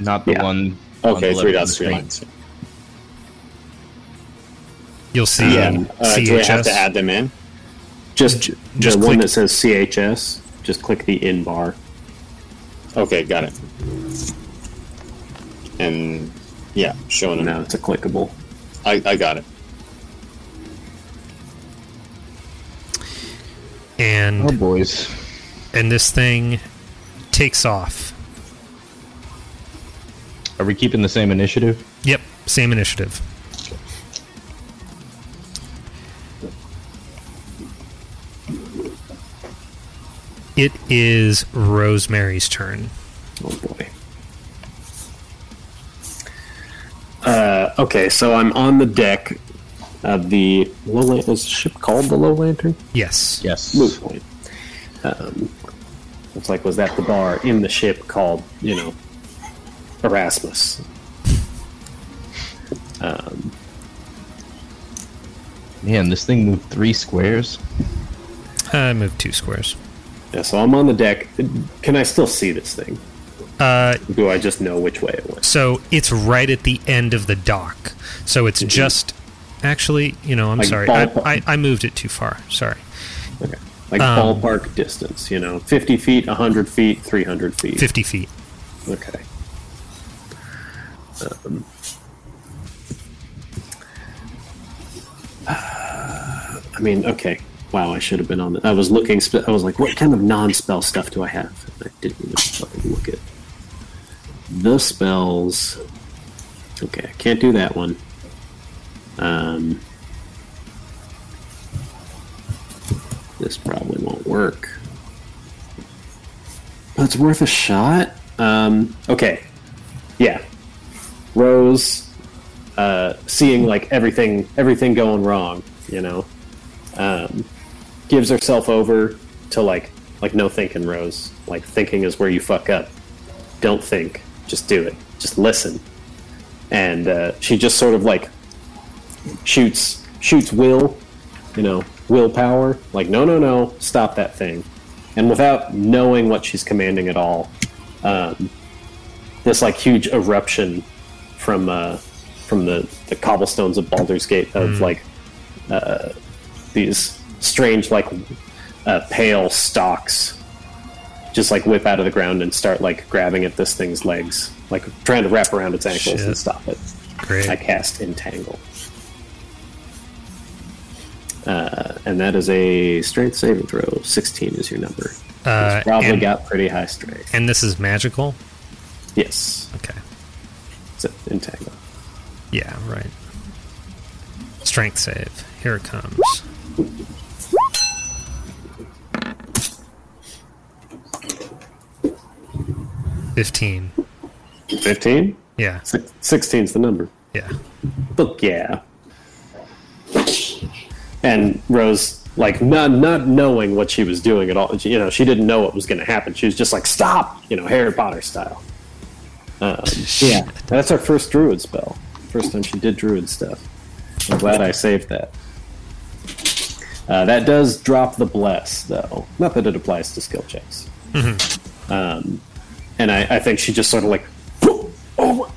Speaker 3: not the
Speaker 6: Yeah.
Speaker 3: one. on
Speaker 5: okay,
Speaker 3: the
Speaker 5: three
Speaker 3: left of
Speaker 5: dots,
Speaker 3: the
Speaker 5: three
Speaker 3: screen.
Speaker 5: lines.
Speaker 1: You'll see
Speaker 5: Yeah. Uh,
Speaker 1: CHS.
Speaker 5: do I have to add them in?
Speaker 6: Just,
Speaker 1: just
Speaker 6: the one
Speaker 1: click-
Speaker 6: that says CHS. Just click the in bar.
Speaker 5: Okay, got it. And yeah, showing them.
Speaker 6: Now it's a clickable.
Speaker 5: I, I got it.
Speaker 1: and
Speaker 3: Oh boys,
Speaker 1: and this thing takes off.
Speaker 3: are we keeping the same initiative?
Speaker 1: Yep, same initiative. It is Rosemary's turn.
Speaker 6: Oh boy. Uh, okay, so I'm on the deck of the low. Lan- Is the ship called the Low Lantern?
Speaker 1: Yes.
Speaker 3: Yes.
Speaker 6: Moot point. Um, it's like was that the bar in the ship called you know Erasmus?
Speaker 3: Man, this thing moved three squares.
Speaker 1: Uh, I moved two squares.
Speaker 6: Yeah, so I'm on the deck. Can I still see this thing?
Speaker 1: Uh,
Speaker 6: Do I just know which way it went?
Speaker 1: so it's right at the end of the dock. So it's just. Actually, you know, I'm
Speaker 6: Mm-hmm.
Speaker 1: sorry.
Speaker 6: Like
Speaker 1: I,
Speaker 6: ballpark.
Speaker 1: I, I moved it too far. Sorry.
Speaker 6: Okay. Like
Speaker 1: Um,
Speaker 6: ballpark distance, you know, 50 feet, 100 feet, 300 feet.
Speaker 1: 50 feet.
Speaker 6: Okay. Um, I mean, okay. Wow, I should have been on. The, I was looking. Spe- I was like, what kind of non-spell stuff do I have? I didn't even fucking look at. the spells. Okay, I can't do that one. Um, this probably won't work. But it's worth a shot. Um, okay. Yeah. Rose uh, seeing like everything everything going wrong, you know. Um, gives herself over to like like no thinking, Rose. Like thinking is where you fuck up. Don't think. Just do it. Just listen. And uh, she just sort of like shoots shoots will, you know, willpower. Like no, no, no, stop that thing. And without knowing what she's commanding at all, um, this like huge eruption from uh, from the, the cobblestones of Baldur's Gate of like uh, these strange like uh, pale stalks just like whip out of the ground and start like grabbing at this thing's legs, like trying to wrap around its ankles
Speaker 1: Shit.
Speaker 6: and stop it.
Speaker 1: Great.
Speaker 6: I cast entangle. Uh, and that is a strength saving throw. 16 is your number.
Speaker 1: Uh,
Speaker 6: It's probably
Speaker 1: and-
Speaker 6: got pretty high strength.
Speaker 1: And this is magical?
Speaker 6: Yes,
Speaker 1: Okay.
Speaker 6: it's a entangle.
Speaker 1: Yeah, right. Strength save. Here it comes. Fifteen.
Speaker 6: 15?
Speaker 1: Yeah,
Speaker 6: 16 is the number.
Speaker 1: yeah.
Speaker 6: Fuck yeah. And Rose, like not not knowing what she was doing at all, you know, she didn't know what was going to happen. She was just like, "Stop!" You know, Harry Potter style. Um, yeah, that's our first druid spell. First time she did druid stuff. I'm glad I saved that. Uh, that does drop the bless, though. Not that it applies to skill checks. Um, and I, I think she just sort of like, "Oh,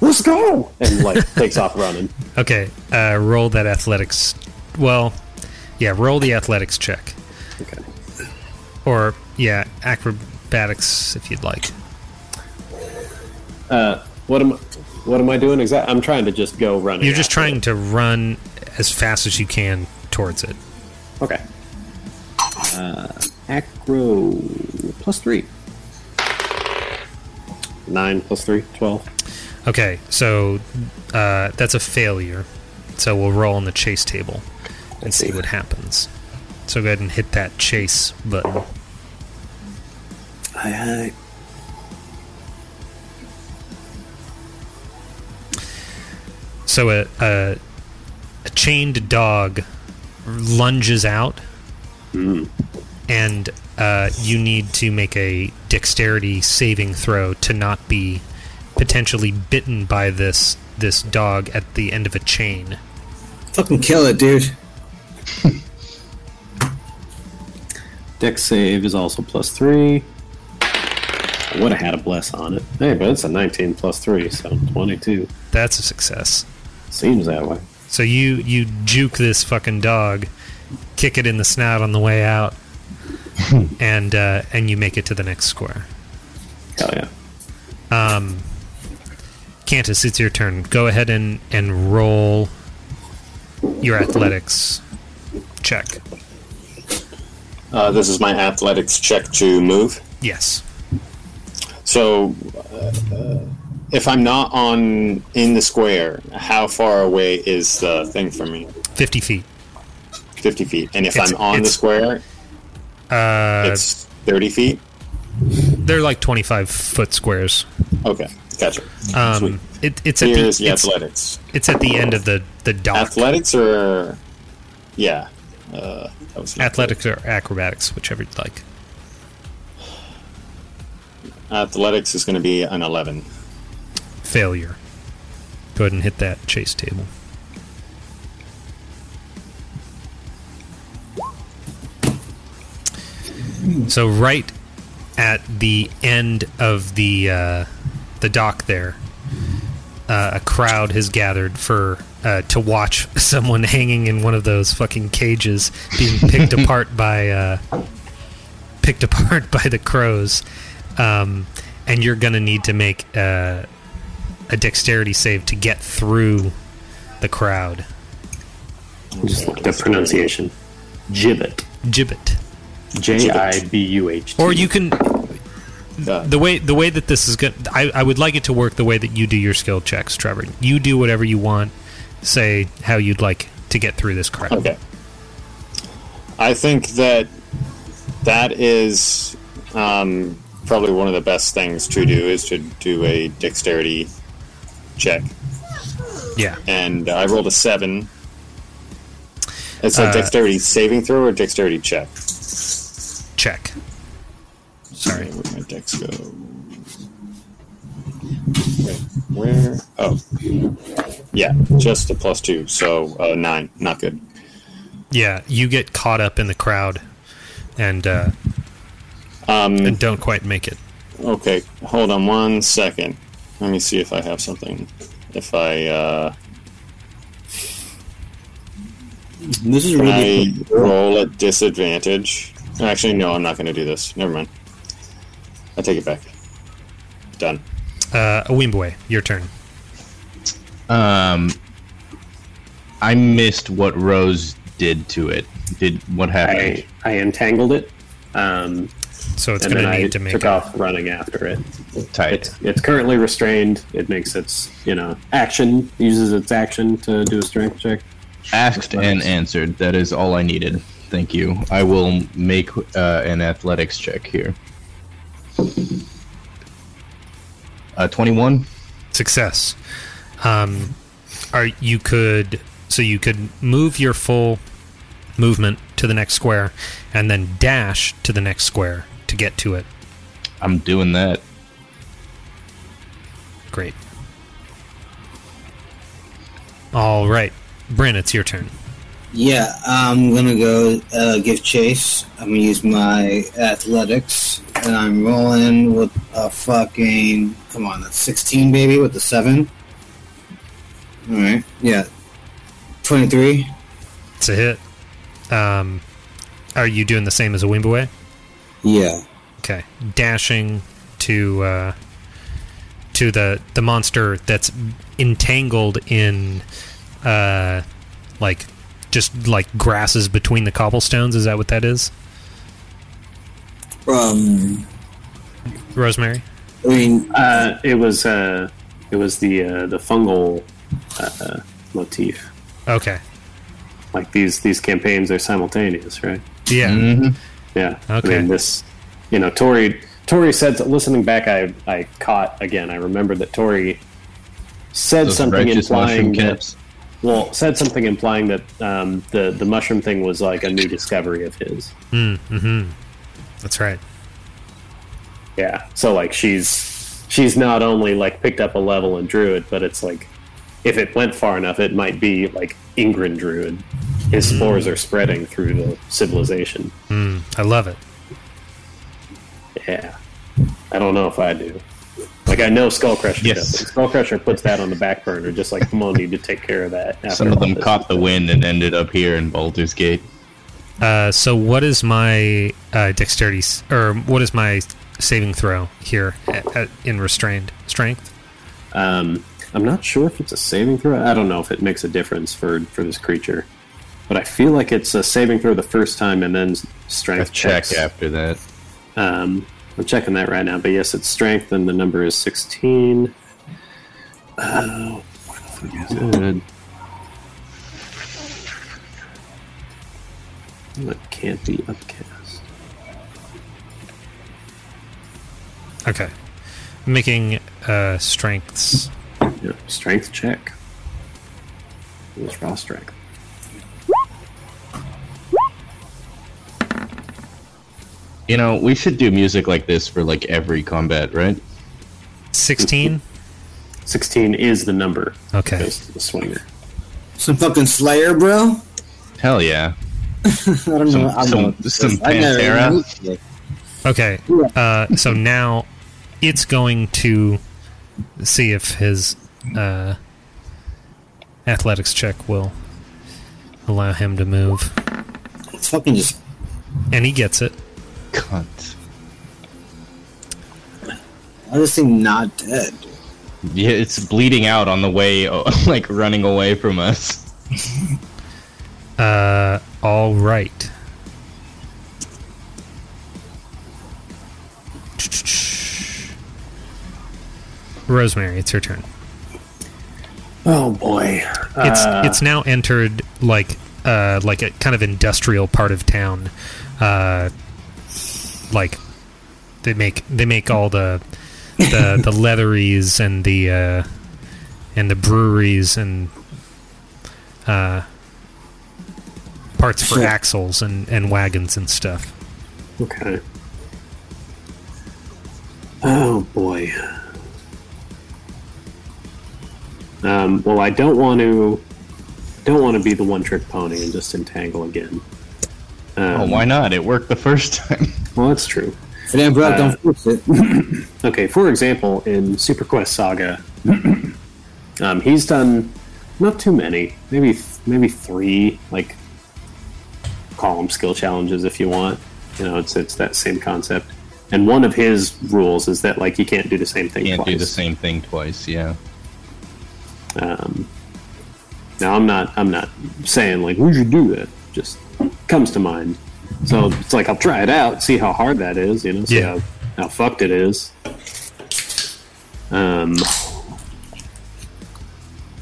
Speaker 6: let's go!" and like takes off running.
Speaker 1: Okay. Uh, roll that athletics. Well, yeah. Roll the athletics check,
Speaker 6: Okay.
Speaker 1: or yeah, acrobatics if you'd like.
Speaker 6: What am What am I doing exactly? I'm trying to just go running.
Speaker 1: You're just
Speaker 6: after
Speaker 1: trying
Speaker 6: it.
Speaker 1: to run as fast as you can towards it.
Speaker 6: Okay. Uh, acro plus three. Nine plus three, twelve.
Speaker 1: Okay, so uh, that's a failure. So we'll roll on the chase table and see what happens. So go ahead and hit that chase button.
Speaker 6: I,
Speaker 1: So a, a, a chained dog lunges out, and uh, you need to make a dexterity saving throw to not be potentially bitten by this this dog at the end of a chain.
Speaker 2: Fucking kill it, dude.
Speaker 6: deck save is also plus three. I would have had a bless on it. Hey, but it's a 19 plus three, so 22.
Speaker 1: That's a success.
Speaker 6: Seems that way.
Speaker 1: So you you juke this fucking dog, kick it in the snout on the way out, and uh, and you make it to the next square.
Speaker 6: Hell yeah.
Speaker 1: Cantus, it's your turn. Go ahead and and roll your athletics check.
Speaker 5: Uh, this is my athletics check to move.
Speaker 1: Yes.
Speaker 5: So, uh, if I'm not on in the square, how far away is the thing from me?
Speaker 1: 50 feet.
Speaker 5: 50 feet. And if
Speaker 1: It's-
Speaker 5: I'm on the
Speaker 1: it's-
Speaker 5: square,
Speaker 1: Uh,
Speaker 5: it's 30 feet?
Speaker 1: they're like 25 foot squares.
Speaker 5: Okay, gotcha.
Speaker 1: Um, it, it's, at
Speaker 5: Here's
Speaker 1: the,
Speaker 5: the
Speaker 1: it's,
Speaker 5: athletics.
Speaker 1: it's at the end of the, the dock.
Speaker 5: Athletics or. Yeah. Uh, that was not
Speaker 1: Athletics or acrobatics, whichever you'd like.
Speaker 5: good. Athletics is going to be an 11.
Speaker 1: Failure. Go ahead and hit that chase table. So right at the end of the uh, the dock there, uh, a crowd has gathered for uh, to watch someone hanging in one of those fucking cages being picked apart by uh, picked apart by the crows, um, and you're gonna need to make uh, a dexterity save to get through the crowd.
Speaker 6: Just look at Mm-hmm. the pronunciation. Gibbet.
Speaker 1: Gibbet,
Speaker 6: J I B U H.
Speaker 1: or you can
Speaker 5: Uh,
Speaker 1: the way the way that this is good I, I would like it to work the way that you do your skill checks trevor you do whatever you want say how you'd like to get through this crap
Speaker 5: Okay. I think that that is um, probably one of the best things to do is to do a dexterity check,
Speaker 1: yeah
Speaker 5: and I rolled a seven. It's a
Speaker 1: Uh,
Speaker 5: dexterity saving throw or dexterity check.
Speaker 1: check sorry
Speaker 5: Where'd my dex go? Wait, where? Oh, yeah, just a plus two, so uh, nine. Not good.
Speaker 1: yeah you get caught up in the crowd and uh
Speaker 6: Um,
Speaker 1: and don't quite make it
Speaker 5: Okay, hold on one second. Let me see if I have something. If I uh,
Speaker 2: This is
Speaker 5: can
Speaker 2: really
Speaker 5: I roll at disadvantage. Actually, no, I'm not going to do this. Never mind. I take it back. Done.
Speaker 1: uh Awimbwe, your turn
Speaker 3: Um, I missed what Rose did to it. Did what happened?
Speaker 6: I, I entangled it, um,
Speaker 1: so it's
Speaker 6: and
Speaker 1: going
Speaker 6: then
Speaker 1: to
Speaker 6: I
Speaker 1: need to make
Speaker 6: took off running after it.
Speaker 3: Tight.
Speaker 6: It's, it's currently restrained. It makes its, you know, action, uses its action to do a strength check.
Speaker 3: Asked and answered. That is all I needed. Thank you. I will make uh, an athletics check here. Uh, twenty-one.
Speaker 1: success. Um, are you could so you could move your full movement to the next square, and then dash to the next square to get to it.
Speaker 3: I'm doing that.
Speaker 1: Great. All right, Bryn, it's your turn.
Speaker 2: Yeah, I'm gonna go uh, give chase. I'm gonna use my athletics, and I'm rolling with a fucking come on, that's 16 baby with the seven. All right, yeah, 23.
Speaker 1: It's a hit. Um, are you doing the same as a Wimbawe?
Speaker 2: Yeah,
Speaker 1: Okay, dashing to uh, to the the monster that's entangled in uh, like just like grasses between the cobblestones. Is that what that is,
Speaker 2: um,
Speaker 1: Rosemary?
Speaker 2: I mean,
Speaker 6: Uh, it was uh, it was the uh, the fungal uh, motif.
Speaker 1: Okay,
Speaker 6: Like these these campaigns are simultaneous, right?
Speaker 1: yeah,
Speaker 6: Yeah.
Speaker 1: Okay.
Speaker 6: I mean, this, you know, Tori. Tori said, listening back, I I caught again. I remembered that Tori said
Speaker 3: Those
Speaker 6: something
Speaker 3: righteous mushroom
Speaker 6: implying that,
Speaker 3: caps.
Speaker 6: well, said something implying that um, the the mushroom thing was like a new discovery of his.
Speaker 1: that's right.
Speaker 6: Yeah. So like she's she's not only like picked up a level in Druid, but it's like if it went far enough, it might be like Ingrid Druid. His
Speaker 3: Mm-hmm.
Speaker 6: spores are spreading through the civilization.
Speaker 1: I love it.
Speaker 6: Yeah. I don't know if I do. Like I know Skull Crusher
Speaker 3: Yes.
Speaker 6: does. Skull Crusher puts that on the back burner, just like Mo need to take care of that. After
Speaker 3: Some of
Speaker 6: all
Speaker 3: them
Speaker 6: this.
Speaker 3: caught the wind and ended up here in Baldur's Gate.
Speaker 1: Uh, so what is my uh, dexterity s- or what is my saving throw here at, at, in restrained strength?
Speaker 6: Um, I'm not sure if it's a saving throw. I don't know if it makes a difference for for this creature, but I feel like it's a saving throw the first time and then s- strength
Speaker 3: Check
Speaker 6: checks.
Speaker 3: after that.
Speaker 6: Um, I'm checking that right now, but yes, it's strength, and the number is Oh, 16.
Speaker 3: Good.
Speaker 6: It can't be upcast.
Speaker 1: Okay, making uh, strengths.
Speaker 6: Yeah, strength check. It was raw strength.
Speaker 3: You know, we should do music like this for like every combat, right?
Speaker 1: Sixteen.
Speaker 6: 16 is the number.
Speaker 1: Okay.
Speaker 6: Goes to the swinger.
Speaker 2: some fucking Slayer, bro.
Speaker 3: Hell yeah.
Speaker 2: I don't
Speaker 3: Some-
Speaker 2: know. I don't
Speaker 3: some-
Speaker 2: know what this
Speaker 3: some
Speaker 2: is. I've never
Speaker 3: Pantera.
Speaker 2: even looked at it.
Speaker 1: Okay. Uh, so now it's going to see if his uh, athletics check will allow him to move.
Speaker 2: It's fucking just
Speaker 1: And he gets it.
Speaker 3: Cunt.
Speaker 2: I just think not dead.
Speaker 3: Yeah, it's bleeding out on the way, oh, like running away from us.
Speaker 1: Uh, all right. Rosemary, it's your turn.
Speaker 6: Oh boy. Uh,
Speaker 1: It's it's now entered like uh, like a kind of industrial part of town. Uh, like they make they make all the the, the leatheries and the uh, and the breweries and uh, parts for
Speaker 2: Sure.
Speaker 1: axles and, and wagons and stuff.
Speaker 6: Okay. Oh boy. Um, well, I don't want to. Don't want to be the one-trick pony and just entangle again. Um,
Speaker 3: Oh, why not? It worked the first time.
Speaker 6: Well, that's true.
Speaker 2: If it ain't broke,
Speaker 3: Uh,
Speaker 2: don't fix it.
Speaker 6: Okay, for example, in Super Quest Saga, um, he's done not too many, maybe maybe three, like call them skill challenges if you want. You know, it's it's that same concept. And one of his rules is that like you can't do the same thing
Speaker 3: Can't
Speaker 6: twice.
Speaker 3: do the same thing twice. Yeah.
Speaker 6: Um, now I'm not I'm not saying like we should do that. Just comes to mind. So it's like I'll try it out, see how hard that is. You know, see
Speaker 1: Yeah.
Speaker 6: how, how fucked it is. Um,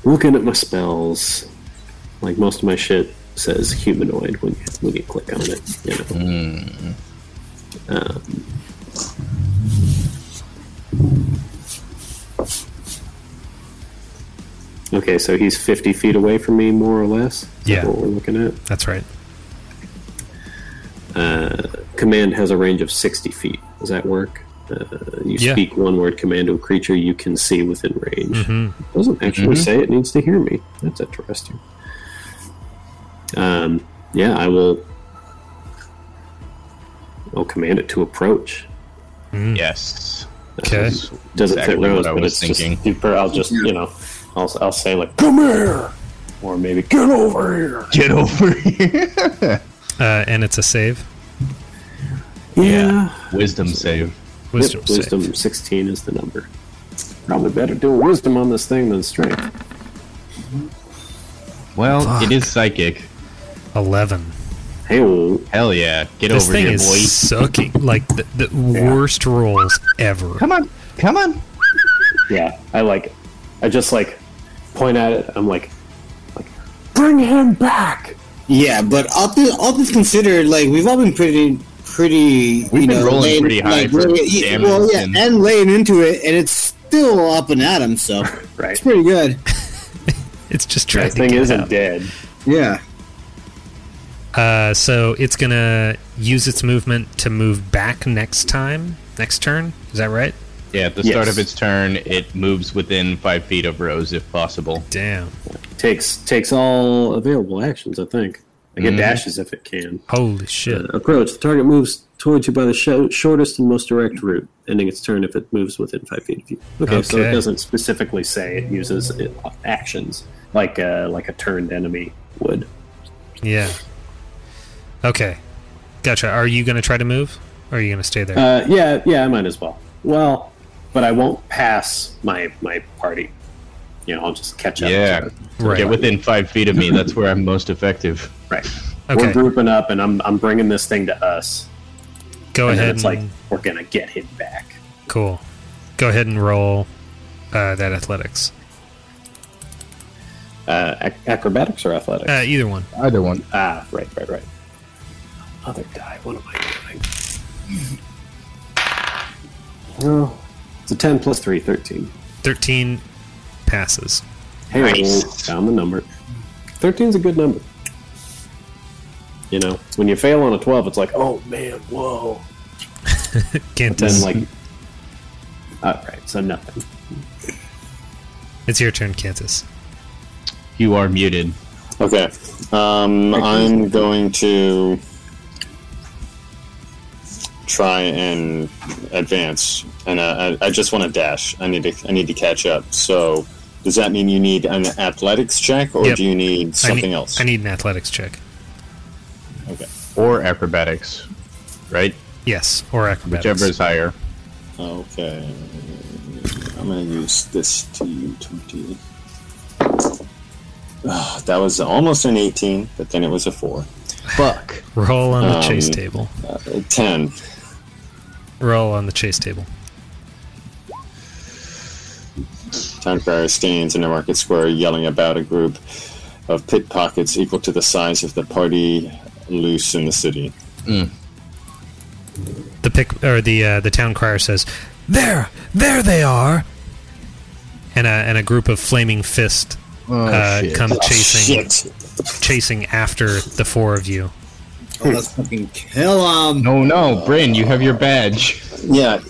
Speaker 6: looking at my spells, like most of my shit says humanoid when you when you click on it. You know. Um, Okay, so he's 50 feet away from me, more or less. Is that
Speaker 1: Yeah.
Speaker 6: what we're looking at.
Speaker 1: That's right.
Speaker 6: command has a range of 60 feet. Does that work? Uh, you
Speaker 1: Yeah.
Speaker 6: speak one word command to a creature you can see within range.
Speaker 1: Mm-hmm.
Speaker 6: Doesn't
Speaker 3: Mm-hmm.
Speaker 6: actually say it needs to hear me. That's interesting. Um, yeah, I will. I'll command it to approach.
Speaker 1: Hmm.
Speaker 3: Yes.
Speaker 1: Okay.
Speaker 3: That's
Speaker 6: Doesn't
Speaker 3: exactly
Speaker 6: fit Rose,
Speaker 3: what I
Speaker 6: but
Speaker 3: was
Speaker 6: it's
Speaker 3: thinking.
Speaker 6: just. deeper. I'll just you know, I'll I'll say like come here, or maybe get over here.
Speaker 3: Get over here.
Speaker 1: Uh, and it's a save.
Speaker 6: Yeah.
Speaker 3: Wisdom save.
Speaker 1: Wisdom,
Speaker 6: Yep, wisdom
Speaker 1: save.
Speaker 6: 16 is the number. Probably better do wisdom on this thing than strength.
Speaker 3: Well, it is psychic.
Speaker 1: Eleven.
Speaker 6: Hey, well,
Speaker 3: Hell yeah. Get
Speaker 1: This
Speaker 3: over
Speaker 1: thing
Speaker 3: here,
Speaker 1: is
Speaker 3: boy.
Speaker 1: sucking. Like the, the worst rolls ever.
Speaker 3: Come on. Come on.
Speaker 6: yeah, I like, I just like point at it. I'm like, like, bring him back.
Speaker 2: Yeah, but all this, all this considered, like we've all been pretty, pretty.
Speaker 3: We've
Speaker 2: you
Speaker 3: been
Speaker 2: know,
Speaker 3: rolling
Speaker 2: laying-
Speaker 3: pretty high
Speaker 2: like,
Speaker 3: for
Speaker 2: really- yeah,
Speaker 3: damage
Speaker 2: well, yeah,
Speaker 3: and-
Speaker 2: and, laying into it, and it's still up and at him. So
Speaker 6: Right.
Speaker 2: it's pretty good.
Speaker 1: It's just
Speaker 6: That
Speaker 1: trying to
Speaker 6: thing
Speaker 1: get
Speaker 6: isn't
Speaker 1: out.
Speaker 6: dead.
Speaker 2: Yeah.
Speaker 1: Uh, so it's gonna use its movement to move back next time, next turn. Is that right?
Speaker 3: Yeah, at the
Speaker 6: Yes.
Speaker 3: start of its turn, it moves within five feet of Rose if possible.
Speaker 1: Damn.
Speaker 6: Takes takes all available actions. I think. Like
Speaker 3: Mhm.
Speaker 6: it dashes if it can.
Speaker 1: Holy shit.
Speaker 6: Approach. The target moves towards you by the sho shortest and most direct route, ending its turn if it moves within five feet of you. Okay, so
Speaker 1: Okay.
Speaker 6: it doesn't specifically say it uses it, actions like uh, like a turned enemy would.
Speaker 1: Yeah. Okay. Gotcha. Are you gonna try to move? Or are you gonna stay there?
Speaker 6: Uh, yeah, yeah, I might as well. Well, but I won't pass my my party. You know, I'll just catch up. to
Speaker 3: Yeah.
Speaker 6: it.
Speaker 1: Right.
Speaker 3: Get within five feet of me. That's where I'm most effective.
Speaker 6: right.
Speaker 1: Okay.
Speaker 6: We're grouping up, and I'm I'm bringing this thing to us,
Speaker 1: Go
Speaker 6: and then
Speaker 1: ahead
Speaker 6: it's
Speaker 1: and
Speaker 6: like we're gonna get him back.
Speaker 1: cool. Go ahead and roll uh, that athletics.
Speaker 6: Uh, ac- acrobatics or athletics?
Speaker 1: Uh, either one.
Speaker 3: Either one.
Speaker 6: Ah, right, right, right. Other die. What am I doing? Well, it's a 10 plus 3, 13.
Speaker 1: Thirteen passes.
Speaker 6: Hey,
Speaker 3: Nice.
Speaker 6: found the number. 13's a good number. You know, when you fail on a 12, it's like, oh man, whoa. But
Speaker 1: Gantus.
Speaker 6: then, like, alright, so nothing.
Speaker 1: it's your turn, Cantus.
Speaker 3: You are muted.
Speaker 5: Okay. Um, I'm going to try and advance, and uh, I, I just want to dash. I need to. I need to catch up. So, does that mean you need an athletics check, or
Speaker 1: Yep.
Speaker 5: do you need
Speaker 1: I need-
Speaker 5: something else?
Speaker 1: I need an athletics check.
Speaker 5: okay.
Speaker 3: Or acrobatics, right?
Speaker 1: Yes, or acrobatics.
Speaker 3: Whichever is higher.
Speaker 5: Okay. I'm gonna use this to twenty. Ah, that was almost an eighteen, but then it was a four.
Speaker 3: Fuck.
Speaker 1: Roll on the chase
Speaker 5: Um,
Speaker 1: table.
Speaker 5: Uh, Ten.
Speaker 1: Roll on the chase table.
Speaker 5: Towncrier stands in a market square yelling about a group of pickpockets equal to the size of the party loose in the city.
Speaker 1: The pick or the uh, the town crier says,
Speaker 10: There! There they are!
Speaker 1: and a and a group of flaming fist uh,
Speaker 3: shit.
Speaker 1: come chasing
Speaker 5: Oh, Shit!
Speaker 1: chasing after the four of you.
Speaker 2: Oh, let's fucking kill him.
Speaker 3: No, no, Bryn, you have your badge.
Speaker 5: Yeah,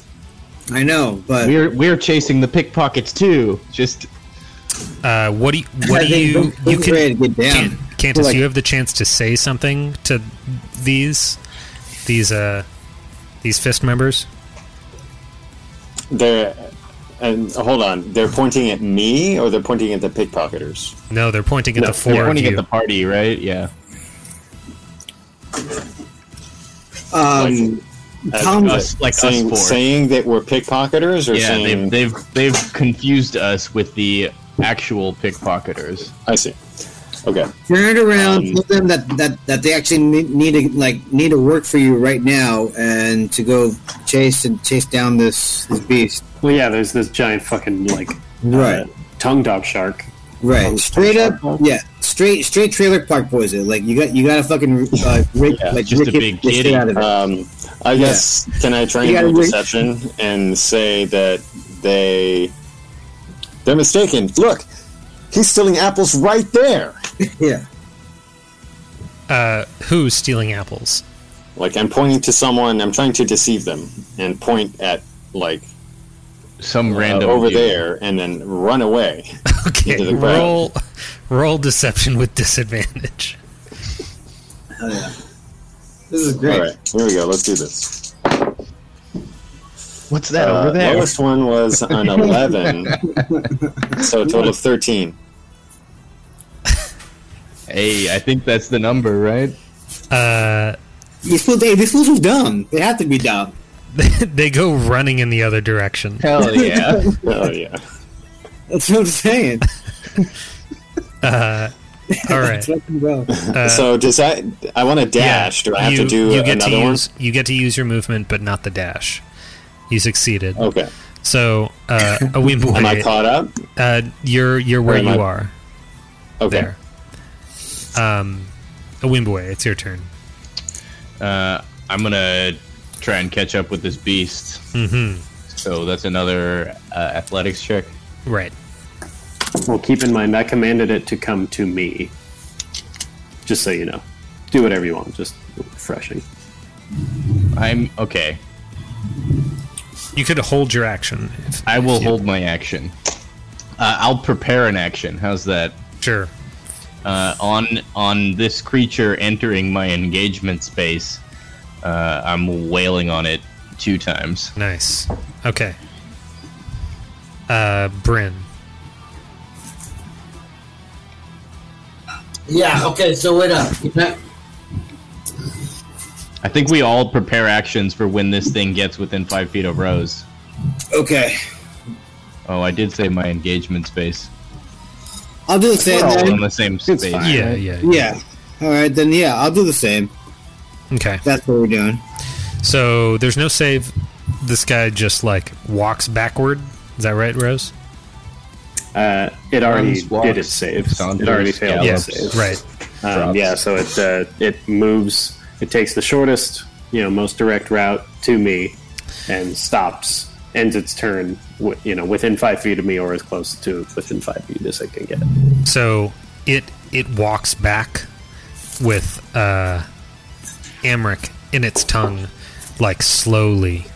Speaker 2: I know, but
Speaker 3: We're we're chasing the pickpockets too. Just
Speaker 1: Uh, what do you, what do
Speaker 2: I think
Speaker 1: you
Speaker 2: those-
Speaker 1: you
Speaker 2: those are ready
Speaker 1: can
Speaker 2: to get down.
Speaker 1: can Cantus,
Speaker 2: Like-
Speaker 1: you have the chance to say something to these these uh these fist members.
Speaker 5: they're. And hold on, they're pointing at me, or they're pointing at the pickpocketers.
Speaker 1: No, they're pointing at the
Speaker 3: we
Speaker 1: four of
Speaker 3: to
Speaker 1: you.
Speaker 3: get the party, right? Yeah.
Speaker 2: um, Tom,
Speaker 5: uh,
Speaker 3: Us, like
Speaker 5: saying,
Speaker 3: us four.
Speaker 5: saying that we're pickpocketers, or
Speaker 3: yeah, they've,
Speaker 5: saying
Speaker 3: they've they've confused us with the actual pickpocketers.
Speaker 5: I see. Okay,
Speaker 2: turn it around,
Speaker 5: Um,
Speaker 2: tell them that, that, that they actually need, need to like need to work for you right now, and to go chase and chase down this, this beast.
Speaker 6: Well, yeah, there's this giant fucking like uh,
Speaker 2: Right.
Speaker 6: tongue dog shark.
Speaker 2: Right, straight up, yeah, straight, straight trailer park poison. Like you got, you got to fucking uh, rake, like
Speaker 3: just a
Speaker 2: rake it-
Speaker 3: big
Speaker 2: the shit
Speaker 3: kitty.
Speaker 2: out
Speaker 9: Uh-huh.
Speaker 2: of it.
Speaker 5: um, I guess can I try
Speaker 2: You
Speaker 5: and do
Speaker 2: gotta re-
Speaker 5: deception and say that they they're mistaken? Look, he's stealing apples right there.
Speaker 2: yeah,
Speaker 1: Uh, who's stealing apples?
Speaker 5: Like I'm pointing to someone, I'm trying to deceive them and point at like
Speaker 3: Some
Speaker 5: uh,
Speaker 3: random
Speaker 5: over
Speaker 3: dude.
Speaker 5: there and then run away. Into
Speaker 1: Okay,
Speaker 5: the crowd.
Speaker 1: roll roll deception with disadvantage.
Speaker 2: Hell yeah. This is great.
Speaker 5: All right, here we go. Let's do this.
Speaker 3: What's that
Speaker 5: Uh,
Speaker 3: over there?
Speaker 5: Lowest one was an eleven, so a total of thirteen.
Speaker 3: Hey, I think that's the number, right?
Speaker 1: Uh,
Speaker 2: These fools, they, these fools are dumb. They have to be dumb.
Speaker 1: they go running in the other direction.
Speaker 3: Hell yeah.
Speaker 5: Oh yeah.
Speaker 2: That's what I'm saying.
Speaker 1: All right.
Speaker 2: Fucking well.
Speaker 5: so does I? I want to dash. do I have to do another
Speaker 1: to use, Uh, You get to use your movement, but not the dash. You succeeded.
Speaker 5: one? Okay.
Speaker 1: So, uh, a
Speaker 5: Oh. Am I
Speaker 1: Wimbuwe,
Speaker 5: caught up?
Speaker 1: uh, you're you're where
Speaker 5: am
Speaker 1: you
Speaker 5: I-
Speaker 1: are
Speaker 5: Okay.
Speaker 1: there. Um, a Wimbuwe, it's your turn.
Speaker 3: Uh, I'm gonna try and catch up with this beast. Mm-hmm.
Speaker 1: hmm
Speaker 3: So that's another uh, athletics check.
Speaker 1: Right.
Speaker 6: Well, keep in mind, I commanded it to come to me. Just so you know, do whatever you want. Just refreshing.
Speaker 3: I'm okay.
Speaker 1: You could hold your action. If,
Speaker 3: I will
Speaker 1: if you-
Speaker 3: hold my action. Uh, I'll prepare an action. How's that?
Speaker 1: Sure.
Speaker 3: Uh, on on this creature entering my engagement space, uh, I'm wailing on it two times.
Speaker 1: Nice. Okay. Uh, Bryn.
Speaker 9: Yeah, okay, so wait up.
Speaker 3: I think we all prepare actions for when this thing gets within five feet of Rose.
Speaker 2: okay,
Speaker 3: Oh, I did say my engagement space.
Speaker 2: I'll do the same.
Speaker 3: We're all
Speaker 2: Then.
Speaker 3: in the same space.
Speaker 1: Uh, Yeah, yeah.
Speaker 2: Yeah. All right, then. Yeah, I'll do the same.
Speaker 1: Okay.
Speaker 2: That's what we're doing.
Speaker 1: So there's no save. This guy just like walks backward. Is that right, Rose?
Speaker 6: Uh, it already
Speaker 3: Runs, walks,
Speaker 6: did its save.
Speaker 3: saunters,
Speaker 6: It already failed
Speaker 3: gallops.
Speaker 6: its save.
Speaker 1: Right.
Speaker 6: Um, yeah, so it uh, it moves. It takes the shortest, you know, most direct route to me, and stops. Ends its turn, wi- you know, within five feet of me, or as close to within five feet as I can get.
Speaker 1: So it it walks back with uh, Amric in its tongue, like slowly.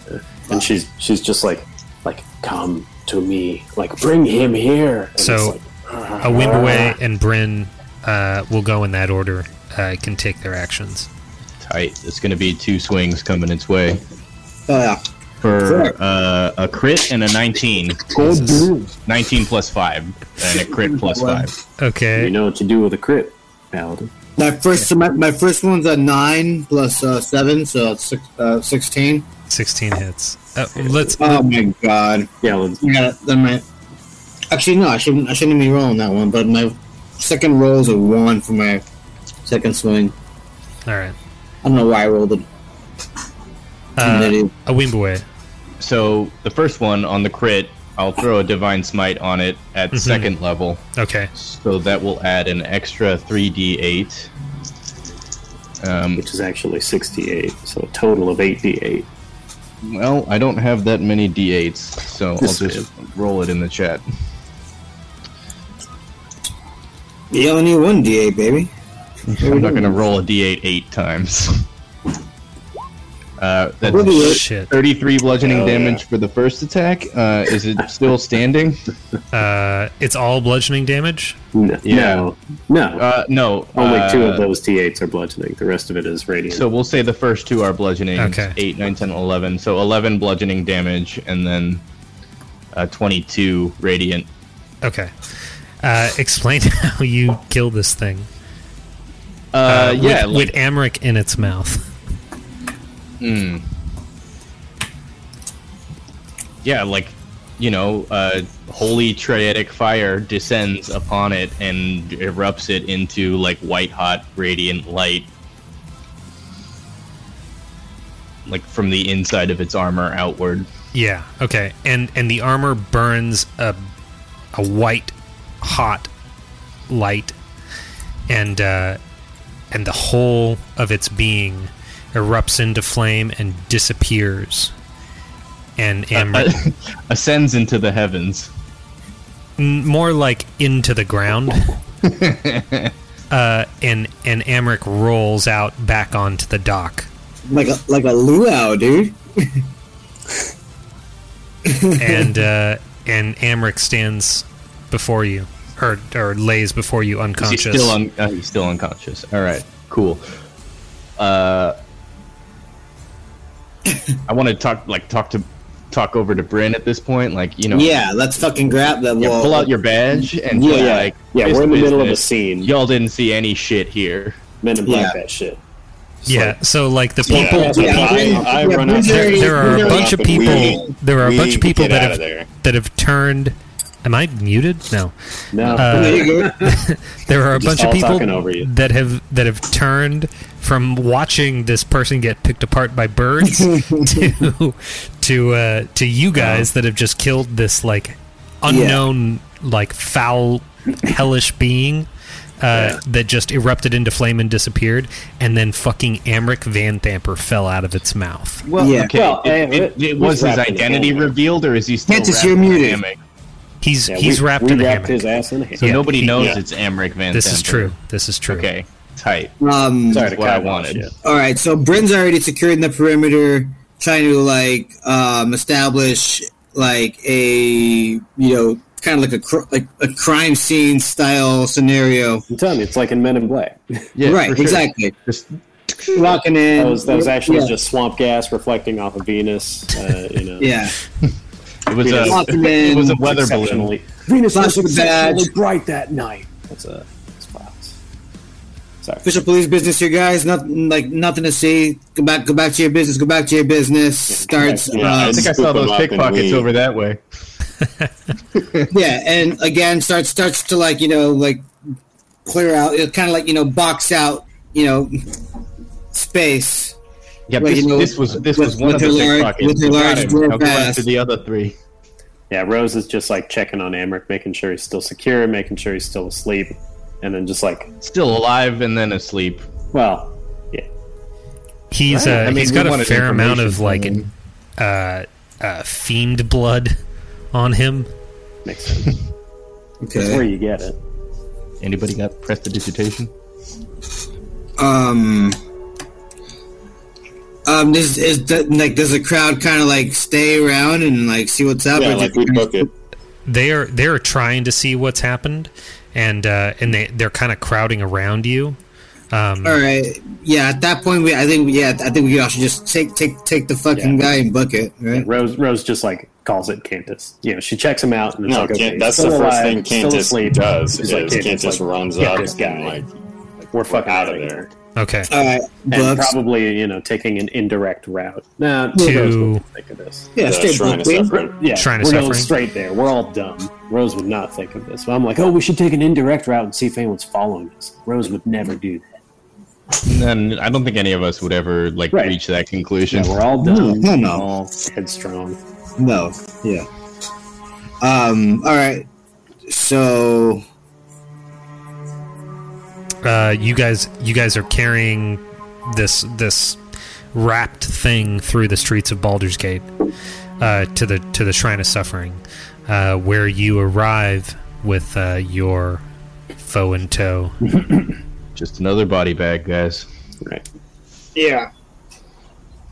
Speaker 6: And she's she's just like, like, come to me, like, bring him here. And it's
Speaker 1: So-
Speaker 6: like,
Speaker 1: A Wimbuwe and Bryn uh, will go in that order. Uh, can take their actions.
Speaker 3: Tight. It's going to be two swings coming its way
Speaker 2: Oh, yeah.
Speaker 3: for uh, a crit and a 19. 19 plus five and a crit plus five.
Speaker 6: you
Speaker 1: Okay.
Speaker 6: know what you do with a crit, Paladin.
Speaker 2: My first, my, my first one's a nine plus uh, seven, so it's six, uh, sixteen.
Speaker 1: Sixteen hits. Uh, let's.
Speaker 2: Oh my god!
Speaker 6: Yeah, let's-
Speaker 2: I got then my. Actually, no, I shouldn't. I shouldn't be rolling that one. But my second roll is a one for my second swing.
Speaker 1: All right.
Speaker 2: I don't know why I rolled it.
Speaker 1: Uh, a Wimbuwe.
Speaker 3: So the first one on the crit, I'll throw a divine smite on it at second level,
Speaker 1: Okay.
Speaker 3: so that will add an extra three d eight. Um,
Speaker 6: which is actually 68, so a total of 8d8.
Speaker 3: well, I don't have that many d8s, so
Speaker 6: This
Speaker 3: I'll
Speaker 6: is-
Speaker 3: just roll it in the chat.
Speaker 2: You only need one DA, baby.
Speaker 3: I'm not gonna roll a d8 eight times. Uh, that's
Speaker 2: We'll do it.
Speaker 1: Shit.
Speaker 3: 33 bludgeoning
Speaker 6: Hell
Speaker 3: damage for the first attack. Uh, is it still standing?
Speaker 1: Uh, it's all bludgeoning damage.
Speaker 6: No,
Speaker 3: Yeah.
Speaker 6: no, no.
Speaker 3: Uh, no.
Speaker 6: only two
Speaker 3: uh,
Speaker 6: of those d8s are bludgeoning. The rest of it is radiant.
Speaker 3: So we'll say the first two are bludgeoning.
Speaker 1: Okay.
Speaker 3: 8, 9, 10, 11. So 11 bludgeoning damage, and then uh, 22 radiant.
Speaker 1: Okay. Uh, explain how you kill this thing.
Speaker 3: Uh, yeah,
Speaker 1: with, with Amric in its mouth.
Speaker 3: yeah, like you know, uh, holy triadic fire descends upon it and erupts it into like white hot radiant light, like from the inside of its armor outward.
Speaker 1: Yeah. Okay. And and the armor burns a a white hot light, and uh, and the whole of its being erupts into flame and disappears. And
Speaker 3: Uh,
Speaker 1: Amric,
Speaker 3: ascends into the heavens.
Speaker 1: n- more like into the ground. Uh, and and Amric rolls out back onto the dock,
Speaker 2: Like a like a luau, dude.
Speaker 1: and uh, and Amric stands before you, or or lays before you
Speaker 3: Is he
Speaker 1: unconscious.
Speaker 3: still un- uh, he's still unconscious. All right, cool. Uh, I want to talk like talk to talk over to Bryn at this point. Like you know,
Speaker 2: Yeah, let's fucking grab that
Speaker 3: Oh. Yeah,
Speaker 2: wall.
Speaker 3: pull out your badge and
Speaker 6: uh, yeah,
Speaker 3: be
Speaker 6: yeah,
Speaker 3: like,
Speaker 6: yeah.
Speaker 3: "This
Speaker 6: We're in the middle of a
Speaker 3: business.
Speaker 6: scene.
Speaker 3: Y'all didn't see any shit here.
Speaker 6: Men in black
Speaker 2: Yeah.
Speaker 6: that shit.
Speaker 1: yeah. so like the people,
Speaker 5: Yeah,
Speaker 2: yeah,
Speaker 5: I, I
Speaker 2: yeah,
Speaker 5: run up
Speaker 2: Bruce
Speaker 5: there.
Speaker 2: Arias-
Speaker 1: there are
Speaker 2: We're
Speaker 1: a bunch of
Speaker 5: up and
Speaker 1: people.
Speaker 5: we-
Speaker 1: there are a
Speaker 5: we
Speaker 1: bunch of people
Speaker 5: get
Speaker 1: that
Speaker 5: out
Speaker 1: have
Speaker 5: of there.
Speaker 1: that have turned. Am I muted? No. Uh,
Speaker 6: No,
Speaker 2: There you go.
Speaker 1: There are a
Speaker 6: Just
Speaker 1: bunch of
Speaker 6: all
Speaker 1: people
Speaker 6: talking over you.
Speaker 1: that have that have turned from watching this person get picked apart by birds to to uh, to you guys that have just killed this like unknown like foul hellish being uh, that just erupted into flame and disappeared, and then fucking Amric Van Thamper fell out of its mouth.
Speaker 3: Well,
Speaker 2: Yeah.
Speaker 3: okay.
Speaker 6: Well,
Speaker 3: it,
Speaker 6: eh,
Speaker 3: it- it
Speaker 6: he's
Speaker 3: was his
Speaker 6: wrapped in a
Speaker 3: identity
Speaker 6: hammock.
Speaker 3: revealed, or is he still
Speaker 2: Mantis,
Speaker 3: wrapped
Speaker 2: you're
Speaker 3: in a
Speaker 2: muted.
Speaker 3: hammock?
Speaker 1: He's
Speaker 6: yeah,
Speaker 1: he's
Speaker 6: we,
Speaker 1: wrapped
Speaker 6: we
Speaker 1: in a
Speaker 6: wrapped
Speaker 1: hammock.
Speaker 6: his ass in a hammock.
Speaker 3: So
Speaker 1: Yeah,
Speaker 3: nobody
Speaker 1: he-
Speaker 3: knows
Speaker 1: yeah.
Speaker 3: it's Amric Van.
Speaker 1: This is
Speaker 3: Temper.
Speaker 1: true. This is true.
Speaker 3: Okay, tight.
Speaker 2: Um,
Speaker 6: Sorry to
Speaker 3: what I
Speaker 6: cut you off,
Speaker 3: wanted.
Speaker 6: shit.
Speaker 2: All right, so Bryn's already securing the perimeter, trying to like um, establish like a you know kind of like a cr- like a crime scene style scenario.
Speaker 6: I'm telling you, it's like in Men in Black.
Speaker 3: Yeah,
Speaker 2: right,
Speaker 3: for sure.
Speaker 2: exactly.
Speaker 3: Just
Speaker 2: Walking in.
Speaker 6: That was, that was actually
Speaker 2: yeah,
Speaker 6: just swamp gas reflecting off of Venus. Uh, you know,
Speaker 2: yeah.
Speaker 3: It was uh, a
Speaker 2: Walking
Speaker 3: it
Speaker 2: in,
Speaker 3: was a weather balloon.
Speaker 6: exceptionally. Venus
Speaker 2: Flash
Speaker 6: was
Speaker 2: of the badge.
Speaker 6: exceptionally bright that night. That's a that's files. Sorry.
Speaker 2: official police business here, guys. Nothing like nothing to see. Go back, go back to your business. Go back to your business. Starts,
Speaker 5: Yeah,
Speaker 2: yeah,
Speaker 3: I
Speaker 2: um,
Speaker 3: think I
Speaker 5: Scoop
Speaker 3: saw
Speaker 5: 'em
Speaker 3: those
Speaker 5: up and
Speaker 3: pickpockets
Speaker 5: leave.
Speaker 3: over that way.
Speaker 2: yeah, and again starts starts to like you know like clear out, kind of like you know box out you know space.
Speaker 3: Yeah,
Speaker 2: Well,
Speaker 3: this,
Speaker 2: you know,
Speaker 3: this was this
Speaker 2: with-
Speaker 3: was one of
Speaker 2: with
Speaker 3: the
Speaker 2: her large-
Speaker 3: pickpockets.
Speaker 2: with her
Speaker 3: We got
Speaker 2: large
Speaker 3: him.
Speaker 2: drawer
Speaker 3: I'll go back
Speaker 2: pass.
Speaker 3: to the other three.
Speaker 6: Yeah, Rose is just like checking on Amric, making sure he's still secure, making sure he's still asleep, and then just like,
Speaker 3: Still alive and then asleep.
Speaker 6: well, yeah,
Speaker 1: He's
Speaker 3: Right.
Speaker 1: uh,
Speaker 3: I mean,
Speaker 1: he's
Speaker 3: we
Speaker 1: got a
Speaker 3: wanted
Speaker 1: fair amount of
Speaker 3: information
Speaker 1: like
Speaker 3: from him.
Speaker 1: uh, uh, fiend blood on him.
Speaker 6: makes sense. That's where
Speaker 2: Okay.
Speaker 6: you get it.
Speaker 3: Anybody got prestidigitation?
Speaker 2: Um. Um. This is the, like does the crowd kind of like stay around and like see what's up?
Speaker 5: Yeah,
Speaker 2: or
Speaker 5: like
Speaker 2: just-
Speaker 5: we book it.
Speaker 1: They are they are trying to see what's happened, and uh, and they they're kind of crowding around you.
Speaker 2: all right. Yeah. At that point, we I think yeah I think we all should just take take take the fucking
Speaker 6: Yeah.
Speaker 2: guy and book it. Right.
Speaker 6: Rose Rose just like calls it Cantus. You know, she checks him out and it's
Speaker 5: No,
Speaker 6: like, okay,
Speaker 5: Can- that's
Speaker 6: he's
Speaker 5: the
Speaker 6: still
Speaker 5: first
Speaker 6: alive,
Speaker 5: thing
Speaker 6: still
Speaker 5: Cantus
Speaker 6: asleep.
Speaker 5: does
Speaker 6: He's
Speaker 5: is
Speaker 6: like,
Speaker 5: Cantus,
Speaker 6: Cantus, like,
Speaker 5: runs
Speaker 6: get
Speaker 5: up
Speaker 6: this guy.
Speaker 5: and like
Speaker 6: We're fucking
Speaker 5: out of there.
Speaker 1: Okay,
Speaker 2: All right.
Speaker 6: And
Speaker 2: Books.
Speaker 6: probably, you know, taking an indirect route. Nah,
Speaker 1: To-
Speaker 6: Rose wouldn't think of this.
Speaker 2: yeah.
Speaker 5: The
Speaker 2: Straight
Speaker 5: shrine
Speaker 2: book.
Speaker 5: of
Speaker 2: babe.
Speaker 5: suffering.
Speaker 6: Yeah,
Speaker 1: Shrine of
Speaker 6: we're going
Speaker 1: Suffering.
Speaker 6: straight there. We're all dumb. Rose would not think of this. But I'm like, oh, we should take an indirect route and see if anyone's following us. Rose would never do that.
Speaker 3: Then I don't think any of us would ever like
Speaker 6: Right.
Speaker 3: reach that conclusion.
Speaker 6: Yeah, we're all dumb.
Speaker 2: No, no, no.
Speaker 6: All headstrong.
Speaker 2: No. Yeah. Um, all right. So
Speaker 1: Uh, you guys, you guys are carrying this this wrapped thing through the streets of Baldur's Gate uh, to the to the Shrine of Suffering, uh, where you arrive with uh, your foe in tow.
Speaker 3: Just another body bag, guys.
Speaker 5: Right.
Speaker 9: Yeah.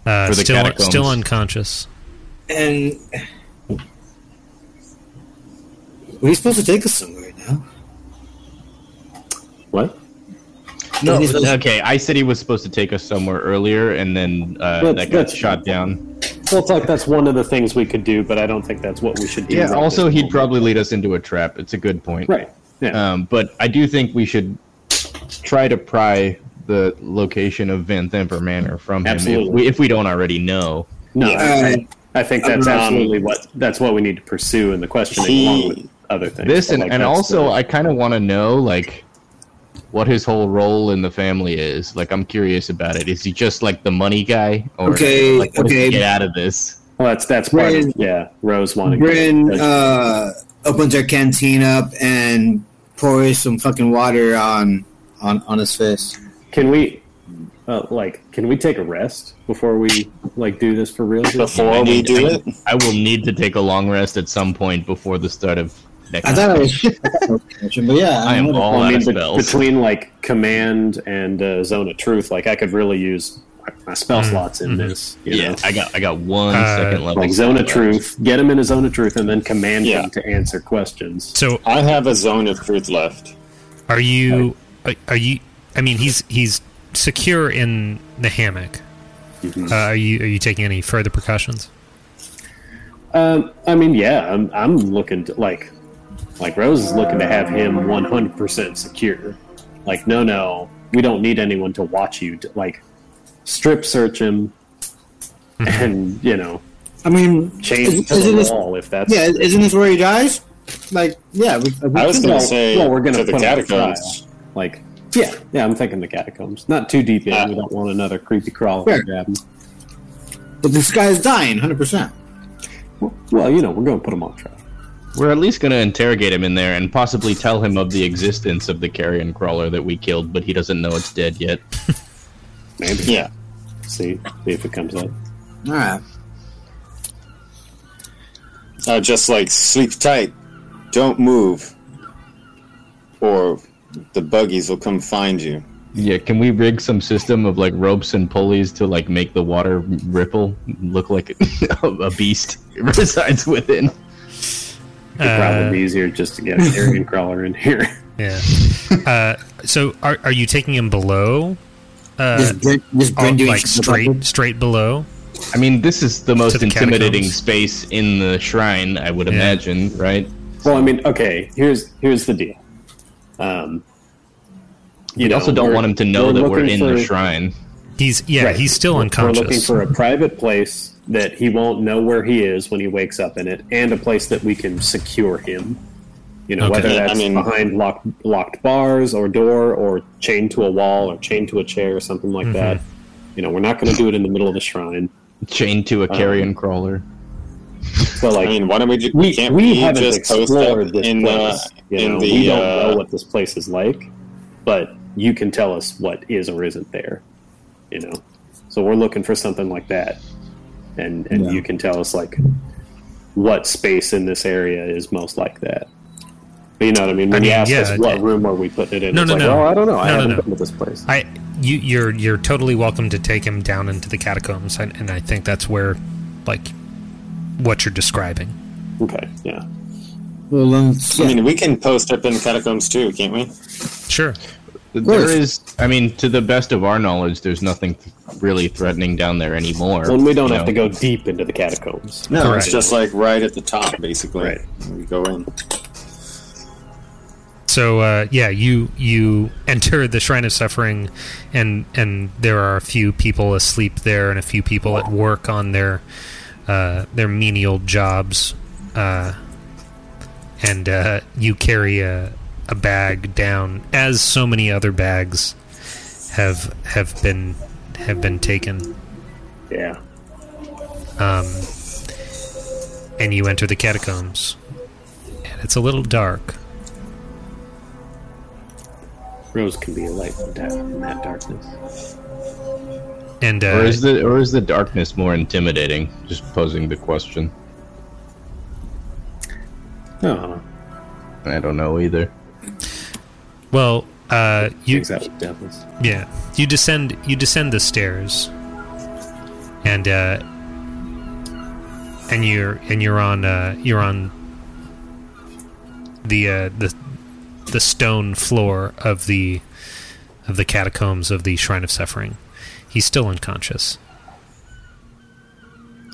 Speaker 1: Uh,
Speaker 3: For the
Speaker 1: still,
Speaker 3: catacombs.
Speaker 1: still unconscious.
Speaker 9: And
Speaker 2: were you supposed to take us somewhere now?
Speaker 6: What?
Speaker 3: No,
Speaker 2: He's supposed-
Speaker 3: okay. I said he was supposed to take us somewhere earlier, and then uh,
Speaker 6: That's-
Speaker 3: that got
Speaker 6: that's-
Speaker 3: shot down.
Speaker 6: Well, it's like that's one of the things we could do, but I don't think that's what we should do.
Speaker 3: Yeah.
Speaker 6: right
Speaker 3: Also,
Speaker 6: this
Speaker 3: he'd
Speaker 6: moment.
Speaker 3: probably lead us into a trap. It's a good point.
Speaker 6: right. Yeah.
Speaker 3: Um, but I do think we should try to pry the location of Van Themper Manor from him if
Speaker 6: Absolutely.
Speaker 3: we, if we don't already know.
Speaker 6: no, I,
Speaker 2: Uh,
Speaker 6: I, I think that's
Speaker 5: Um,
Speaker 6: absolutely what that's what we need to pursue in the questioning,
Speaker 5: He-
Speaker 6: along with other things.
Speaker 3: This
Speaker 6: But,
Speaker 3: and,
Speaker 6: like,
Speaker 3: and
Speaker 6: that's
Speaker 3: also
Speaker 6: the-
Speaker 3: I kind of want to know like what his whole role in the family is. Like I'm curious about it. Is he just like the money guy? Or,
Speaker 2: Okay,
Speaker 3: Like, what does he
Speaker 2: okay.
Speaker 3: Get out of this.
Speaker 6: well, that's that's part
Speaker 2: Bryn-
Speaker 6: of, yeah. Rose wanting
Speaker 2: Bryn
Speaker 6: to,
Speaker 2: uh, opens her canteen up and pours some fucking water on on on his face.
Speaker 6: can we uh, like can we take a rest before we like do this for real?
Speaker 5: Before we do it,
Speaker 3: I will need to take a long rest at some point before the start of next.
Speaker 2: I thought I was, I thought I was catching, but yeah,
Speaker 3: I am
Speaker 2: know.
Speaker 3: all
Speaker 6: Well, I
Speaker 3: out
Speaker 6: mean,
Speaker 3: of
Speaker 6: be-
Speaker 3: spells.
Speaker 6: between like command and uh, zone of truth, like I could really use my, my spell
Speaker 1: Mm,
Speaker 6: slots in
Speaker 1: mhm.
Speaker 6: this. You
Speaker 3: yeah,
Speaker 6: know?
Speaker 3: I got I got one second
Speaker 1: Uh,
Speaker 3: level.
Speaker 6: like zone of truth, get him in a zone of truth, and then command
Speaker 5: Yeah.
Speaker 6: him to answer questions.
Speaker 1: So
Speaker 5: I have a zone of truth left.
Speaker 1: Are you? Are, are you? I mean, he's he's secure in the hammock.
Speaker 6: Mm-hmm.
Speaker 1: Uh, are you? Are you taking any further precautions?
Speaker 6: Um, I mean, yeah, I'm, I'm looking to, like like Rose is looking to have him 100 percent secure. Like, no, no, we don't need anyone to watch you. To, like, strip search him, and you know,
Speaker 2: I mean,
Speaker 6: chain him
Speaker 2: is,
Speaker 6: to
Speaker 2: isn't
Speaker 6: the
Speaker 2: this
Speaker 6: wall if that's
Speaker 2: yeah? Isn't this where he dies? Like, yeah. We, we
Speaker 5: I was
Speaker 2: can-
Speaker 5: going to say
Speaker 6: well, we're gonna
Speaker 5: to the
Speaker 6: put him on
Speaker 5: catacombs.
Speaker 6: like yeah yeah i'm thinking the catacombs not too deep in
Speaker 5: Uh,
Speaker 6: we don't want another creepy crawl
Speaker 2: Sure.
Speaker 6: grab 'em.
Speaker 2: but this guy's dying, hundred percent.
Speaker 6: well you know we're going to put him on trial
Speaker 3: We're at least going to interrogate him in there and possibly tell him of the existence of the carrion crawler that we killed, but he doesn't know it's dead yet.
Speaker 6: maybe
Speaker 5: Yeah.
Speaker 6: see see if it comes up
Speaker 2: All right.
Speaker 5: Uh, just like sleep tight, don't move, or the buggies will come find you.
Speaker 3: Yeah, can we rig some system of like ropes and pulleys to like make the water ripple look like a beast resides within?
Speaker 6: it'd
Speaker 1: Uh,
Speaker 6: probably be easier just to get a carrion crawler in here
Speaker 1: Yeah. uh, so are are you taking him below? Uh,
Speaker 2: This Bryn, this
Speaker 1: all-
Speaker 2: Bryn doing
Speaker 1: like
Speaker 2: something
Speaker 1: straight straight below.
Speaker 3: I mean, this is the most
Speaker 1: the
Speaker 3: intimidating
Speaker 1: catacombs.
Speaker 3: space in the shrine, I would imagine, right?
Speaker 6: well i mean okay here's here's the deal um you
Speaker 3: You also don't
Speaker 6: we're-
Speaker 3: want him to know that we're
Speaker 6: looking
Speaker 3: in
Speaker 6: for-
Speaker 3: the shrine.
Speaker 1: He's yeah.
Speaker 6: Right.
Speaker 1: He's still
Speaker 6: We're looking
Speaker 1: unconscious.
Speaker 6: for a private place that he won't know where he is when he wakes up in it, and a place that we can secure him. You know,
Speaker 1: Okay.
Speaker 6: whether
Speaker 5: Yeah, I
Speaker 6: that's
Speaker 5: mean-
Speaker 6: behind locked locked bars or door, or chained to a wall, or chained to a chair, or something
Speaker 1: Mm-hmm.
Speaker 6: like that. You know, we're not going to do it in the middle of the shrine.
Speaker 3: Chained to a
Speaker 6: Um,
Speaker 3: carrion crawler.
Speaker 6: So,
Speaker 5: I
Speaker 6: like,
Speaker 5: mean, why don't we? Just,
Speaker 6: we
Speaker 5: can't
Speaker 6: we,
Speaker 5: we,
Speaker 6: haven't
Speaker 5: just post
Speaker 6: explored
Speaker 5: up
Speaker 6: this
Speaker 5: in
Speaker 6: place.
Speaker 5: the
Speaker 6: you
Speaker 5: in
Speaker 6: know,
Speaker 5: the?
Speaker 6: we don't
Speaker 5: uh,
Speaker 6: know what this place is like, but you can tell us what is or isn't there. You know, so we're looking for something like that, and and
Speaker 2: Yeah.
Speaker 6: you can tell us like what space in this area is most like that. But you know what I mean? When
Speaker 1: I
Speaker 6: you
Speaker 1: mean,
Speaker 6: ask
Speaker 1: yeah,
Speaker 6: us
Speaker 1: it-
Speaker 6: what room are we putting it in,
Speaker 1: No,
Speaker 6: it's
Speaker 1: no,
Speaker 6: like,
Speaker 1: no.
Speaker 6: oh, I don't know. I
Speaker 1: No, no,
Speaker 6: haven't
Speaker 1: no.
Speaker 6: been to this place.
Speaker 1: I you you're you're totally welcome to take him down into the catacombs, and, and I think that's where, like, what you're describing.
Speaker 6: Okay, yeah.
Speaker 2: Well, then,
Speaker 5: I
Speaker 2: yeah.
Speaker 5: mean, we can post up in catacombs too, can't we?
Speaker 1: Sure.
Speaker 3: There
Speaker 2: course.
Speaker 3: is, I mean, to the best of our knowledge, there's nothing th- really threatening down there anymore.
Speaker 6: When we don't
Speaker 3: you
Speaker 6: have to
Speaker 3: know.
Speaker 6: go deep into the catacombs.
Speaker 5: No,
Speaker 1: Correct.
Speaker 5: it's just like right at the top, basically.
Speaker 6: Right.
Speaker 5: We go in.
Speaker 1: So uh, yeah, you you enter the Shrine of Suffering, and and there are a few people asleep there, and a few people at work on their uh, their menial jobs, uh, and uh, you carry a a bag down, as so many other bags have have been have been taken,
Speaker 6: Yeah.
Speaker 1: and you enter the catacombs. It's a little dark.
Speaker 6: Rose can be a light in that, in that darkness.
Speaker 1: And uh,
Speaker 3: Or is the or is the darkness more intimidating? Just posing the question.
Speaker 6: Oh,
Speaker 3: I don't know either.
Speaker 1: well, uh, you
Speaker 6: things out with devils.
Speaker 1: Yeah, you descend. You descend the stairs, and uh, and you're and you're on uh, you're on the uh, the the stone floor of the of the catacombs of the Shrine of Suffering. He's still unconscious.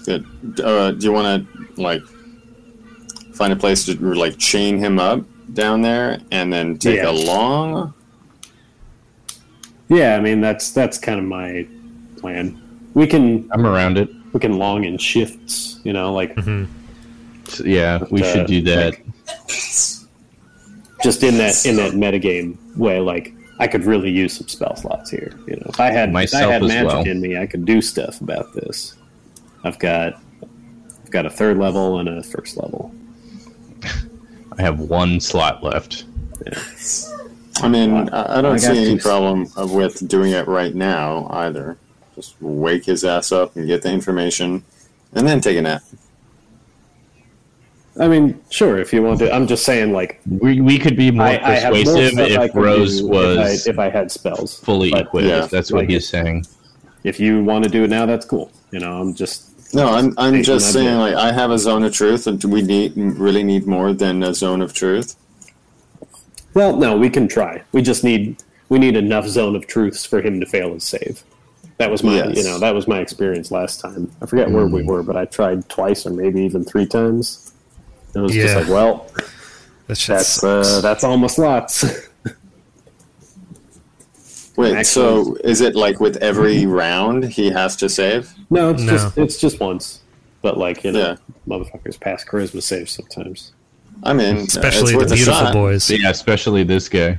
Speaker 5: Good. Uh, do you want to like find a place to like chain him up down there and then take
Speaker 6: Yeah.
Speaker 5: a long?
Speaker 6: Yeah, I mean that's that's kind of my plan. We can
Speaker 3: I'm around it.
Speaker 6: we can long in shifts, you know, like
Speaker 3: Mm-hmm. So, yeah, we
Speaker 6: Uh,
Speaker 3: should do that.
Speaker 6: just in that in that metagame way. Like I could really use some spell slots here. You know, if I had if
Speaker 3: Myself
Speaker 6: I had
Speaker 3: as
Speaker 6: magic
Speaker 3: well.
Speaker 6: in me, I could do stuff about this. I've got I've got a third level and a first level.
Speaker 3: I have one slot left.
Speaker 5: I mean, I, I don't
Speaker 6: I got
Speaker 5: see any
Speaker 6: you.
Speaker 5: problem with doing it right now either. Just wake his ass up and get the information, and then take a nap.
Speaker 6: I mean, sure, if you want to. I'm just saying, like
Speaker 3: We, we could be more
Speaker 6: I, I have more
Speaker 3: persuasive
Speaker 6: stuff I
Speaker 3: if
Speaker 6: could
Speaker 3: Rose
Speaker 6: do
Speaker 3: was
Speaker 6: if I, if I had spells
Speaker 3: fully
Speaker 6: but
Speaker 3: equipped.
Speaker 5: yeah,
Speaker 3: That's what
Speaker 6: like
Speaker 3: he's saying.
Speaker 6: If you want to do it now, that's cool. You know, I'm just
Speaker 5: No, I'm, I'm
Speaker 6: Hey,
Speaker 5: just
Speaker 6: I'm
Speaker 5: saying, like, I have a zone of truth, and we need really need more than a zone of truth.
Speaker 6: Well, no, we can try. We just need we need enough zone of truths for him to fail his save. That was my
Speaker 5: Yes. Hmm.
Speaker 6: you know that was my experience last time. I forget where we were, but I tried twice or maybe even three times. It was just
Speaker 1: Yeah.
Speaker 6: like, well,
Speaker 1: That's just
Speaker 6: that's uh, that's almost lots.
Speaker 5: Wait,
Speaker 6: Actually-
Speaker 5: so is it like with every round he has to save?
Speaker 6: no, it's
Speaker 1: No.
Speaker 6: just it's just once. But like you know,
Speaker 5: Yeah.
Speaker 6: motherfuckers pass charisma saves sometimes.
Speaker 5: I mean,
Speaker 1: especially
Speaker 5: it's
Speaker 1: the
Speaker 5: worth a
Speaker 1: beautiful
Speaker 5: shot.
Speaker 1: boys.
Speaker 3: So, yeah, especially this guy,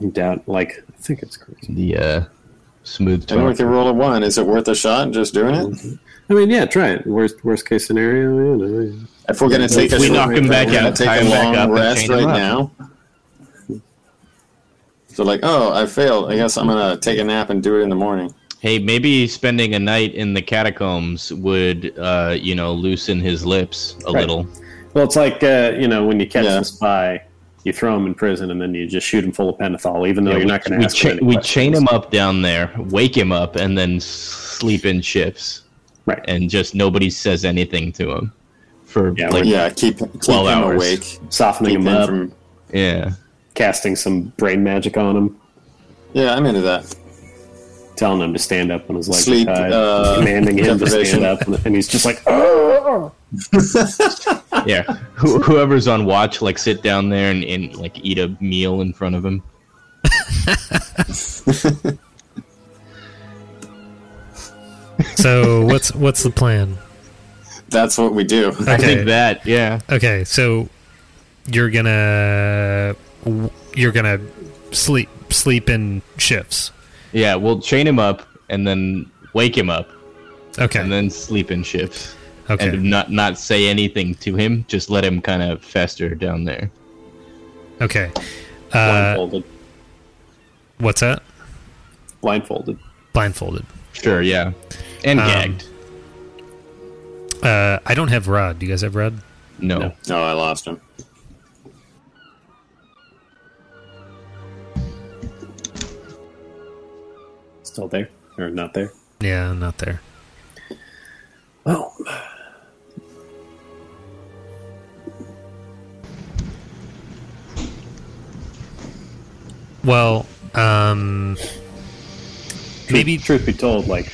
Speaker 6: I doubt like I think it's charisma.
Speaker 3: the uh, smooth
Speaker 5: Anyone
Speaker 3: talk.
Speaker 5: can roll a one. Is it worth a shot just doing it?
Speaker 6: I mean, yeah, try it. Worst worst case scenario, you know, yeah.
Speaker 5: If we're gonna take a
Speaker 3: we
Speaker 5: short-
Speaker 3: knock him
Speaker 5: if
Speaker 3: back
Speaker 5: we're gonna
Speaker 3: out,
Speaker 5: take
Speaker 3: tie
Speaker 5: a
Speaker 3: him back
Speaker 5: long
Speaker 3: up and
Speaker 5: rest
Speaker 3: chain him
Speaker 5: right
Speaker 3: up.
Speaker 5: now. So like, oh, I failed. I guess I'm gonna take a nap and do it in the morning.
Speaker 3: Hey, maybe spending a night in the catacombs would, uh, you know, loosen his lips a
Speaker 6: Right.
Speaker 3: little.
Speaker 6: Well, it's like uh, you know when you catch
Speaker 5: Yeah.
Speaker 6: the spy, you throw him in prison, and then you just shoot him full of pentothal, even though
Speaker 3: Yeah,
Speaker 6: you're
Speaker 3: we,
Speaker 6: not going
Speaker 3: we
Speaker 6: to ask.
Speaker 3: cha-
Speaker 6: him any
Speaker 3: we
Speaker 6: questions.
Speaker 3: chain him up down there, wake him up, and then s- sleep in shifts,
Speaker 6: right?
Speaker 3: and just nobody says anything to him for
Speaker 6: Yeah,
Speaker 3: like
Speaker 6: we're-
Speaker 5: Yeah, keep keep
Speaker 3: 12
Speaker 5: him
Speaker 3: hours.
Speaker 5: awake.
Speaker 6: Softening
Speaker 5: Keep
Speaker 6: him
Speaker 5: him
Speaker 6: up,
Speaker 5: from.
Speaker 3: yeah.
Speaker 6: casting some brain magic on him,
Speaker 5: Yeah, I'm into that.
Speaker 6: telling him to stand up when his legs
Speaker 5: Sleep,
Speaker 6: are tied,
Speaker 5: uh,
Speaker 6: commanding him to
Speaker 5: deprivation.
Speaker 6: stand up, and he's just like, "Oh,
Speaker 3: yeah. Who, whoever's on watch, like, sit down there and, and like eat a meal in front of him.
Speaker 1: so what's what's the plan?
Speaker 5: That's what we do.
Speaker 1: Okay.
Speaker 3: I think that, yeah,
Speaker 1: Okay, so you're gonna you're gonna sleep sleep in shifts.
Speaker 3: yeah. We'll chain him up and then wake him up
Speaker 1: Okay.
Speaker 3: and then sleep in shifts
Speaker 1: okay.
Speaker 3: and not not say anything to him. Just let him kind of fester down there.
Speaker 1: Okay. Uh,
Speaker 5: Oh,
Speaker 6: blindfolded,
Speaker 1: what's that?
Speaker 6: blindfolded."
Speaker 1: Blindfolded.
Speaker 3: Sure, yeah, and
Speaker 1: Um,
Speaker 3: gagged.
Speaker 1: Uh, I don't have rod. Do you guys have rod?
Speaker 3: No.
Speaker 5: No, I lost him.
Speaker 6: Still there or not there?
Speaker 1: Yeah, not there.
Speaker 6: Well,
Speaker 1: Well, um, maybe
Speaker 6: truth be told, like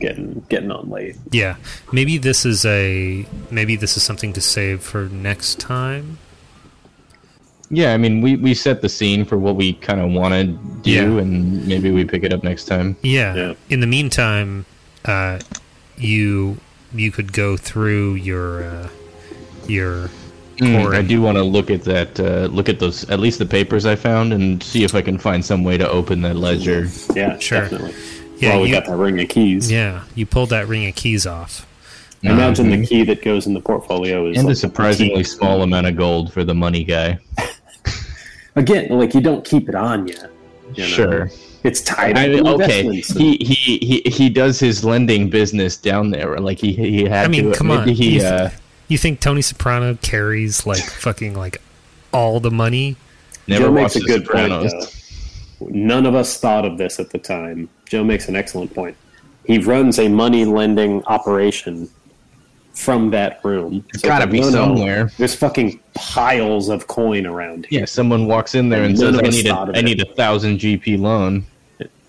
Speaker 6: getting getting on late.
Speaker 1: yeah, maybe this is a maybe this is something to save for next time.
Speaker 3: Yeah, I mean, we, we set the scene for what we kind of want to do,
Speaker 1: Yeah.
Speaker 3: and maybe we pick it up next time.
Speaker 1: Yeah.
Speaker 6: Yeah.
Speaker 1: In the meantime, uh, you you could go through your uh, your
Speaker 3: Mm,
Speaker 1: core
Speaker 3: I do want to look at that, uh, look at those, at least the papers I found, and see if I can find some way to open that ledger.
Speaker 6: Yeah,
Speaker 1: Sure.
Speaker 6: definitely.
Speaker 1: Yeah,
Speaker 6: well, we
Speaker 1: you-
Speaker 6: got that ring of keys.
Speaker 1: Yeah, Mm-hmm. you pulled that ring of keys off.
Speaker 6: I imagine the key that goes in the portfolio is
Speaker 3: and a
Speaker 6: like
Speaker 3: surprisingly
Speaker 6: key.
Speaker 3: small amount of gold for the money guy.
Speaker 6: Again, like you don't keep it on you. you know?
Speaker 3: Sure.
Speaker 6: it's tied.
Speaker 3: I
Speaker 6: up
Speaker 3: mean,
Speaker 6: in
Speaker 3: okay,
Speaker 6: investments.
Speaker 3: he, he he he does his lending business down there. Like he he had
Speaker 1: I mean,
Speaker 3: to.
Speaker 1: come on.
Speaker 3: maybe he
Speaker 1: you, th-
Speaker 3: uh,
Speaker 1: you think Tony Soprano carries like fucking like all the money?
Speaker 3: never
Speaker 6: Joe
Speaker 3: watched
Speaker 6: makes a
Speaker 3: The
Speaker 6: good point.
Speaker 3: Sopranos.
Speaker 6: though. None of us thought of this at the time. Joe makes an excellent point. He runs a money lending operation from that room. It's
Speaker 3: gotta be
Speaker 6: no, no,
Speaker 3: somewhere.
Speaker 6: There's fucking piles of coin around here.
Speaker 3: Yeah, someone walks in there and
Speaker 6: None
Speaker 3: says,
Speaker 6: of
Speaker 3: "I
Speaker 6: us
Speaker 3: need a
Speaker 6: thought of
Speaker 3: I
Speaker 6: it.
Speaker 3: need a thousand GP loan."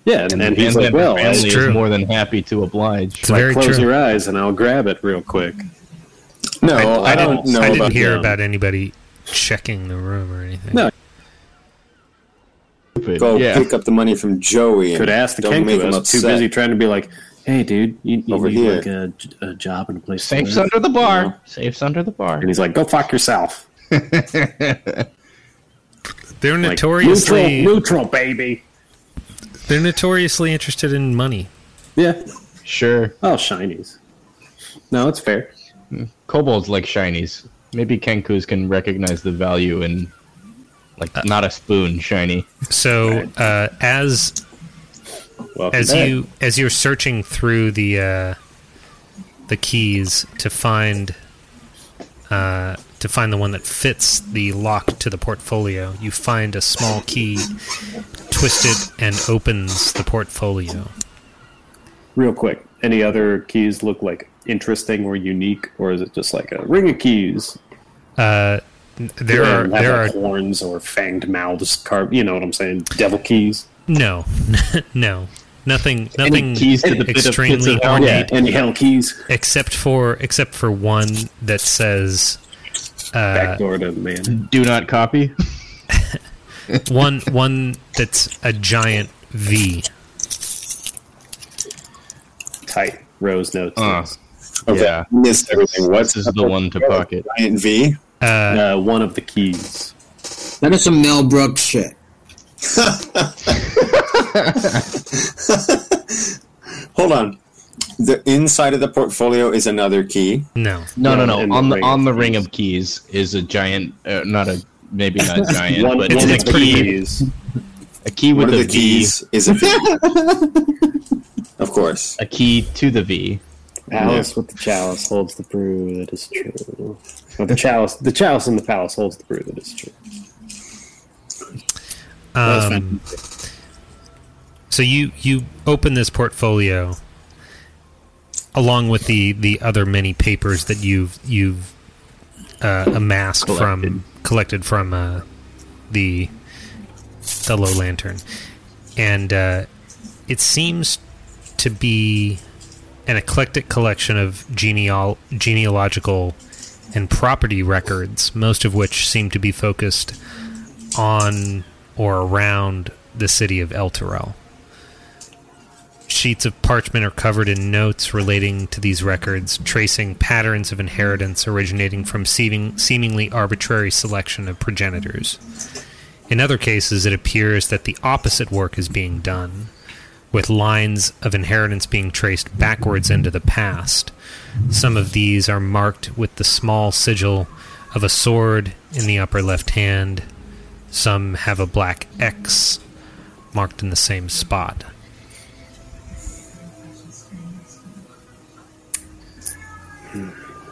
Speaker 6: Yeah, and, and he's
Speaker 3: and
Speaker 6: like,
Speaker 3: the
Speaker 6: "Well,
Speaker 3: family
Speaker 6: I'll
Speaker 1: It's
Speaker 3: is
Speaker 1: true.
Speaker 3: more than happy to oblige.
Speaker 1: It's very
Speaker 6: close
Speaker 1: true.
Speaker 6: your eyes and I'll grab it real quick."
Speaker 5: No, I,
Speaker 1: I
Speaker 5: don't
Speaker 1: didn't,
Speaker 5: know
Speaker 1: I didn't
Speaker 5: about
Speaker 1: hear
Speaker 6: them.
Speaker 1: about anybody checking the room or anything.
Speaker 6: No.
Speaker 3: Stupid.
Speaker 5: go
Speaker 3: yeah,
Speaker 5: pick up the money from Joey. and
Speaker 6: Could ask the
Speaker 5: don't
Speaker 6: king
Speaker 5: make
Speaker 6: to
Speaker 5: him
Speaker 6: us. Too
Speaker 5: upset.
Speaker 6: busy trying to be like, "Hey, dude, you, you
Speaker 5: Over
Speaker 6: need
Speaker 5: here.
Speaker 6: like a, j- a job and a place." to
Speaker 3: safe's
Speaker 6: live."
Speaker 3: under the bar. Safe's under the bar.
Speaker 6: And he's like, "Go fuck yourself."
Speaker 1: They're
Speaker 6: Like,
Speaker 1: notoriously
Speaker 6: neutral, neutral, baby.
Speaker 1: they're notoriously interested in money.
Speaker 6: Yeah.
Speaker 3: Sure,
Speaker 6: Oh, shinies. No, it's fair.
Speaker 3: kobolds like shinies. Maybe Kenkus can recognize the value in,
Speaker 6: Uh.
Speaker 3: like, not a spoon shiny.
Speaker 1: So uh, as
Speaker 6: Welcome
Speaker 1: as
Speaker 6: back.
Speaker 1: you as you're searching through the uh, the keys to find uh, to find the one that fits the lock to the portfolio, you find a small key, twist it, and opens the portfolio.
Speaker 6: real quick. Any other keys look like interesting or unique, or is it just like a ring of keys?
Speaker 1: There
Speaker 6: They
Speaker 1: are
Speaker 6: don't have,
Speaker 1: there are
Speaker 6: like, horns or fanged mouths carved. You know what I'm saying? Devil keys.
Speaker 1: no no nothing nothing
Speaker 3: keys to the bit of
Speaker 1: extremely
Speaker 3: pits of hell?
Speaker 1: ornate
Speaker 3: Yeah.
Speaker 6: Any hell keys?
Speaker 1: except for except for one that says Uh,
Speaker 6: Backdoor to man.
Speaker 3: Do not copy.
Speaker 1: one one that's a giant V.
Speaker 6: Tight rose notes.
Speaker 3: Uh,
Speaker 5: Okay,
Speaker 3: Yeah.
Speaker 5: missed everything. What's
Speaker 3: This is the one to pocket.
Speaker 5: Giant V?
Speaker 6: uh, one of the keys.
Speaker 2: That is some Mel Brooks shit.
Speaker 5: Hold on. The inside of the portfolio is another key.
Speaker 1: No,
Speaker 3: No, no,
Speaker 6: Yeah,
Speaker 3: no.
Speaker 6: and
Speaker 3: On the
Speaker 6: the ring
Speaker 3: on the
Speaker 6: of
Speaker 3: ring of keys is a giant, uh, not a maybe not giant,
Speaker 6: One,
Speaker 3: but
Speaker 6: one
Speaker 3: it's
Speaker 6: of
Speaker 3: a
Speaker 6: the
Speaker 3: key,
Speaker 6: keys.
Speaker 3: a key with
Speaker 5: One of
Speaker 3: a V,
Speaker 5: the keys is a V. of course.
Speaker 3: a key to the V.
Speaker 6: Alice with the chalice holds the brew that is true. Or the chalice, the chalice in the palace holds the brew that is true.
Speaker 1: Um, so you you open this portfolio along with the the other many papers that you've you've uh, amassed from collected from uh, the the low lantern, and uh, it seems to be an eclectic collection of geneal- genealogical and property records, most of which seem to be focused on or around the city of El Terrell. Sheets of parchment are covered in notes relating to these records, tracing patterns of inheritance originating from seeming, seemingly arbitrary selection of progenitors. In other cases, it appears that the opposite work is being done, with lines of inheritance being traced backwards into the past. Some of these are marked with the small sigil of a sword in the upper left hand, some have a black X marked in the same spot.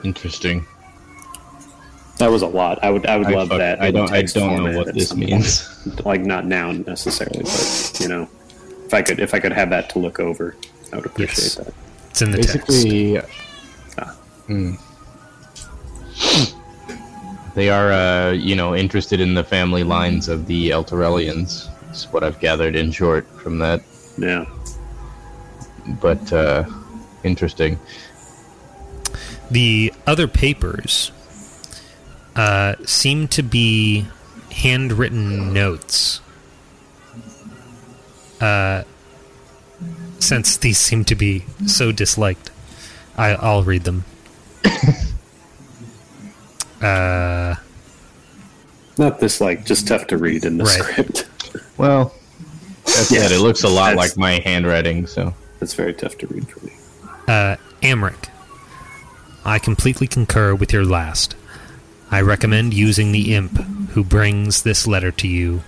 Speaker 3: Interesting.
Speaker 6: That was a lot. I would, I would
Speaker 3: I
Speaker 6: love
Speaker 3: fuck-
Speaker 6: that.
Speaker 3: I
Speaker 6: in
Speaker 3: don't. I
Speaker 6: text
Speaker 3: don't
Speaker 6: format
Speaker 3: know what
Speaker 6: at
Speaker 3: this
Speaker 6: some point.
Speaker 3: means.
Speaker 6: Like not now necessarily, but you know, if I could, if I could have that to look over, I would appreciate
Speaker 1: Yes.
Speaker 6: that.
Speaker 1: It's in the text.
Speaker 3: Basically,
Speaker 6: Ah.
Speaker 3: hmm. they are, uh, you know, interested in the family lines of the Elturellians. Is what I've gathered in short from that.
Speaker 6: Yeah,
Speaker 3: But uh, interesting.
Speaker 1: The other papers uh, seem to be handwritten notes. Uh, since these seem to be so disliked, I, I'll read them.
Speaker 6: not this like just tough to read in the
Speaker 1: Right.
Speaker 6: script.
Speaker 3: Well, that's
Speaker 6: Yeah.
Speaker 3: it. It looks a lot
Speaker 6: That's-
Speaker 3: like my handwriting. So
Speaker 6: It's very tough to read for me.
Speaker 1: Amric. I completely concur with your last. I recommend using the imp who brings this letter to you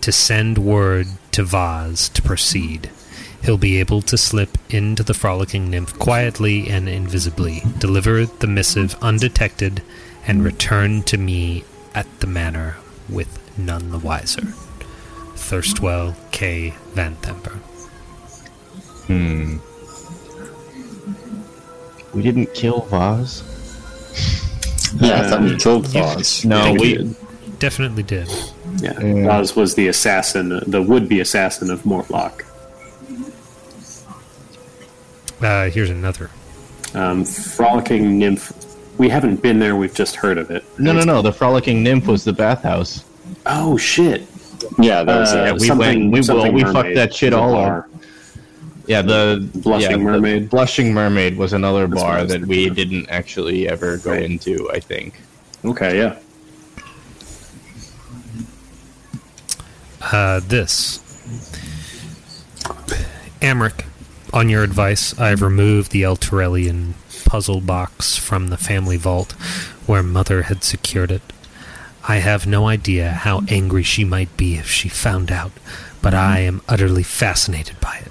Speaker 1: to send word to Vaz to proceed. He'll be able to slip into the frolicking nymph quietly and invisibly, deliver the missive undetected, and return to me at the manor with none the wiser. Thirstwell K. Van Themper.
Speaker 3: Hmm. We didn't kill Vaz.
Speaker 5: Yeah, I thought we killed Vaz.
Speaker 6: No,
Speaker 1: Thank
Speaker 6: we.
Speaker 1: you. Definitely did.
Speaker 6: Yeah, Oz was the assassin, the would-be assassin of Mortlock.
Speaker 1: Uh, here's another.
Speaker 6: Um, frolicking nymph. We haven't been there. We've just heard of it.
Speaker 3: No, no, no. The frolicking nymph was the bathhouse.
Speaker 6: Oh shit!
Speaker 5: Yeah, that was
Speaker 6: Uh,
Speaker 5: it.
Speaker 3: we
Speaker 6: something-
Speaker 3: went- we- well,
Speaker 6: something
Speaker 3: we fucked
Speaker 6: mermaid.
Speaker 3: that shit
Speaker 6: The
Speaker 3: all up.
Speaker 6: bar.
Speaker 3: Yeah, the
Speaker 6: Blushing
Speaker 3: yeah, the
Speaker 6: Mermaid.
Speaker 3: Blushing mermaid was another
Speaker 6: That's what I
Speaker 3: bar
Speaker 6: was
Speaker 3: that we
Speaker 6: thinking of.
Speaker 3: didn't actually ever go
Speaker 6: Right. Mm-hmm.
Speaker 3: into. I think.
Speaker 6: Okay, yeah.
Speaker 1: Uh, this. Amric, on your advice, I have removed the Elturellian puzzle box from the family vault where Mother had secured it. I have no idea how angry she might be if she found out, but I am utterly fascinated by it.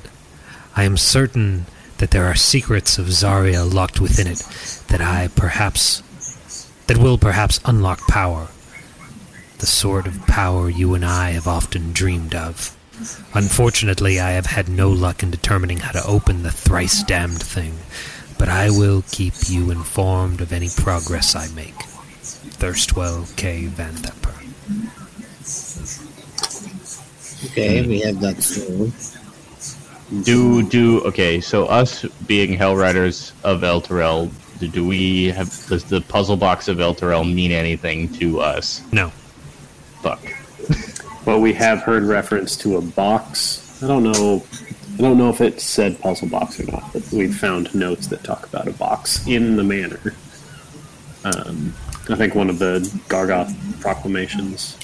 Speaker 1: I am certain that there are secrets of Zarya locked within it that I perhaps that will perhaps unlock power the sort of power you and I have often dreamed of. Unfortunately, I have had no luck in determining how to open the thrice damned thing, but I will keep you informed of any progress I make. Thirstwell K. Van Thepper.
Speaker 2: Okay, we have that sword.
Speaker 3: Do do okay. So us being Hell Riders of El Terrell, do, do we have does the puzzle box of El Terrell mean anything to us?
Speaker 1: No.
Speaker 3: Fuck.
Speaker 6: Well, we have heard reference to a box. I don't know. I don't know if it said puzzle box or not, but we've found notes that talk about a box in the manor. Um, I think one of the Gargoth proclamations.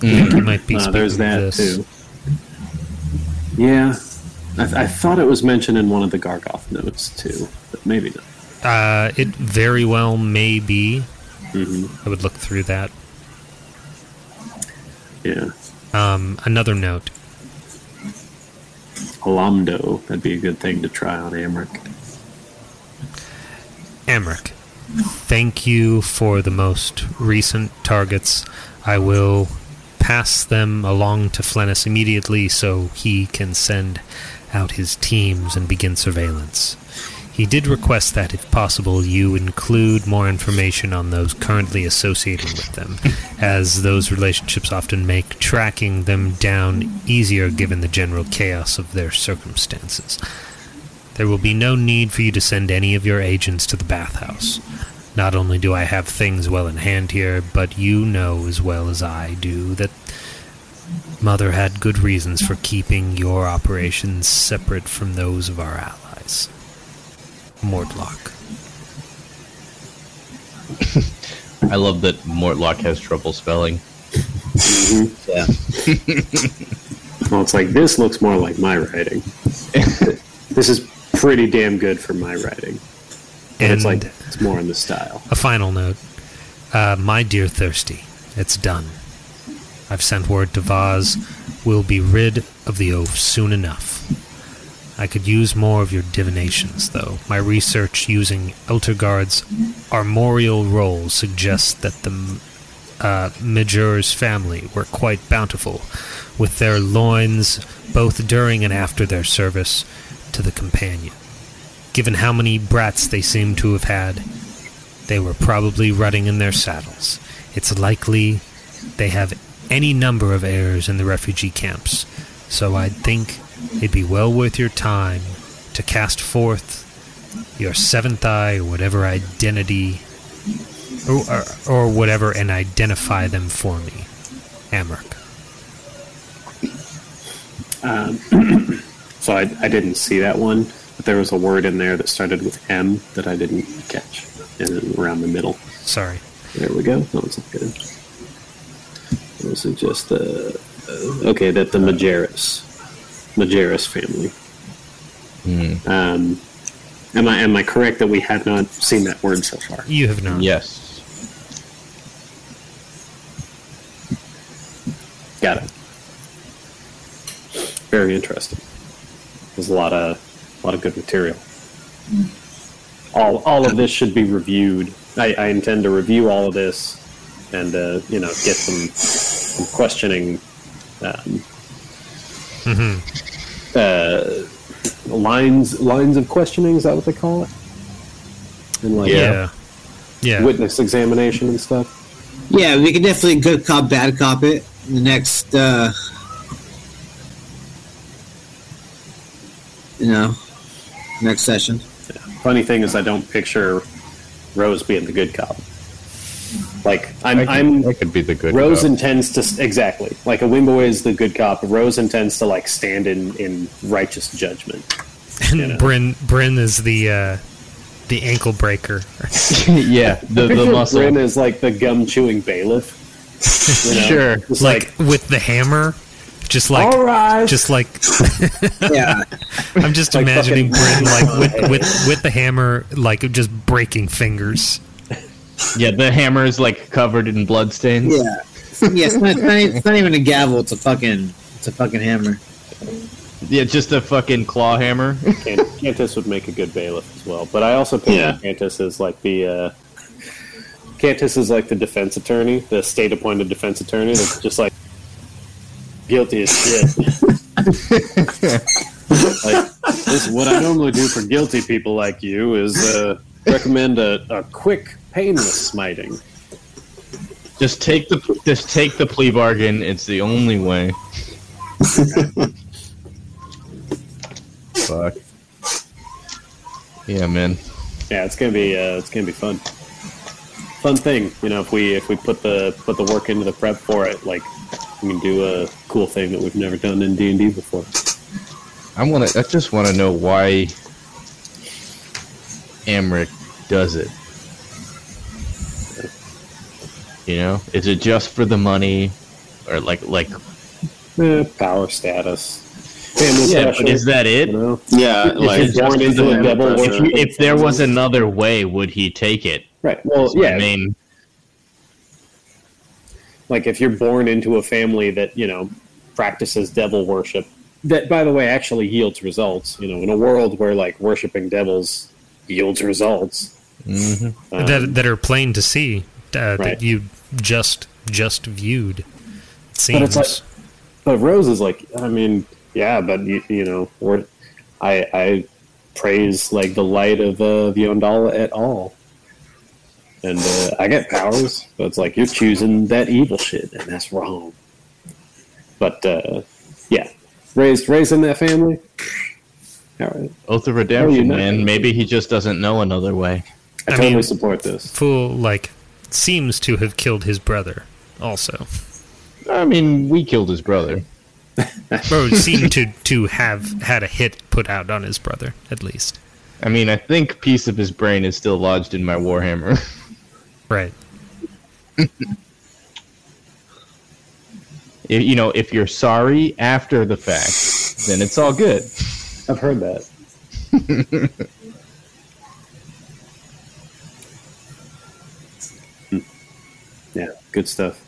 Speaker 1: You might be
Speaker 6: Uh,
Speaker 1: speaking
Speaker 6: there's
Speaker 1: of
Speaker 6: that
Speaker 1: this.
Speaker 6: too. Yeah, I, th- I thought it was mentioned in one of the Gargoth notes too, but maybe not.
Speaker 1: Uh, it very well may be.
Speaker 6: Mm-hmm.
Speaker 1: I would look through that.
Speaker 6: Yeah,
Speaker 1: Um, another note.
Speaker 6: Alamdo. That'd be a good thing to try on Amric.
Speaker 1: Amric, thank you for the most recent targets. I will pass them along to Flennis immediately so he can send out his teams and begin surveillance. He did request that, if possible, you include more information on those currently associated with them, as those relationships often make tracking them down easier given the general chaos of their circumstances. There will be no need for you to send any of your agents to the bathhouse. Not only do I have things well in hand here, but you know as well as I do that Mother had good reasons for keeping your operations separate from those of our allies. Mortlock.
Speaker 3: I love that Mortlock has trouble spelling.
Speaker 2: Yeah.
Speaker 6: Well, it's like this looks more like my writing. this is pretty damn good for my writing. And it's like it's more in the style.
Speaker 1: A final note. Uh, my dear Thirsty, it's done. I've sent word to Vaz. We'll be rid of the oaf soon enough. I could use more of your divinations, though. My research using Eltergard's armorial roll suggests that the uh, Majur's family were quite bountiful with their loins both during and after their service to the companion. Given how many brats they seem to have had, they were probably rutting in their saddles. It's likely they have any number of heirs in the refugee camps, so I'd think it'd be well worth your time to cast forth your seventh eye or whatever identity or, or, or whatever and identify them for me. Amric.
Speaker 6: So I, I didn't see that one, but there was a word in there that started with M that I didn't catch, and then around the middle.
Speaker 1: Sorry.
Speaker 6: There we go. That was good. This is just uh, uh, okay. That the Majerus, Majerus family. Um, Am I am I correct that we have not seen that word so far?
Speaker 1: You have not.
Speaker 3: Yes.
Speaker 6: Got it. Very interesting. There's a lot of a lot of good material. All all of this should be reviewed. I, I intend to review all of this and uh, you know get some, some questioning. Um, uh, lines lines of questioning is that what they call it? And like
Speaker 1: Yeah. Yeah.
Speaker 6: witness examination and stuff.
Speaker 2: Yeah, we can definitely good cop, bad cop it. in The next, uh, you know, next session.
Speaker 6: Funny thing is, I don't picture Rose being the good cop. Like I'm, I'm
Speaker 3: I could be the good
Speaker 6: Rose
Speaker 3: cop.
Speaker 6: intends to exactly like a Wimbo is the good cop. Rose intends to like stand in in righteous judgment.
Speaker 1: and
Speaker 6: you know.
Speaker 1: Bryn Bryn is the uh, the ankle breaker.
Speaker 3: yeah, the, the
Speaker 6: Picture
Speaker 3: muscle.
Speaker 6: Brynn is like the gum chewing bailiff. you know?
Speaker 3: Sure.
Speaker 6: Just
Speaker 1: like,
Speaker 6: like,
Speaker 1: with the hammer. Just like
Speaker 6: all right,
Speaker 1: just like
Speaker 2: Yeah,
Speaker 1: I'm just
Speaker 6: Like
Speaker 1: imagining Bryn
Speaker 6: fucking-
Speaker 1: like with, with with the hammer like just breaking fingers.
Speaker 3: Yeah, the hammer is like covered in bloodstains.
Speaker 2: yeah, yeah. It's not, it's not even- it's not even a gavel. It's a fucking, it's a fucking hammer.
Speaker 3: Yeah, just a fucking claw hammer.
Speaker 6: Can- Cantus would make a good bailiff as well. But I also picture
Speaker 5: Yeah.
Speaker 6: Cantus as like the uh, Cantus is like the defense attorney, the state appointed defense attorney that's just like guilty as shit. like this is what I normally do for guilty people like you is uh, recommend a, a quick painless smiting.
Speaker 3: just take the just take the plea bargain. It's the only way. Fuck. Yeah, man.
Speaker 6: Yeah, it's gonna be uh, it's gonna be fun. Fun thing, you know, if we if we put the put the work into the prep for it, like we can do a cool thing that we've never done in D and D before.
Speaker 3: I want to. I just want to know why Amric does it. You know, is it just for the money, or like like?
Speaker 6: Eh, power status, family
Speaker 3: Yeah,
Speaker 6: pressure,
Speaker 3: but is that it?
Speaker 6: you know?
Speaker 5: Yeah,
Speaker 6: If
Speaker 5: like
Speaker 6: you're born into a double
Speaker 5: pressure.
Speaker 3: If, you, if there was another way, would he take it?
Speaker 6: Right. Well,
Speaker 3: Yeah,
Speaker 6: yeah.
Speaker 3: I mean,
Speaker 6: like if you're born into a family that you know practices devil worship, that by the way actually yields results. You know, in a world where like worshiping devils yields results, um,
Speaker 1: that that are plain to see uh,
Speaker 6: right.
Speaker 1: that you just just viewed. It seems.
Speaker 6: But it's like- But Rose is like, I mean, yeah, but you, you know, we're, I I praise like the light of uh, Viondala at all, and uh, I get powers, but it's like you're choosing that evil shit, and that's wrong. But uh, yeah, raised raised in that family. All right,
Speaker 3: Oath of Redemption,
Speaker 6: not?
Speaker 3: man. Maybe he just doesn't know another way.
Speaker 6: I,
Speaker 1: I
Speaker 6: totally
Speaker 1: mean-
Speaker 6: support this.
Speaker 1: fool like seems to have killed his brother also
Speaker 3: I mean, we killed his brother.
Speaker 1: or seemed to to have had a hit put out on his brother at least
Speaker 3: I mean, I think piece of his brain is still lodged in my warhammer.
Speaker 1: right
Speaker 3: If- you know, if you're sorry after the fact, then it's all good.
Speaker 6: I've heard that. Hmm. yeah, good stuff.